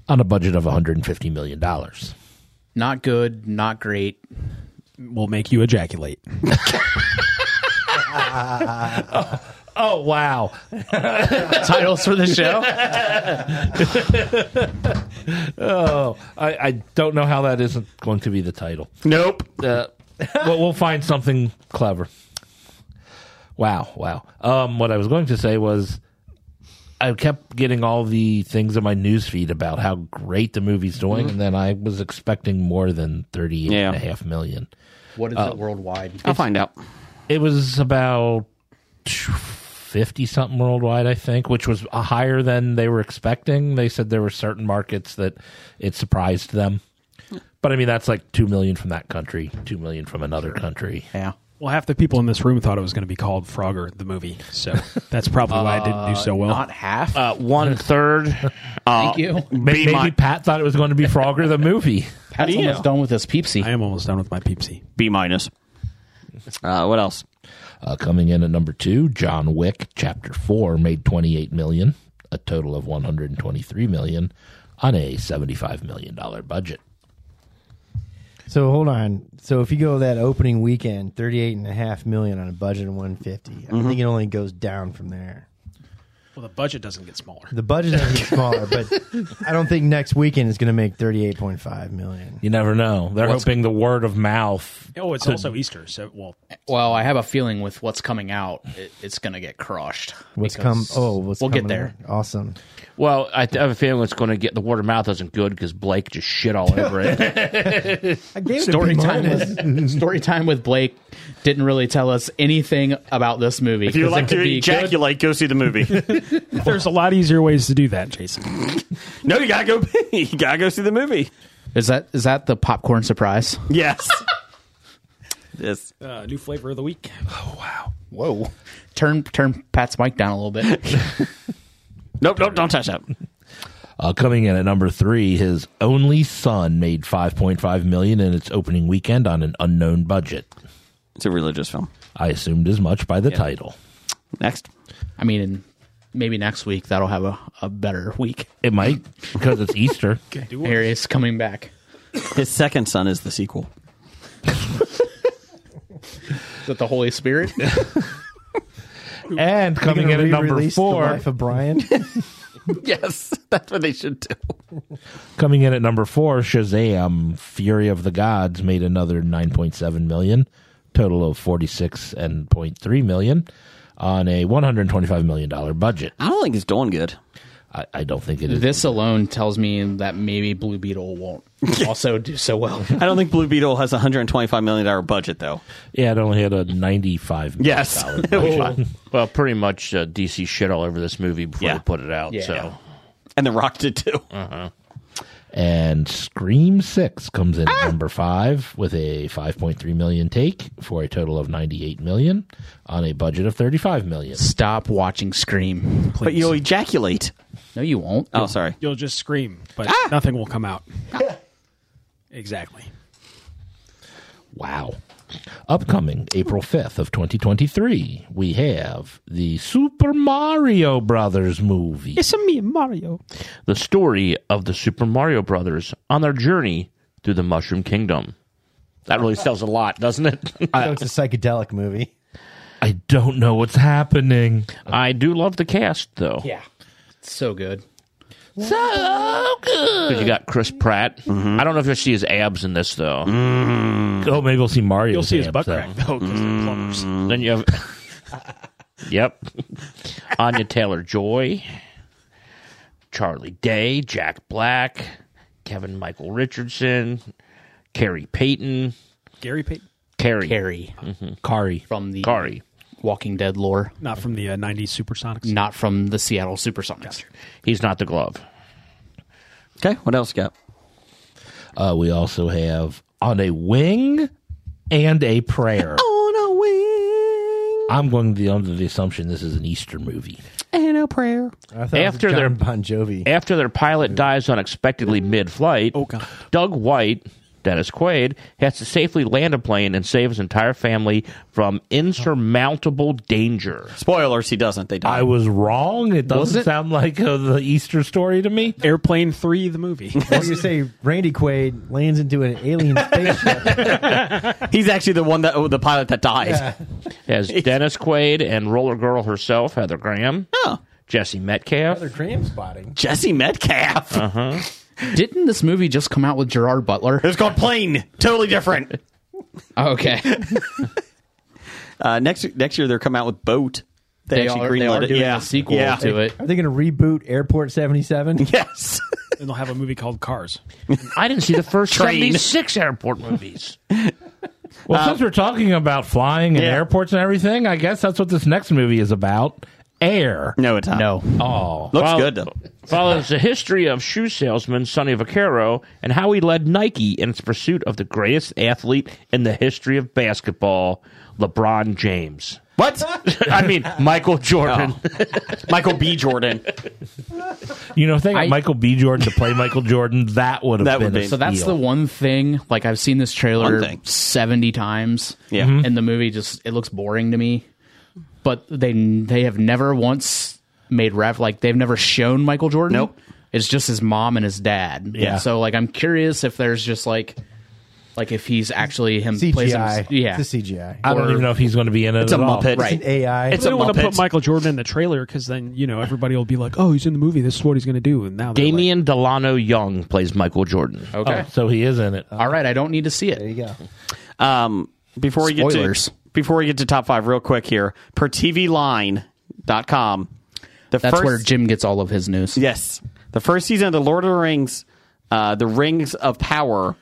on a budget of 150 million dollars.
Not good, not great.
Will make you ejaculate.
Oh wow!
Titles for the show.
oh, I, I don't know how that isn't going to be the title.
Nope.
Uh, but we'll find something clever. Wow, wow. Um, what I was going to say was, I kept getting all the things in my newsfeed about how great the movie's doing,
Mhm.
and then I was expecting more than thirty eight and a half million.
What is
Uh,
it worldwide?
out.
It was about fifty something worldwide, I think, which was uh, higher than they were expecting. They said there were certain markets that it surprised them, but I mean that's like two million from that country, two million from another country.
Yeah.
Well, half the people in this room thought it was going to be called Frogger the movie, so that's probably why it didn't do so well.
half.
Uh, one third. Uh,
Thank you.
Maybe,
my-
Pat thought it was going to be Frogger the movie.
Uh, Pat's almost done with his Peepsy.
I am almost done with my Peepsy.
B minus. Uh, what else?
Uh, coming in at number two, John Wick Chapter Four made twenty eight million, a total of one hundred and twenty three million on a seventy five million dollar budget.
So hold on. So if you go that opening weekend, thirty-eight and a half million on a budget of one fifty. I
Mhm.
think it only goes down from there.
Well, the budget doesn't get smaller.
The budget doesn't get smaller, but I don't think next weekend is going to make thirty-eight point five million.
You never know. They're
What's-
hoping the word of mouth.
Oh, it's
could-
also Easter, so well,
Well, I have a feeling with what's coming out, it, it's going to get crushed.
What's come?
because
Oh, what's
we'll get
coming
there.
out? Awesome.
Well, I th- have a feeling it's going to get the word of mouth isn't good because Blake just shit all over it.
I gave it
story
a B
time
minus.
with story time with Blake didn't really tell us anything about this movie.
If you
'cause it
like
could
to
be good.
ejaculate, go see the movie.
there's a lot easier ways to do that, Jason.
no, you gotta go. You gotta go see the movie.
Is that is that the popcorn surprise?
Yes. yes.
Uh, new flavor of the week.
Whoa! Turn turn Pat's mic down a little bit.
Nope, nope, don't touch that.
Uh, coming in at number three, his only son made five point five million in its opening weekend on an unknown budget.
It's a religious film.
I assumed as much by the title.
Next,
I mean, and maybe next week that'll have a, a better week.
It might because it's Easter.
Harry's coming back.
His second son is the sequel.
Is that the Holy Spirit?
And
You
coming
gonna
in at number
re-release
four,
The Life of Brian.
Yes, that's what they should do.
Coming in at number four, Shazam: Fury of the Gods made another nine point seven million, total of forty six and point three million, on a one hundred twenty five million dollar budget.
I don't think it's doing good.
I, I don't think it is.
this alone tells me that maybe Blue Beetle won't also do so well.
I don't think Blue Beetle has a hundred and twenty-five million dollar budget, though.
Yeah, it only had a ninety five.
Yes,
budget.
well, pretty much uh, DC shit all over this movie before
Yeah.
they put it out.
Yeah.
So
and The Rock did too.
and Scream Six comes in at number five with a five point three million take for a total of ninety eight million on a budget of thirty five million.
Stop watching Scream.
But you'll ejaculate.
No, you won't.
Oh, sorry.
You'll just scream, but
Ah!
nothing will come out. exactly.
Wow. Upcoming April 5th of 2023, we have the Super Mario Brothers movie.
It's a me, Mario.
the story of the Super Mario Brothers on their journey through the Mushroom Kingdom. That really sells a lot, doesn't it?
so it's a psychedelic movie.
I don't know what's happening.
I do love the cast, though.
Yeah. So good.
So good.
You got Chris Pratt. I don't know if you'll see his abs in this though.
Oh, maybe we'll see
Mm.
Mario.
You'll see his butt crack though, 'cause
Mm.
they're plumbers.
Then you have. yep. Anya Taylor Joy, Charlie Day, Jack Black, Kevin Michael Richardson, Carrie Payton,
Gary Payton,
Carrie,
Carrie,
Mm-hmm.
Kari
from the
Kari.
Walking Dead lore,
not from the uh, '90s Supersonics.
not from the Seattle Supersonics.
He's not the glove.
Okay, what else you got?
Uh, we also have on a wing and a prayer.
On a wing
I'm going to the, under the assumption this is an Easter movie.
and a prayer.
I thought After
After
it was
their-
John Bon Jovi.
After their pilot dies unexpectedly mid flight, Doug White, Dennis Quaid, has to safely land a plane and save his entire family from insurmountable danger.
Spoilers, he doesn't. They die.
I was wrong. It doesn't
it?
sound like uh, the Easter story to me.
Airplane Three, the movie.
Well, you say Randy Quaid lands into an alien spaceship.
He's actually the one that, oh, the pilot that died.
As Dennis Quaid and Roller Girl herself, Heather Graham,
Oh,
Jesse Metcalf,
Another cream spotting.
Jesse Metcalf.
Didn't this movie just come out with Gerard Butler?
It's called Plane. Totally different.
Okay.
Uh, next next year they're coming out with Boat. They,
They
actually
are- they
greenlit
are
it.
doing
yeah.
a sequel
yeah.
to it.
Are they going to reboot Airport 77?
Yes.
and they'll have a movie called Cars.
I didn't see the first
Train.
76 airport movies.
Well, since we're talking about flying and
yeah.
airports and everything, I guess that's what this next movie is about. Air.
No, it's not.
No.
Oh.
Looks
Well-
good though.
Follows the history of shoe salesman Sonny Vaccaro and how he led Nike in its pursuit of the greatest athlete in the history of basketball, LeBron James.
What?
I mean, Michael Jordan.
Michael B. Jordan.
You know, if they got
I-
Michael B. Jordan to play Michael Jordan, that would have
That
been
would
a
be-
So that's the
steal.
one thing. Like I've seen this
One
trailer
thing.
seventy times.
Yeah.
Mm-hmm.
Mhm.
And the movie just it looks boring to me. But they they have never once made ref like they've never shown Michael Jordan.
Nope.
It's just his mom and his dad.
Yeah.
So like I'm curious if there's just like like if he's actually him plays him,
CGI.
yeah.
It's a CGI.
I don't even know if he's going to be in it
It's a
at all.
Muppet.
It's an AI.
It's
They
a
don't want to put
Muppet.
Michael Jordan in the trailer because then you know everybody will be like, "Oh, he's in the movie. This is what he's going to do." And now they're like-
Damian Delano Young plays Michael Jordan.
Okay.
Oh, so he is in it.
All right, I don't need to see it.
There you go.
Um, before we
Spoilers.
get to before we get to top five, real quick here per TVLine.com. The
That's
first,
where Jim gets all of his news.
Yes, the first season of the Lord of the Rings, uh, the Rings of Power.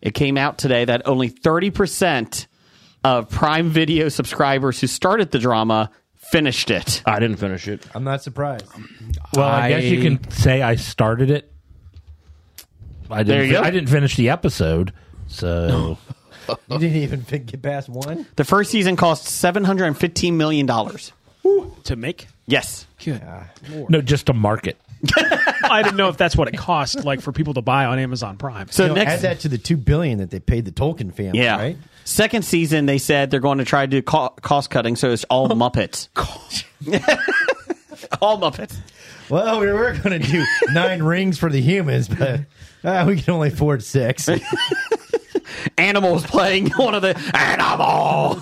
It came out today that only thirty percent of Prime Video subscribers who started the drama finished it.
I didn't finish it.
I'm not surprised.
Well, I, guess you can say I started it. I didn't,
There you
fi-
go.
I didn't finish the episode, so
You didn't even fi- get past one.
The first season cost seven hundred and fifteen million dollars.
to make.
Yes,
Good.
no, just to market.
I didn't know if that's what it cost, like for people to buy on Amazon Prime.
so
No,
next
add that to the two billion that they paid the Tolkien family.
Yeah.
Right.
Second season, they said they're going to try to do co- cost cutting, so it's all Muppets. all Muppets.
Well, we were going to do nine rings for the humans, but uh, we can only afford six.
Animals playing one of the animal.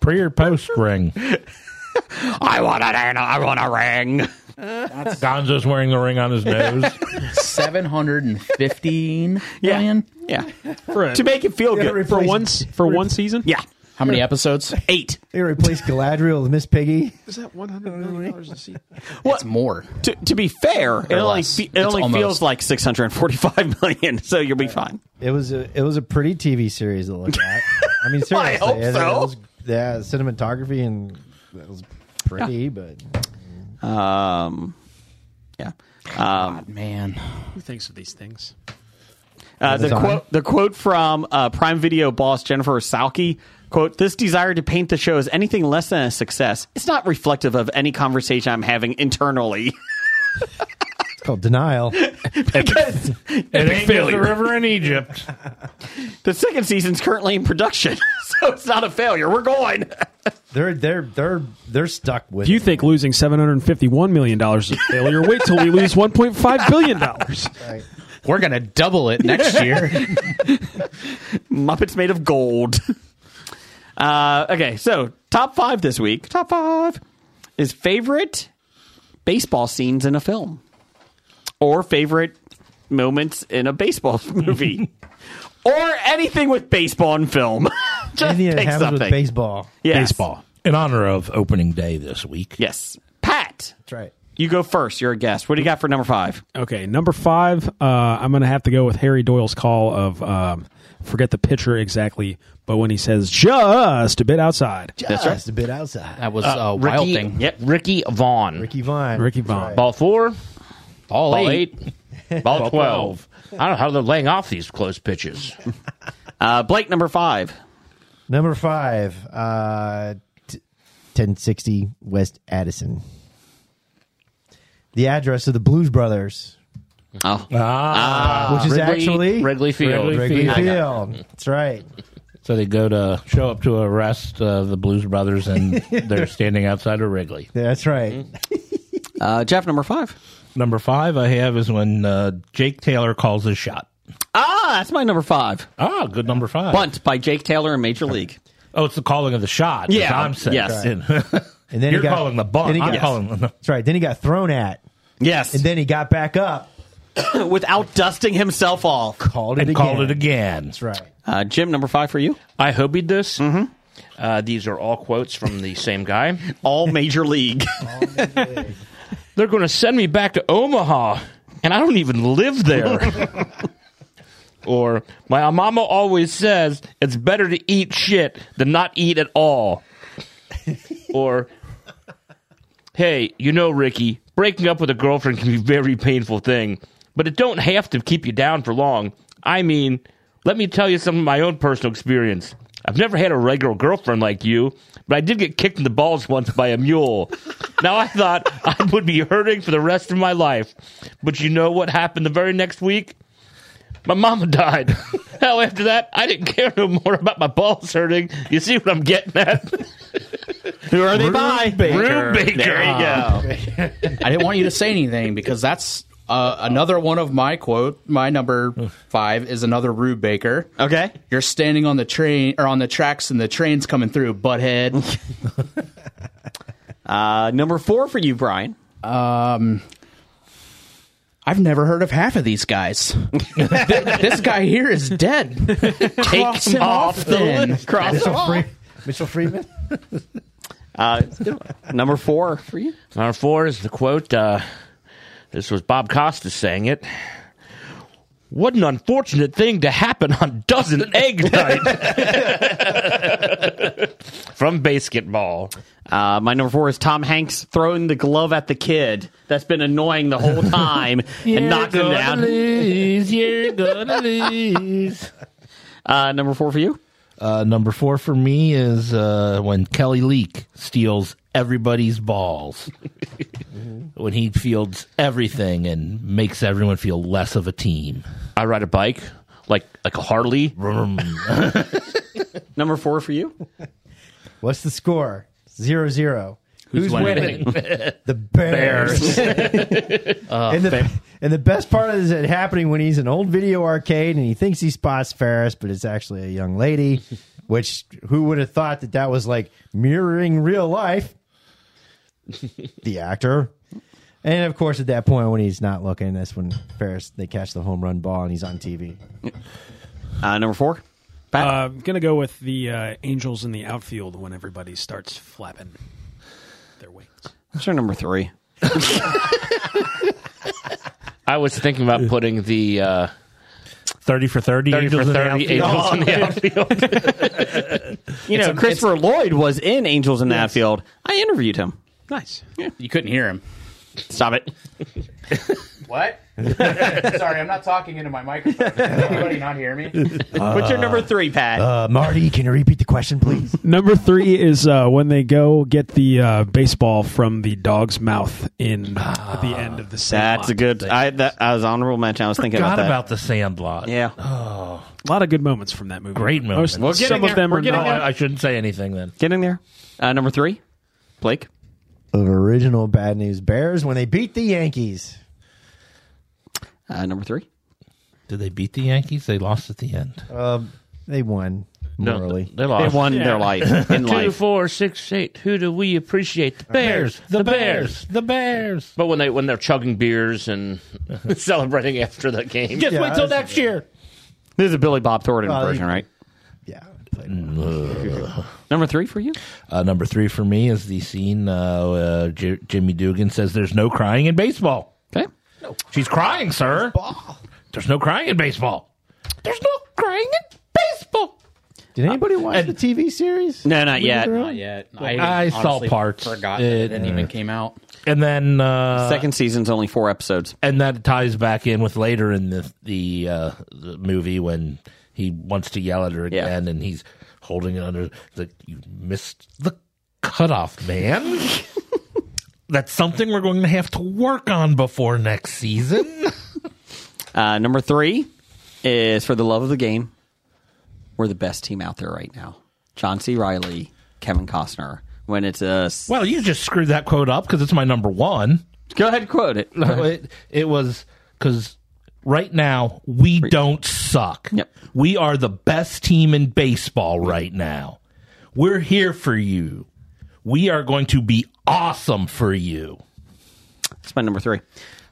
Pre or post ring?
I want an animal. I want a ring.
Gonzo's wearing the ring on his nose.
Seven hundred and fifteen
Yeah.
million.
Yeah.
for, a-
to make it feel good.
for one s- for one season,
Yeah.
How many episodes?
Eight.
They replaced Galadriel with Miss Piggy.
is that one hundred million dollars a season?
It's more.
To, to be fair, it only,
less.
fe- it
It's
only
almost.
feels like 645 million, so you'll be fine.
It was a it was a pretty TV series to look at. I mean, seriously,
I hope
it- it
so.
was- yeah, cinematography and that was pretty, but
Um, yeah. Um,
Man.
Who thinks of these things?
Uh, the
Design.
quote the quote from uh, Prime Video boss Jennifer Salke quote this desire to paint the show as anything less than a success it's not reflective of any conversation I'm having internally
it's called denial.
because
it ain't just a river in Egypt.
the second season's currently in production so it's not a failure we're going
They're they're they're they're stuck with.
If you
it.
think losing seven hundred fifty-one million dollars is a failure, wait till we lose one point five billion dollars.
We're going to double it next year.
Muppets made of gold. Uh, okay, so top five this week. Top five is favorite baseball scenes in a film, or favorite moments in a baseball movie, or anything with baseball in film. Just
Anything that
pick
happens with
something.
baseball.
Yes.
Baseball. Oh. In honor of opening day this week.
Yes. Pat.
That's right.
You go first. You're a guest. What do you got for number five?
Okay, number five, uh, I'm going to have to go with Harry Doyle's call of um, forget the pitcher exactly, but when he says just a bit outside.
That's right. a bit outside.
That
was, uh, Wild Thing.
Yep.
Ricky Vaughn.
Ricky Vaughn.
Ricky Vaughn.
Ball four.
Ball eight.
ball,
Ball
12. I don't know how they're laying off these close pitches.
Uh, Blake, number five.
Number five, uh, t- 1060 West Addison. The address of the Blues Brothers,
Oh.
Ah.
which is actually
Wrigley Field.
Wrigley
Wrigley Field.
Field. That's right.
So they go to show up to arrest uh, the Blues Brothers, and they're standing outside of Wrigley.
That's right.
Mm-hmm.
Uh, Jeff, number five.
Number five I have is when uh, Jake Taylor calls his shot.
Ah, that's my number five.
Ah, good number five.
Bunt by Jake Taylor in Major League.
Oh, it's the calling of the shot.
Yeah.
as I'm saying.
Yes.
And then
You're
he got,
calling the bunt.
then he
I'm
got-
calling the.
That's right. Then he got thrown at,
Yes.
and then he got back up,
Without dusting himself off.
called it
And
again.
called it again.
That's right.
Uh, Jim, number five for you.
I hobied this. Uh, these are all quotes from the same guy.
All Major League.
They're going to send me back to Omaha, and I don't even live there. or my mama always says it's better to eat shit than not eat at all. or hey, you know, Ricky, breaking up with a girlfriend can be a very painful thing, but it don't have to keep you down for long. I mean, let me tell you some of my own personal experience. I've never had a regular girlfriend like you, but I did get kicked in the balls once by a mule. now I thought I would be hurting for the rest of my life. But you know what happened the very next week? My mama died. Hell, after that, I didn't care no more about my balls hurting. You see what I'm getting at?
Who are they by?
Rube Baker.
There you go.
I didn't want you to say anything because that's uh, another one of my quote. My number five is another Rube Baker.
Okay.
You're standing on the train or on the tracks, and the train's coming through. Butthead.
Uh, number four for you, Brian.
Um, I've never heard of half of these guys. Th- this guy here is dead. Take him off, then.
Cross
Mitchell,
off.
Fre- Mitchell Freeman.
Uh, number four for you.
Number four is the quote. Uh, this was Bob Costas saying it. What an unfortunate thing to happen on dozen egg night from basketball.
Uh, my number four is Tom Hanks throwing the glove at the kid that's been annoying the whole time and knocks him down.
lose. You're gonna lose.
Uh, number four for you.
Uh, number four for me is uh, when Kelly Leak steals everybody's balls. when he fields everything and makes everyone feel less of a team.
I ride a bike like like a Harley.
Vroom.
Uh,
Number four for you.
What's the score? Zero zero.
Who's winning?
The Bears.
Uh,
and, the, and the best part is it happening when he's an old video arcade and he thinks he spots Ferris, but it's actually a young lady, which who would have thought that that was like mirroring real life? the actor. And of course, at that point, when he's not looking, that's when Ferris, they catch the home run ball and he's on TV.
Uh, number four. Pat.
Uh, I'm going to go with the uh, Angels in the outfield when everybody starts flapping their wings.
What's your number three?
I was thinking about putting the uh,
30 for 30.
30 for
Angels in the
30
outfield.
Angels
Oh,
in the outfield.
You know, Christopher Lloyd was in Angels in the Outfield. I interviewed him.
Nice.
You couldn't hear him.
Stop it.
What? Sorry, I'm not talking into my microphone. Can anybody not hear me?
What's your number three, Pat?
Uh, Marty, can you repeat the question, please?
Number three is uh, when they go get the uh, baseball from the dog's mouth in at the end of the set.
That's a good. I that I was honorable mention. I was thinking about
Forgot
that. Uh,
about the Sandlot.
yeah.
A lot of good moments from that movie.
Great
Most-
moments. We're
getting
some
there.
of them
We're
are
No,
getting
not.
there.
I, I shouldn't say anything then.
Get in there. Uh, number three, Blake.
Of original Bad News Bears when they beat the Yankees.
Uh, number three.
Did they beat the Yankees? They lost at the end.
Um, they won
No,
morally.
they lost. They won their life, in
Two,
life.
four, six, eight. Who do we appreciate? The Bears.
Bears, the Bears, the Bears.
But when they when they're chugging beers and celebrating after the game,
Just wait till next year.
This is a Billy Bob Thornton
Well,
version,
you-
right?
Ugh.
Number three for you?
Uh, number three for me is the scene uh, uh, J- Jimmy Dugan says there's no crying in baseball.
Okay.
She's crying, sir. There's no crying in baseball. There's no crying in baseball. Uh,
Did anybody watch the TV series?
No, not
yet.
Not yet. I,
I saw
honestly
parts.
Forgot that it, uh,
It-
even came out.
And then uh,
Second season's only four episodes.
and that ties back in with later in the the, uh, the movie when he wants to yell at her again, and he's holding it under the you missed the cutoff, man. That's something we're going to have to work on before next season.
Uh, number three is for the love of the game. We're the best team out there right now. John C. Riley, Kevin Costner. When it's a
well, you just screwed that quote up because it's my number one.
Go ahead, quote it.
No, it it was because right now we don't suck. We are the best team in baseball right now. We're here for you. We are going to be awesome for you.
That's my number three.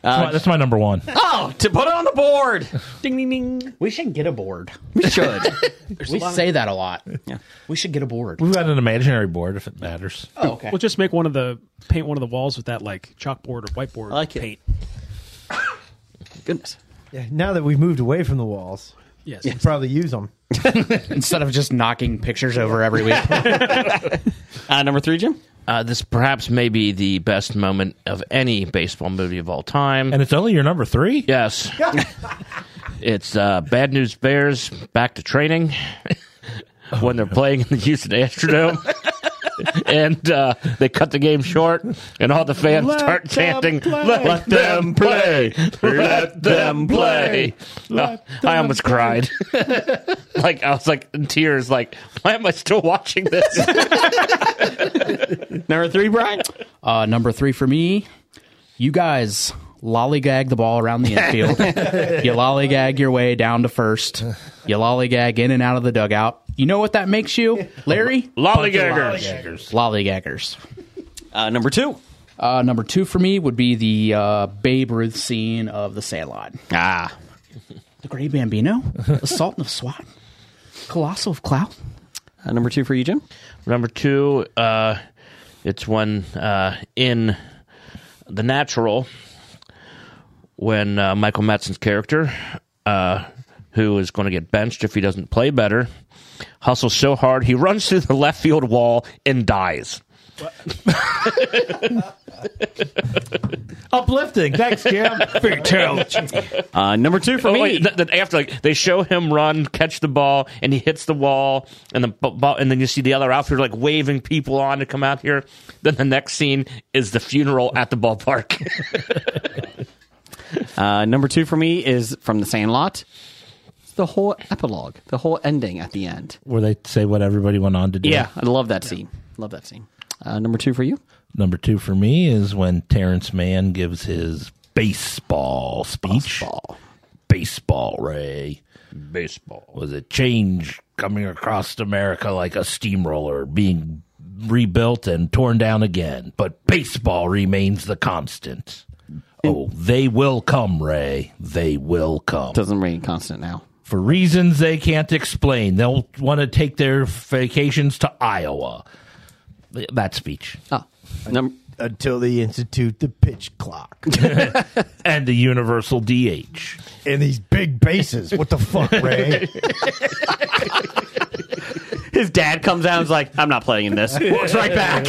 that's, my, that's my number one.
Oh, to put it on the board.
Ding ding ding. We should get a board.
We should.
we
a lot of-
say that a lot.
Yeah.
We should get a board.
We've got an imaginary board if it matters.
Oh, okay.
We'll just make one of the paint one of the walls with that like chalkboard or whiteboard
like it.
paint.
Goodness.
Yeah, now that we've moved away from the walls,
Yes.
you can probably use them.
Instead of just knocking pictures over every week.
Uh, number three, Jim.
Uh, this perhaps may be the best moment of any baseball movie of all time.
And it's only your number three?
Yes. it's uh, Bad News Bears back to training when they're playing in the Houston Astrodome. and uh, they cut the game short, and all the fans
Let
start
them
chanting,
play.
Let, them play! Let them play!
Let
Uh, I almost cried. like, I was like in tears, like, why am I still watching this?
number three, Brian.
Uh, number three for me. You guys lollygag the ball around the infield. you lollygag your way down to first. You lollygag in and out of the dugout. You know what that makes you, Larry?
Lollygaggers.
Lollygaggers.
Uh, number two.
Uh, number two for me would be the uh, Babe Ruth scene of the Sandlot.
Ah.
The Great Bambino, Assault of SWAT, Colossal of Clout.
Uh, number two for you, Jim.
Number two, uh, it's when uh, in The Natural, when uh, Michael Madsen's character, uh, who is going to get benched if he doesn't play better, hustles so hard he runs through the left field wall and dies.
Uplifting. Thanks, Jim. Big tail.
Uh, number two for
Oh,
me.
wait, th- th- after like, they show him run, catch the ball, and he hits the wall, and the bu- bu- and then you see the other outfielder like waving people on to come out here. Then the next scene is the funeral at the ballpark.
Uh, number two for me is from The Sandlot. It's the whole epilogue, the whole ending at the end.
Where they say what everybody went on to do.
I love that scene. Love that scene. Uh, number two for you.
Number two for me is when Terrence Mann gives his baseball speech. Baseball. Ray.
Baseball.
Was it change coming across America like a steamroller being rebuilt and torn down again? But baseball remains the constant. Oh, they will come, Ray. They will come.
Doesn't rain constant now.
For reasons they can't explain, they'll want to take their vacations to Iowa. That speech.
Oh, num-
Until they institute the pitch clock
and the universal DH.
and these big bases. What the fuck, Ray?
his dad comes out and is like, I'm not playing in this. Walks right back.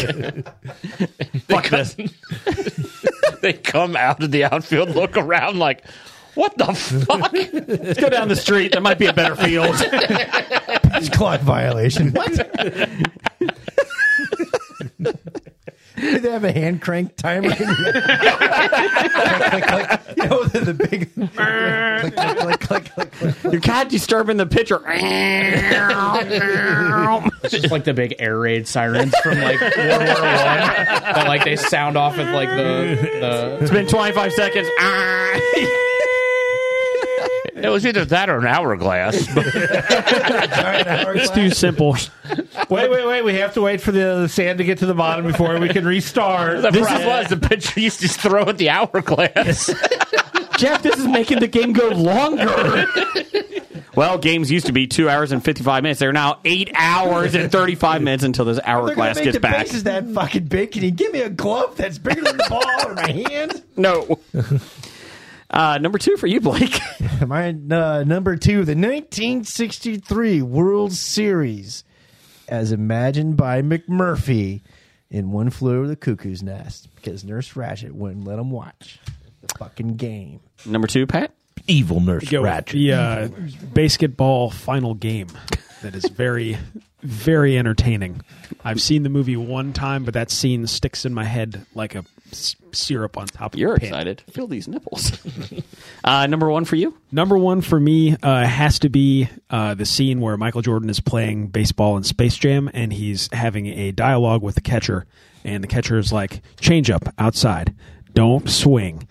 Fuck this.
they come out of the outfield, look around like, what the fuck?
Let's go down the street. There might be a better field.
Pitch clock violation. What? Do they have a hand crank timer? click, click, click. You know, the, the big click, click, click, click, click, click.
Your cat disturbing the pitcher.
It's just like the big air raid sirens from like World War One that like they sound off at like the
It's been 25 seconds.
It was either that or an hourglass.
It's too simple.
Wait, wait, wait. We have to wait for the sand to get to the bottom before we can restart.
the problem was the pitcher used to just throw at the hourglass.
Jeff, this is making the game go longer. well, games used to be two hours and 55 minutes. They're now eight hours and 35 minutes until this
They're gonna
hourglass
make
gets
the
back.
bases that fucking big. Can you give me a glove that's bigger than the ball in my hand?
No. Uh, number two for you, Blake.
My uh, number two, the 1963 World Series, as imagined by McMurphy in One Flew Over the Cuckoo's Nest, because Nurse Ratchet wouldn't let him watch the fucking game.
Number two, Pat.
Evil Nurse
Go with
Ratchet.
The uh, basketball final game that is very, very entertaining. I've seen the movie one time, but that scene sticks in my head like a s- syrup on top of
You're
a pin.
excited. Feel these nipples. uh, number one for you.
Number one for me uh, has to be uh, the scene where Michael Jordan is playing baseball in Space Jam and he's having a dialogue with the catcher. And the catcher is like, change up outside, don't swing.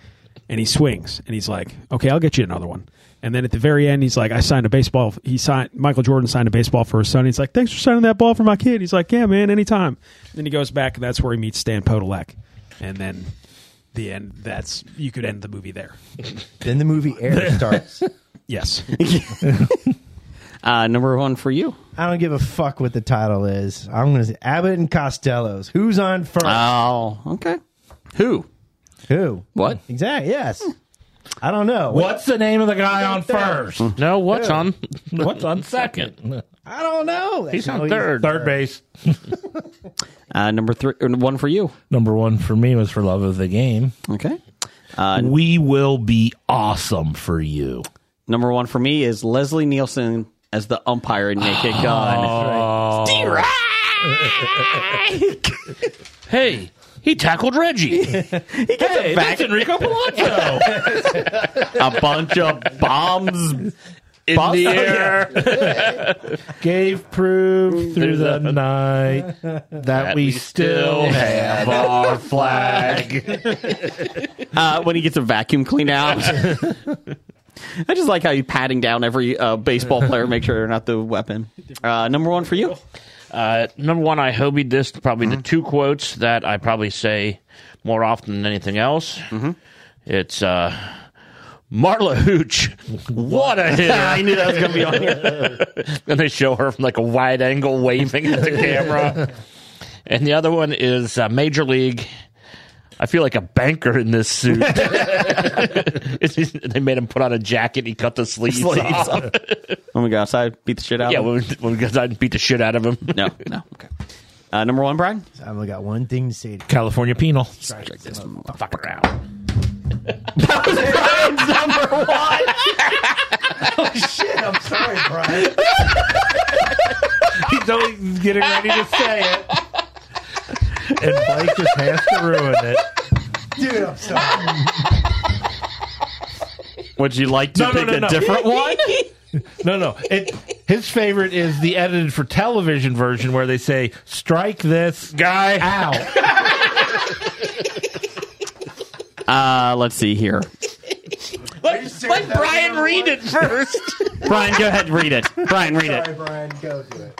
And he swings and he's like, okay, I'll get you another one. And then at the very end, he's like, I signed a baseball. He signed, Michael Jordan signed a baseball for his son. He's like, thanks for signing that ball for my kid. He's like, yeah, man, anytime. And then he goes back and that's where he meets Stan Podolak. And then the end, that's, you could end the movie there.
Then the movie Air starts.
Yes.
Uh, number one for you.
I don't give a fuck what the title is. I'm going to say Abbott and Costello's. Who's on first?
Oh, okay. Who?
Who?
What?
Exactly. Yes. I don't know.
What's the name of the guy on first?
no, what's
Yeah.
on?
What's on second?
I don't know.
He's
Oh,
No,
on third.
Third base.
Uh, number three. or One for you.
Number one for me was for love of the game.
Okay.
we will be awesome for you.
Number one for me is Leslie Nielsen as the umpire in Naked Gun.
Hey, he tackled Reggie.
He gets
hey,
it back.
that's Enrico Palazzo.
a bunch of bombs in
Bombs?
the
Oh,
air.
Gave proof through the night that, we, still have our flag.
uh, when he gets a vacuum clean out. I just like how you patting down every uh, baseball player, make sure they're not the weapon. Uh, number one for you.
Uh, number one, I hobied this. Probably
Mm-hmm.
the two quotes that I probably say more often than anything else.
Mm-hmm.
It's uh, Marla Hooch. What a hitter!
I knew that was going to be on here.
and they show her from like a wide angle waving at the camera. and the other one is uh, Major League. I feel like a banker in this suit. they made him put on a jacket. He cut the sleeves,
Sleeves
off.
up. When we go outside, beat the shit out
Yeah,
of him.
when, when we got out and beat the shit out of him.
No, no. Okay. Uh, number one, Brian.
I've only got one thing to say. to
California penal.
Strike this
Fuck around.
number one.
Shit, I'm sorry, Brian.
He's only getting ready to say it. And Blake just has to ruin it.
Dude, I'm sorry.
Would you like to
No, no,
pick
no,
a
no.
different one?
No, no. It, his favorite is the edited for television version where they say, strike this
Guy.
out.
Uh, let's see here.
Let, let Brian read it first.
Brian, go ahead and read it. Brian, read it.
Sorry, Brian. Go do it.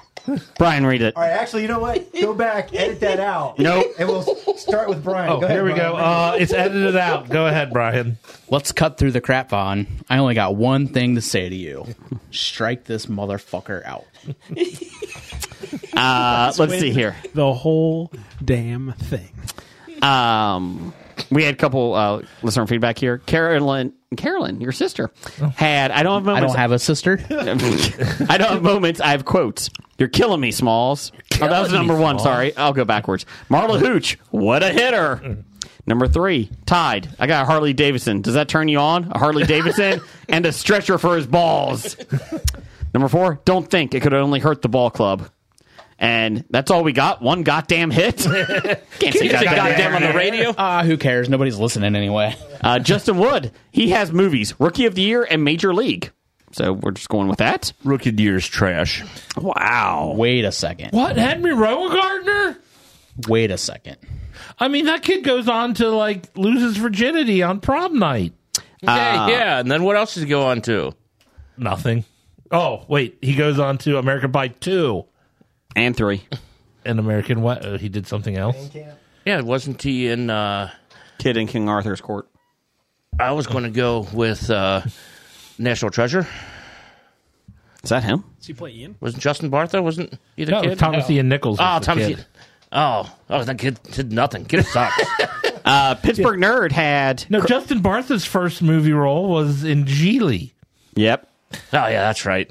Brian, read it.
All right, actually, you know what? Go back, edit that out.
Nope.
And we'll start with Brian.
Oh,
go ahead,
here we
Brian.
go. Uh, it's edited out. Go ahead, Brian.
Let's cut through the crap, Vaughn. I only got one thing to say to you. Strike this motherfucker out.
Uh, let's see here.
the whole damn thing.
Um, we had a couple uh, listener feedback here. Carolyn, Carolyn, your sister had. Oh. I don't have
I
moments.
don't have a sister.
I don't have moments. I have quotes. You're killing me, Smalls. oh, that was number one. Sorry, I'll go backwards. Marla Hooch, what a hitter. Number three, tied. I got a Harley Davidson. Does that turn you on? A Harley Davidson and a stretcher for his balls. Number four, don't think it could only hurt the ball club. And that's all we got. One goddamn hit. Can't say goddamn, on the radio.
Ah, who cares? Nobody's listening anyway.
Uh, Justin Wood, he has movies, Rookie of the Year and Major League. So we're just going with that.
Rookie year's trash.
Wow.
Wait a second.
What? Henry Rowengartner?
Wait a second.
I mean, that kid goes on to, like, lose his virginity on prom night. Ah.
yeah, yeah. And then what else did he go on to?
Nothing. Oh wait, he goes on to American Pie two
and three.
And American what? Uh, he did something else.
Yeah, wasn't he in uh,
Kid in King Arthur's Court?
I was going to go with uh, National Treasure.
Is that him?
Does he play Ian?
Wasn't Justin Bartha? Wasn't he the
No, it
kid?
was Thomas Ian Nichols
Oh,
was the
Thomas
kid.
Ian. Oh, oh, that kid did nothing. Kid sucks.
uh, Pittsburgh Nerd had
no. Justin Bartha's first movie role was in Geely.
Yep.
Oh yeah, that's right.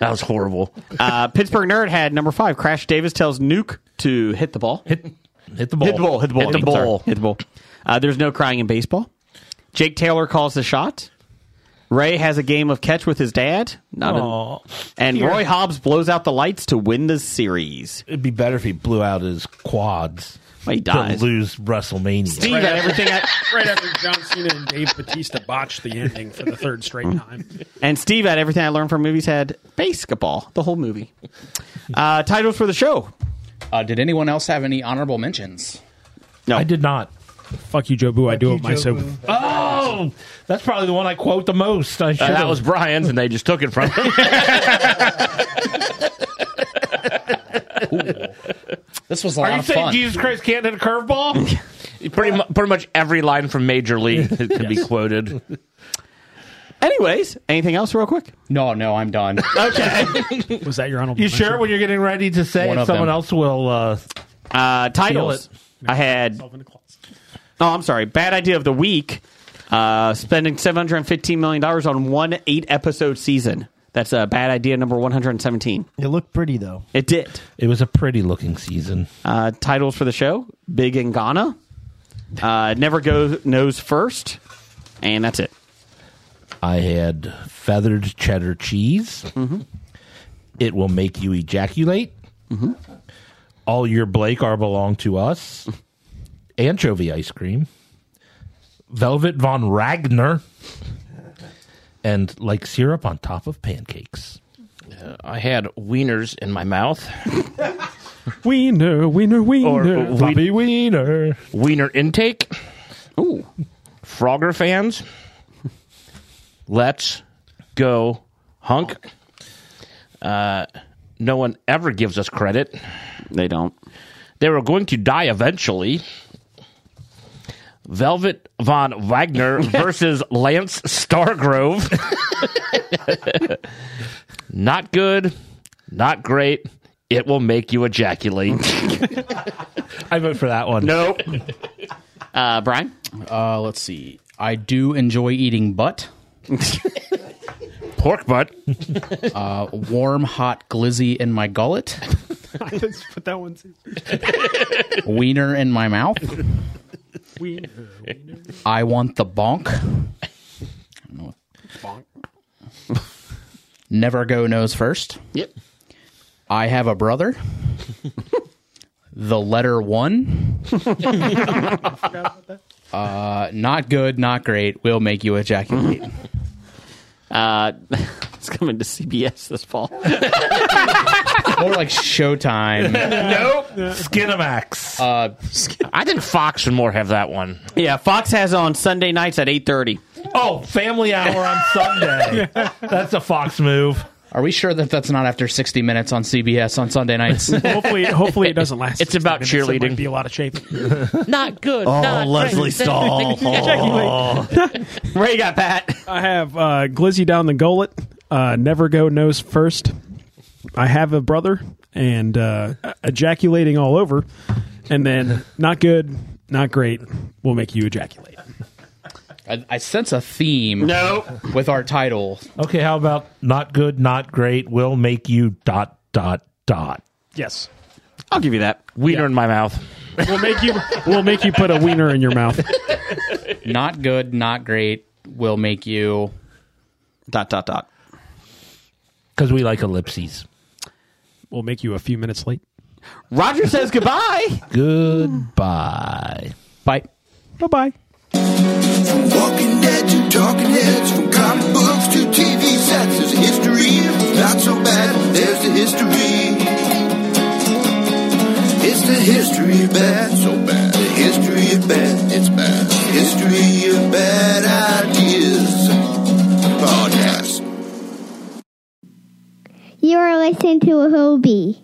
That was horrible.
Uh, Pittsburgh Nerd had number five. Crash Davis tells Nuke to hit the ball. Hit,
Uh,
hit the ball.
Hit the ball. Hit the ball.
Hit the ball.
Hit the ball. Uh, there's no crying in baseball. Jake Taylor calls the shot. Ray has a game of catch with his dad. Not in-
Aw.
and
Here.
Roy Hobbs blows out the lights to win the series.
It'd be better if he blew out his quads.
He dies.
To lose WrestleMania.
Steve had everything. At,
Uh, right after John Cena and Dave Batista botched the ending for the third straight
Hmm.
time.
and Steve had everything I learned from movies had basketball. The whole movie. Uh, titles for the show.
Uh, did anyone else have any honorable mentions?
No,
I did not.
Fuck you, Joe Boo. I do it myself.
Oh, that's probably the one I quote the most. I
Uh,
should
that was Brian's, and they just took it from him.
This was a
Are
lot
you
of
saying
fun.
Jesus Christ can't hit a curveball?
pretty, mu- pretty much every line from Major League can be quoted.
Anyways, anything else, real quick?
no, no, I'm done.
Okay.
Was that your honorable?
you sure when you're getting ready to say
One
it,
of
someone
them.
else will? Uh,
Uh, titles.
it.
I had. Oh, I'm sorry. Bad idea of the week. Uh, spending 715 million dollars on one eight episode season. That's a bad idea. Number 117.
It looked pretty though.
It did.
it was a pretty looking season.
Uh, titles for the show: Big in Ghana. Uh, Never go nose first, and that's it.
I had feathered cheddar cheese.
Mm-hmm.
It will make you ejaculate.
Mm-hmm.
All your Blake are belong to us. Anchovy ice cream. Velvet von Ragnar. And like syrup on top of pancakes.
I had wieners in my mouth,
Wiener, wiener, wiener.
Or- Bobby
Wiener.
wiener intake,
Ooh,
Frogger fans. Let's go, hunk. Uh, no one ever gives us credit.
they don't.
They were going to die eventually. Velvet von Wagner versus Lance Stargrove. not good, not great. It will make you ejaculate.
I vote for that one.
Nope. uh, Brian.
Uh, let's see. I do enjoy eating butt.
Pork butt.
Uh, warm, hot glizzy in my gullet.
Let's put that one. too.
Wiener in my mouth.
Wiener.
I want the bonk. I don't know. Never go nose first.
Yep.
I have a brother. the letter one. uh, not good, not great. Will make you ejaculate.
Uh, it's coming to CBS this fall.
More like Showtime.
Nope. Skinamax.
Uh,
I think Fox and more have that one.
yeah, Fox has it on Sunday nights at 8:30.
oh, Family Hour on Sunday. That's a Fox move.
are we sure that that's not after 60 minutes on CBS on Sunday nights?
Hopefully, hopefully it doesn't last.
It's about
It might
cheerleading.
be a lot of shape.
Not good.
Oh, Leslie Stahl.
Where you got Pat?
I have uh, Glizzy down the gullet. Uh, never go nose first. I have a brother and uh, ejaculating all over, and then not good, not great. Will make you ejaculate.
I, I sense a theme
Nope.
with our title.
Okay, how about not good, not great will make you dot dot dot.
Yes,
I'll give you that.
Wiener in my mouth.
will make you will make you put a wiener in your mouth.
Not good, not great. Will make you.
Dot dot dot.
Because we like ellipses.
Will make you a few minutes late.
Roger says goodbye.
Goodbye.
Bye.
Bye bye.
From Walking Dead to Talking Heads, from comic books to TV sets, there's a history. Not so bad, there's the history. It's the history of bad, so bad. The history of bad, it's bad. History of bad ideas. Podcast.
You are listening to a Hobie.